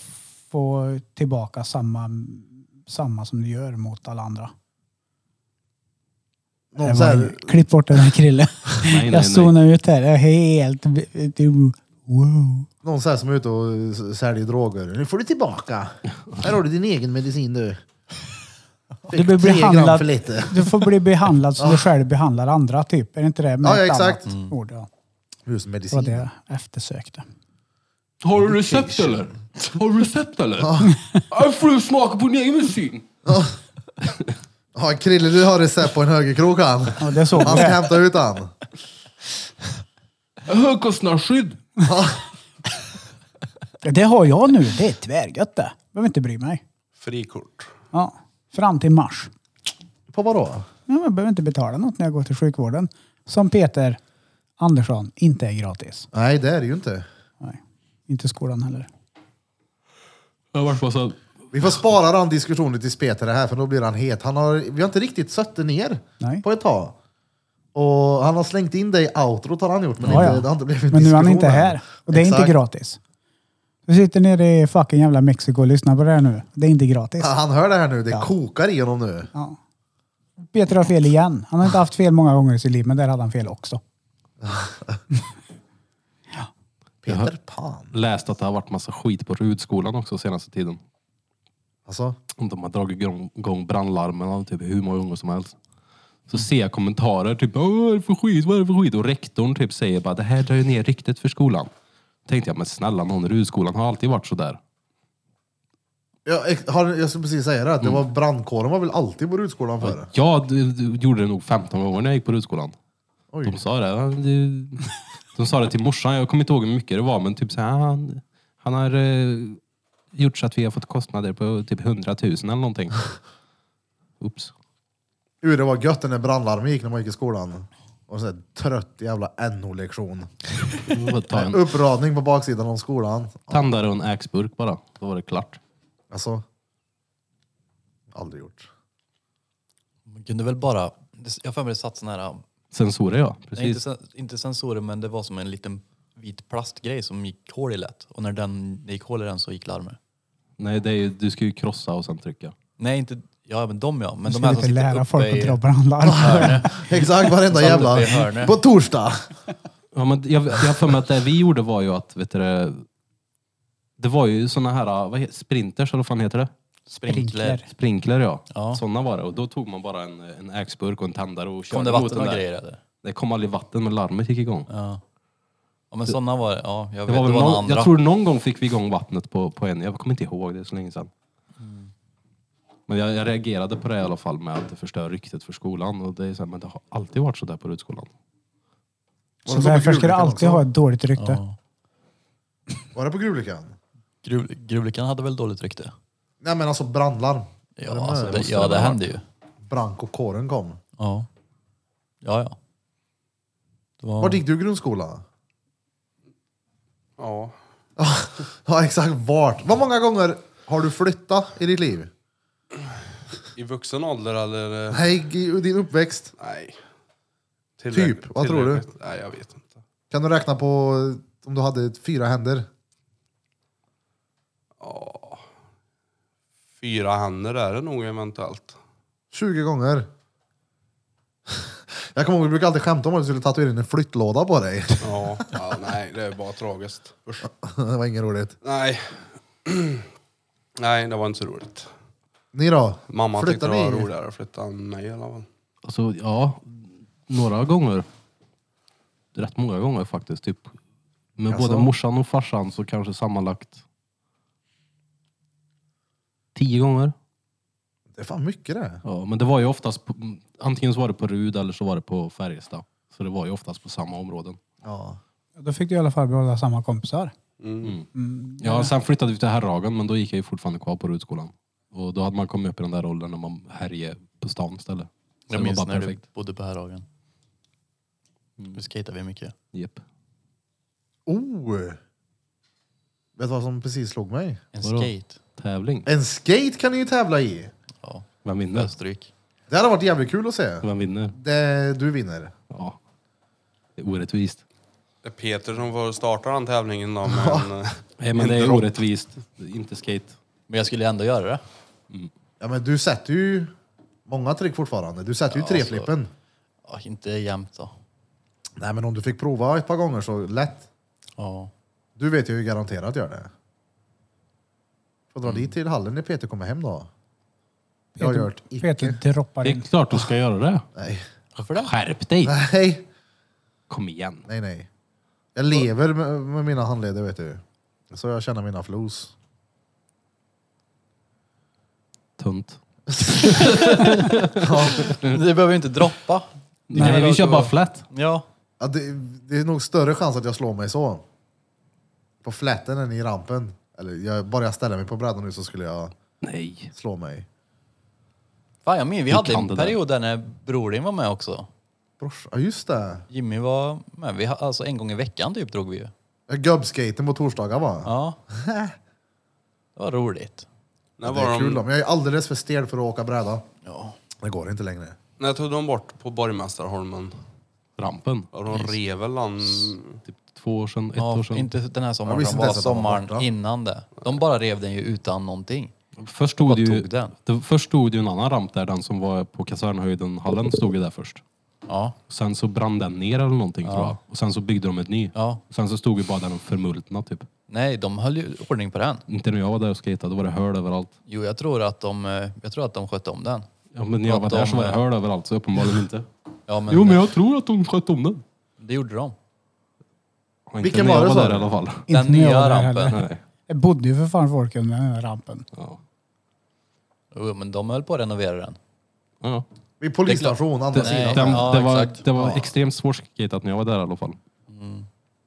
få tillbaka samma, samma som du gör mot alla andra? Någon så här, Klipp bort den *laughs* här Krille. Nej, nej, jag nej. zonar ut här. Jag är helt... du- Wow. någon så här som är ute och s- säljer droger. Nu får du tillbaka. Här har du din egen medicin du. Du blir tre gram behandlad- för lite. Du får bli *laughs* behandlad så du själv behandlar andra, typ. Är det inte det? Med Ja, ja, ett exakt. Mm. annat Ord, ja. Just Det var medicin. det jag eftersökte. Har du recept eller? Har du recept eller? Jag får du smaka på din egen medicin. Ja, Krille du har recept på en högerkrok han. Ja, det såg Han ska jag. hämta ut han. Högkostnadsskydd. Det har jag nu. Det är tvärgött det. Behöver inte bry mig. Frikort. Ja. Fram till mars. På vadå? Ja, jag behöver inte betala något när jag går till sjukvården. Som Peter Andersson, inte är gratis. Nej, det är det ju inte. Nej, inte skolan heller. Jag vart bara såhär, Vi får spara den diskussionen tills Peter är här, för då blir han het. Han har, vi har inte riktigt sött det ner Nej. på ett tag. Och han har slängt in dig i outrot har han gjort, men Ja, inte, ja. det har inte blivit en Men nu är han diskussion inte än. här. Och det är Exakt. inte gratis. Du sitter nere i fucking jävla Mexiko och lyssnar på det här nu. Det är inte gratis. Ja, Han hör det här nu, det kokar i honom nu. Peter har fel igen. Han har inte haft fel många gånger i sitt liv, men där hade han fel också. Peter Pan. läst att det har varit massa skit på Rudskolan också senaste tiden. Alltså, Om de har dragit igång- igång brandlarmen av typ hur många gånger som helst. Så ser jag kommentarer typ, "Åh, vad är det för skit, vad är det för skit? Och rektorn typ säger bara, det här drar ju ner ryktet för skolan. Tänkte jag, men snälla någon, Rudskolan har alltid varit sådär. jag, ex- har, jag skulle precis säga det, att det Mm. var brandkåren var väl alltid på Rudskolan förr? Jag d- d- gjorde det nog 15 gånger när jag gick på Rudskolan. Oj. De sa det. "Ja, du-" De sa det till morsan. Jag kommer inte ihåg hur mycket det var, men typ så här, han, han har eh, gjort så att vi har fått kostnader på typ 100 000 eller någonting. Oops. Hur det var gött när brandlarmen gick när man gick i skolan. Och så här, trött jävla NO-lektion. Jag får Ta Mm. en Uppradning på baksidan av skolan. tändare och en äxburk bara. Då var det klart. Alltså, aldrig gjort. Man kunde väl bara... det- Jag har för mig det satt sån här... Sensorer ja, Nej, inte, precis. sen- inte sensorer, men det var som en liten vit plastgrej som gick hål i lätt. Och när den, det gick hål i den så gick larmet. Nej, det är, ju- du ska ju krossa och sen trycka. Nej, inte... Ja, men de ja. Men ska de här vi som inte sitter lära folk uppe att i... dra brandlarm. Exakt, *laughs* varenda Samt jävla... uppe i hörnet. På torsdag. Ja, men jag jag har för mig att det vi gjorde var ju att, vet du det, det var ju såna här vad heter, sprinters, eller vad fan heter det? Sprinkler. Sprinkler ja. Ja. Såna var det. Och då tog man bara en, en ägsburk och en tändare och körde Kom det mot vatten den och där. grejer eller? Det kom aldrig vatten, men larmet gick igång. Ja. ja men sådana var det. Ja, jag Det vet. Det var var, väl några någon, andra. jag tror någon gång fick vi igång vattnet på, på en, jag kommer inte ihåg, det är så länge sedan. Mm. Men jag, jag reagerade på det i alla fall med att det förstör ryktet för skolan. Och det är så här, men det har alltid varit så där på Rudskolan. Så därför ska du alltid ha ett dåligt rykte. Ja. Var det på Gruvlyckan? Gruv, Gruvlyckan hade väl dåligt rykte? Nej men alltså brandlarm. Ja, Eller alltså, nej, det, måste ja, det det ha hände ju. Branco-kåren kom. Ja. Ja, ja. Det var- Vart gick du i grundskola? Ja. Ja exakt, vart? Vad många gånger har du flyttat i ditt liv? I vuxen ålder eller? eh, Nej, i din uppväxt. Nej. Typ, vad tror du? tillräckligt. Nej, jag vet inte. Kan du räkna på om du hade fyra händer? Fyra händer är det nog eventuellt. 20 gånger. *laughs* Jag kommer ihåg, vi brukade alltid skämta om att vi skulle tatuera in en flyttlåda på dig. *laughs* Ja, ja nej, det är bara tragiskt. Usch. Det var inget roligt. Nej. *clears throat* nej, det var inte så roligt. Ni då? Mamma tyckte Flyttar det var ni? roligare att flytta än mig i alla fall. Alltså, ja, några gånger. Rätt många gånger faktiskt. Typ. Med Jaså? både morsan och farsan så kanske sammanlagt tio gånger. Det är fan mycket det. Ja, men det var ju oftast, på, mm, antingen så var det på Rud eller så var det på Färjestad. Så det var ju oftast på samma områden. Ja. Då fick du i alla fall behålla samma kompisar. Ja, sen flyttade vi till Herrhagen men då gick jag ju fortfarande kvar på Rudskolan. Och då hade man kommit upp i den där åldern när man härjade på stan istället. Så Jag det var minns bara när perfekt. du bodde på Härhagen. Mm. Nu skejtade vi mycket. Jep. Oh! Vet du vad som precis slog mig? En Vadå? skate. Tävling. En skate kan ni ju tävla i! Ja, Vem vinner? Österrike. Det hade varit jävligt kul att se. Vem vinner? Det, du vinner. Ja. Det är orättvist. Det är Peter som får starta den *laughs* tävlingen då, men... eh, Nej men det är orättvist. Det är Inte skate. Men jag skulle ändå göra det. Ja men du sätter ju många trick fortfarande. Du sätter ju alltså. treflippen. Ja, inte jämt då. Nej men om du fick prova ett par gånger så lätt. Ja. Du vet ju garanterat gör det. Får dra dit till hallen när Peter kommer hem då. Jag har gjort icke. Mm. Peter droppar Det in. är klart du ska göra det. Nej. Varför *laughs* det? Skärp dig! Nej, Kom igen. nej, nej. Jag lever med, med mina handleder vet du. Så jag känner mina flos. Tunt. Du behöver ju inte droppa. Nej, vi kör bara flat. Ja. Ja, det, det är nog större chans att jag slår mig så. På flätten än i rampen. Eller jag, bara jag ställer mig på brädan nu så skulle jag Nej. slå mig. Fan, jag minns, vi Du hade kan en det där. period där när bror din var med också. Brors, ja just det. Jimmy var med. Vi, ha- alltså en gång i veckan typ drog vi ju. Ja, Gubbskaten på torsdagar va? Ja. Det var roligt. När, det är var kul då, de, men jag är alldeles för stel för att åka bräda. Ja. Det går inte längre. när tog de bort på Borgmästarholmen? Rampen. Ja, De rev *laughs* väl den... Typ två år sedan, ett år ja sedan. inte den här sommaren Jag visste som inte var ens att de var sommaren borta. innan det. De bara rev den ju utan någonting. Först stod, Vad det ju, tog den? Det, först stod det ju en annan ramp där, den som var på kasernhöjden, hallen stod ju där först. Ja. Sen så brann den ner eller någonting tror jag. Och sen så byggde de ett ny. Ja. Sen så stod ju bara där de förmultna typ. Nej, de höll ju ordning på den. Inte när jag var där och skejtade, då var det hål överallt. Jo, jag tror att de, eh, jag tror att de skötte om den. Ja, men när jag var Att de- där så var det hål överallt, så uppenbarligen inte. Ja, men, Jo, men jag tror att de sköt om den. det gjorde de. Ja, inte Vilken när jag var det, sa där du? i alla fall. Inte Den när jag nya var där rampen. heller. Nej. Det bodde ju för fan folk under den här rampen. Ja. Jo, men de höll på att renovera den. Ja. Vid polisstation, andra Nej. sidan. Den, Ja, det var, exakt. det var extremt svårskatat när jag var där i alla fall.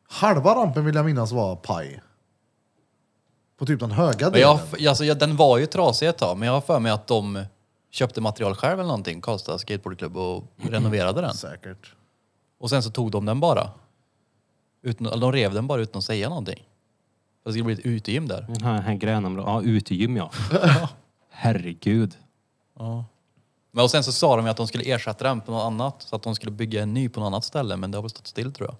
Halva rampen vill jag minnas var paj. På typ den höga Men delen. jag, alltså, jag, den var ju trasig ett tag, men jag har för mig att de köpte material själv eller någonting, Karlstad skateboardklubb, och renoverade den. Säkert. Och sen så tog de den bara. Utan, eller de rev den bara utan att säga någonting. För Det skulle bli ett utegym där. Mm. Den här, här grönområdet. Ja, utegym ja. Herregud. Men och sen så sa de ju att de skulle ersätta den på något annat, så att de skulle bygga en ny på något annat ställe, men det har väl stått still tror jag.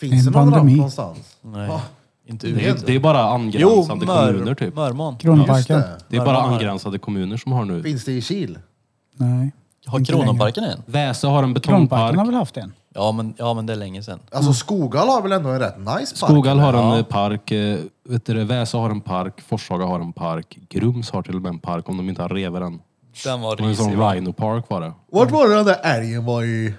Finns det En någon ramp pandemi. någonstans? Nej, Ah, inte Det är, ut. det är bara angränsande kommuner typ. Mörman. just Kronoparken? det. Det är bara Mörman. angränsade kommuner som har nu. Finns det i Kil? Nej. Har Inte längre. Kronoparken en? Väse har en Kronoparken har betongpark. väl haft en? Ja men, ja, men det är länge sedan. Alltså Skogal har väl ändå en rätt nice park? Skogal Mm. har en Ja. eh, park. eh, Vet du, det, Väse har en park. Forshaga har en park. Grums har till och med en park om de inte har rever än. Den var Det var en risig. sån va? Rhino Park var det. Vart var det den där älgen var i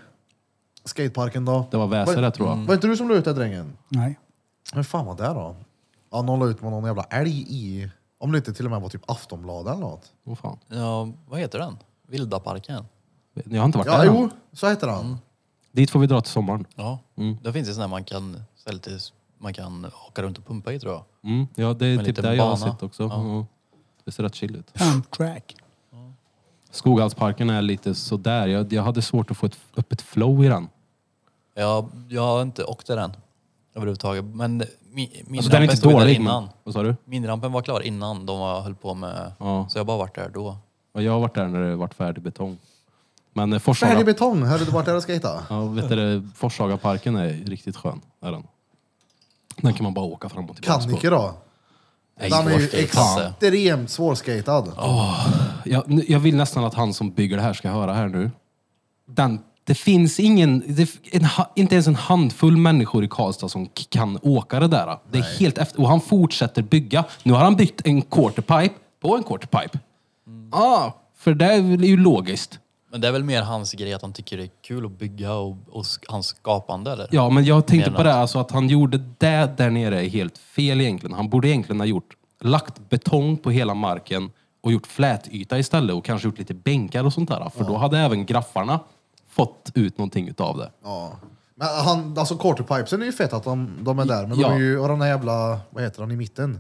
skateparken då? Det var Väse det tror jag. Mm. Var inte du som la ut den drängen? Nej. Hur fan var det då? Ja, någon la ut med någon jävla älg i... Om det inte till och med var typ Aftonbladet eller något. Åh fan. Ja, vad heter den? Vilda parken. Jag har inte varit Ja, där än. jo, så heter Mm. han. Dit får vi dra till sommaren. Ja. Mm. Det finns ju sån här man kan ställa till, man kan åka runt och pumpa i tror jag. Mm. Ja, det är Med typ liten där jag har bana. sett också. Ja. Det ser rätt chill ut. Pump track. Skoghallsparken är lite sådär. Jag, jag hade svårt att få ett öppet flow i den. Jag, jag har inte åkt där än överhuvudtaget. Men min, min Alltså den är inte stod ju där dålig. Men, innan. vad sa du? Minrampen var klar innan de var, höll på med... Ja. Så jag bara varit där då. Ja, Jag har varit där när det varit färdig betong. Men eh, Färdig Forshaga, betong, hörde du vart det är att skejta? ja, vet du, det, Forshagaparken är riktigt skön. Är den. den kan man bara åka fram och tillbaka på. Kanike då? Nej, Den är ju vart det fan. extremt svårskejtad. Jag, nu- jag vill nästan att han som bygger det här ska höra här nu. Den, det finns ingen, det, f- en, ha- inte ens en handfull människor i Karlstad som k- kan åka det där. Det är helt efter, och han fortsätter bygga. Nu har han byggt en quarterpipe på en quarterpipe. Ah, för det är väl- är ju logiskt. Men det är väl mer hans grej att han tycker det är kul att bygga och, och sk- hans skapande eller? Ja, men jag tänkte Mer på än det, alltså att han gjorde det där nere är helt fel egentligen. Han borde egentligen ha gjort, lagt betong på hela marken och gjort flätyta istället och kanske gjort lite bänkar och sånt där. För då hade även graffarna fått ut någonting utav det. Ja. Men han, alltså quarterpipesen är ju fett att de, de är där, men de Ja. är ju, och den här jävla, vad heter han i mitten?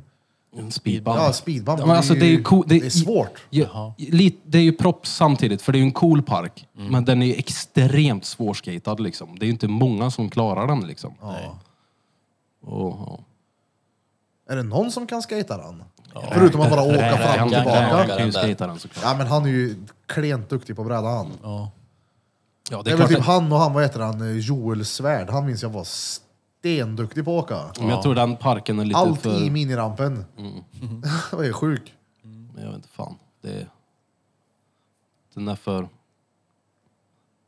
En speedbump. Ja, speedbump. men alltså, det är ju cool- det det- är svårt. Ja, lite, det är ju props samtidigt, för det är ju en cool park. Men den är ju extremt svårskatad liksom. Det är ju inte många som klarar den liksom. Ja. Och, ja. Är det någon som kan skejta den? Förutom att bara åka fram och Han tillbaka. kan ju skata den såklart. Ja, men han är ju klent duktig på brädan. han. Ja, det Det är är väl klart typ att, han och han, vad heter han, eh, Joel Svärd. Han minns jag var stenduktig på att åka. men jag tror den parken är lite Allt för... Mm. i minirampen. *laughs* Jag är sjuk. Men jag vet inte fan. Det är... Den är för...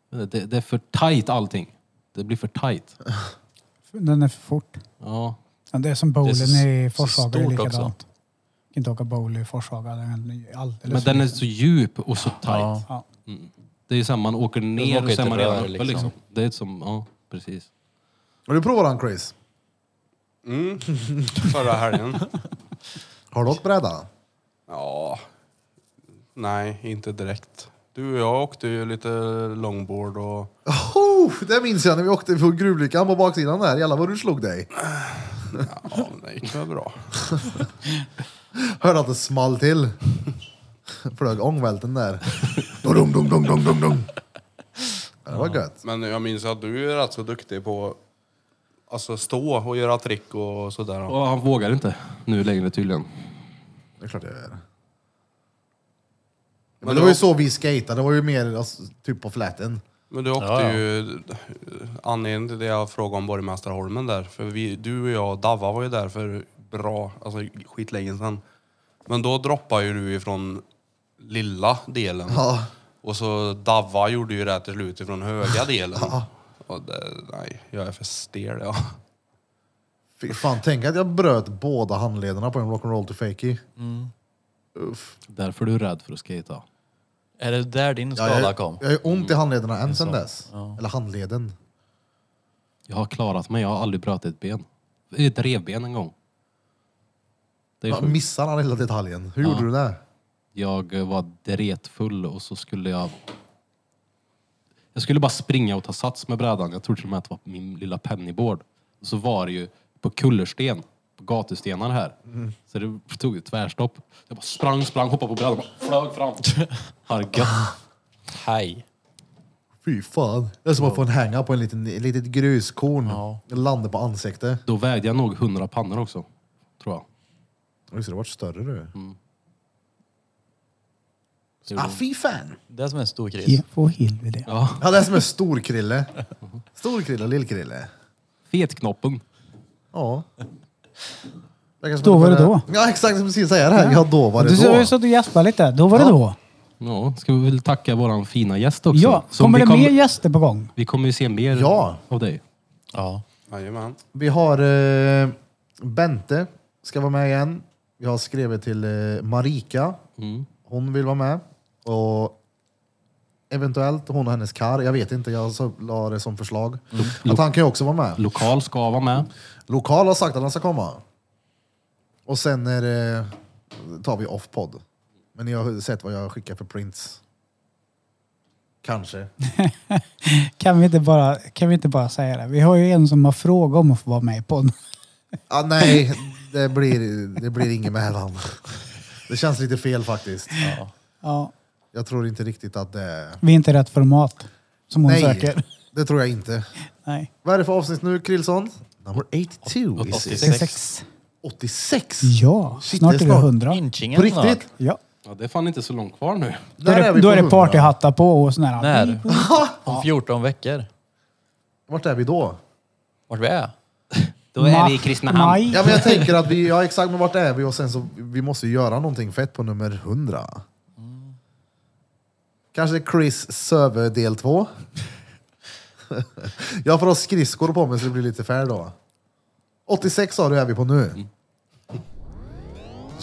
Jag vet inte, Det, det är för tight allting. Det blir för tight. Den är för fort. Ja. Ja, det är som bowlen i Forshaga. Det är stort likadant. också. Jag kan inte åka bowl i Forshaga. Den är alldeles Men för den är liten. så djup och så tight. Ja. Det är ju så här, man åker ner åker och så är inte man redan rör, uppe liksom. liksom. Det är som, ja precis. Har du provat den Chris? Förra helgen. Har du åkt bräda? Ja, nej, inte direkt. Du och jag åkte ju lite longboard och Oh, det minns jag när vi åkte på gruvlyckan på baksidan där. Jävlar vad du slog dig. ja, det gick väl bra. Hörde att det small till. *laughs* Flög ångvälten där. *laughs* Dum, dum, dum, dum, dum, dum. Ja, Det var gött. Men jag minns att du är rätt så duktig på alltså stå och göra trick och sådär. Och han vågar inte nu längre tydligen. Det är klart jag gör. Men Men det var då- ju så vi skatade. Det var ju mer alltså, typ på fläten. Men du åkte Ja, ja. ju, anledningen till det jag frågade om Borgmästarholmen där, för vi, du och jag och Davva var ju där för bra, alltså skitlänge sedan. Men då droppade ju du ifrån lilla delen. Ja. Och så Davva gjorde ju det till slut ifrån höga delen. Och det, nej, jag är för stel ja. Fy fan, tänk att jag bröt båda handlederna på en rock'n'roll to fakie. Därför är du rädd för att skata. Är det där din Ja, skada jag, kom? jag har ont i handlederna än sen dess. Eller handleden. Jag har klarat mig, jag har aldrig brutit ett ben. Ett revben en gång. Det är Man sjukt. missar han hela detaljen. Hur gjorde du det? Jag eh, var dretfull och så skulle jag... Jag skulle bara springa och ta sats med brädan. Jag tror till och med att det var min lilla pennyboard. Och så var det ju på kullersten, på gatustenar här. Mm. Så det tog ju tvärstopp. Jag bara sprang, sprang, hoppade på brädan och bara flög *laughs* fram. Har det gött. Hej. Fy fan. Det är som att få en hänga på en liten, ett litet gruskorn. Landa på ansiktet. Då vägde jag nog hundra pannor också, tror jag. Oj, så det vart större du. Ah, fy fan! Det är som är en stor kris. Ja, Få helvete. Ja, det är som en storkrille. Storkrille och lillkrille. Fetknoppen. Ja. Verkar som Då att var det börjar- då. Ja, exakt. Jag precis säga det här. Ja, då var det Du då. sa ju så att du gäspade lite. Då var det då. Ja, ska vi väl tacka våran fina gäst också. Ja, Som kommer vi det mer gäster på gång? Vi kommer ju se mer Ja. av dig. Ja. Jajamän. Vi har eh, Bente, ska vara med igen. Jag har skrivit till eh, Marika. Hon vill vara med. Och eventuellt hon och hennes kar. Jag vet inte, jag så- la det som förslag. Att han kan ju också vara med. Lokal ska vara med. Lokal har sagt att han ska komma. Och sen är det, tar vi off-podd. Men ni har sett vad jag skickar för prints. Kanske. Kan vi, inte bara, kan vi inte bara säga det? Vi har ju en som har frågat om att få vara med i podden. *laughs* Ah, nej, det blir, det blir inget mellan. Det känns lite fel faktiskt. Ja, Jag tror inte riktigt att det... vi är inte rätt format som hon Nej, söker. det tror jag inte. Nej. Vad är det för avsnitt nu, Krillson? Number 82 is it. 86. 86? Ja, Shit, snart det är är det snart. 100. Inchingen På riktigt? Ja. Ja, det är fan inte så långt kvar nu. Då är Där vi det, då på är det 100. partyhattar på och sån här. När? Om 14 veckor. Vart är vi då? Vart vi är? Då Ma- Kristinehamn. *laughs* Maj. Ja, men jag tänker att vi... Ja, exakt, men vart är vi? Och sen så, vi måste ju göra någonting fett på nummer 100. Kanske Chris Söve del 2? *laughs* jag får ha skridskor på mig så det blir lite fair då. 86 sa du är vi på nu.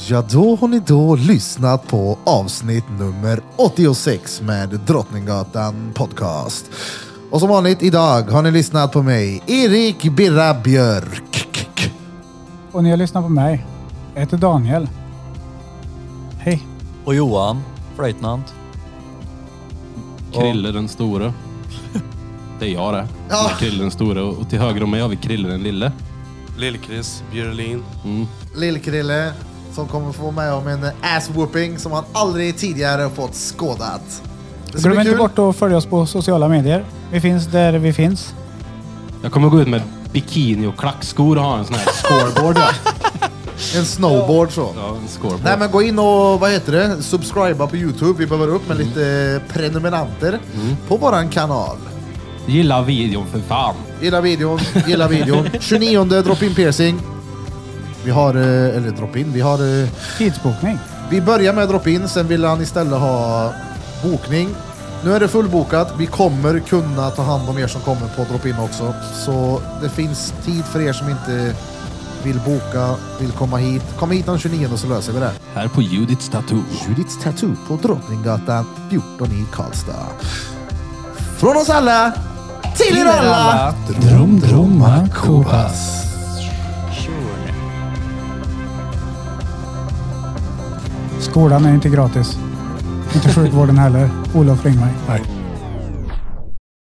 Ja, då har ni då lyssnat på avsnitt nummer 86 med Drottninggatan Podcast. Och som vanligt idag har ni lyssnat på mig, Erik Birra Björk. Och ni har lyssnat på mig. Jag heter Daniel. Hej. Och Johan, flöjtnant. Krille den store. Det är jag det. Jag är Krille den store och till höger om mig har vi Krille den lille. Lill-Chris Björlin. Lill-Krille som kommer få med om en ass-whooping som han aldrig tidigare fått skådat. Det ska Glöm bli inte kul. bort att följa oss på sociala medier. Vi finns där vi finns. Jag kommer gå ut med bikini och klackskor och ha en sån här *laughs* scoreboard. ja. *laughs* En snowboard så. Ja, en scoreboard. Nej men gå in och vad heter det? Subscriba på Youtube. Vi behöver upp med lite prenumeranter på våran kanal. Gilla videon för fan. Gilla videon, gilla videon. 29 drop-in piercing. Vi har, eh, eller drop-in, vi har... eh, Tidsbokning. Vi börjar med drop-in, sen vill han istället ha bokning. Nu är det fullbokat. Vi kommer kunna ta hand om er som kommer på drop-in också. Så det finns tid för er som inte vill boka, vill komma hit. Kom hit den 29 och så löser vi det. Här på Judiths Tattoo. Judiths Tattoo på Drottninggatan 14 i Karlstad. Från oss alla, till er alla! Drum, drumma, kobas. Skolan är inte gratis. Inte sjukvården heller. Olof, ring mig. Nej.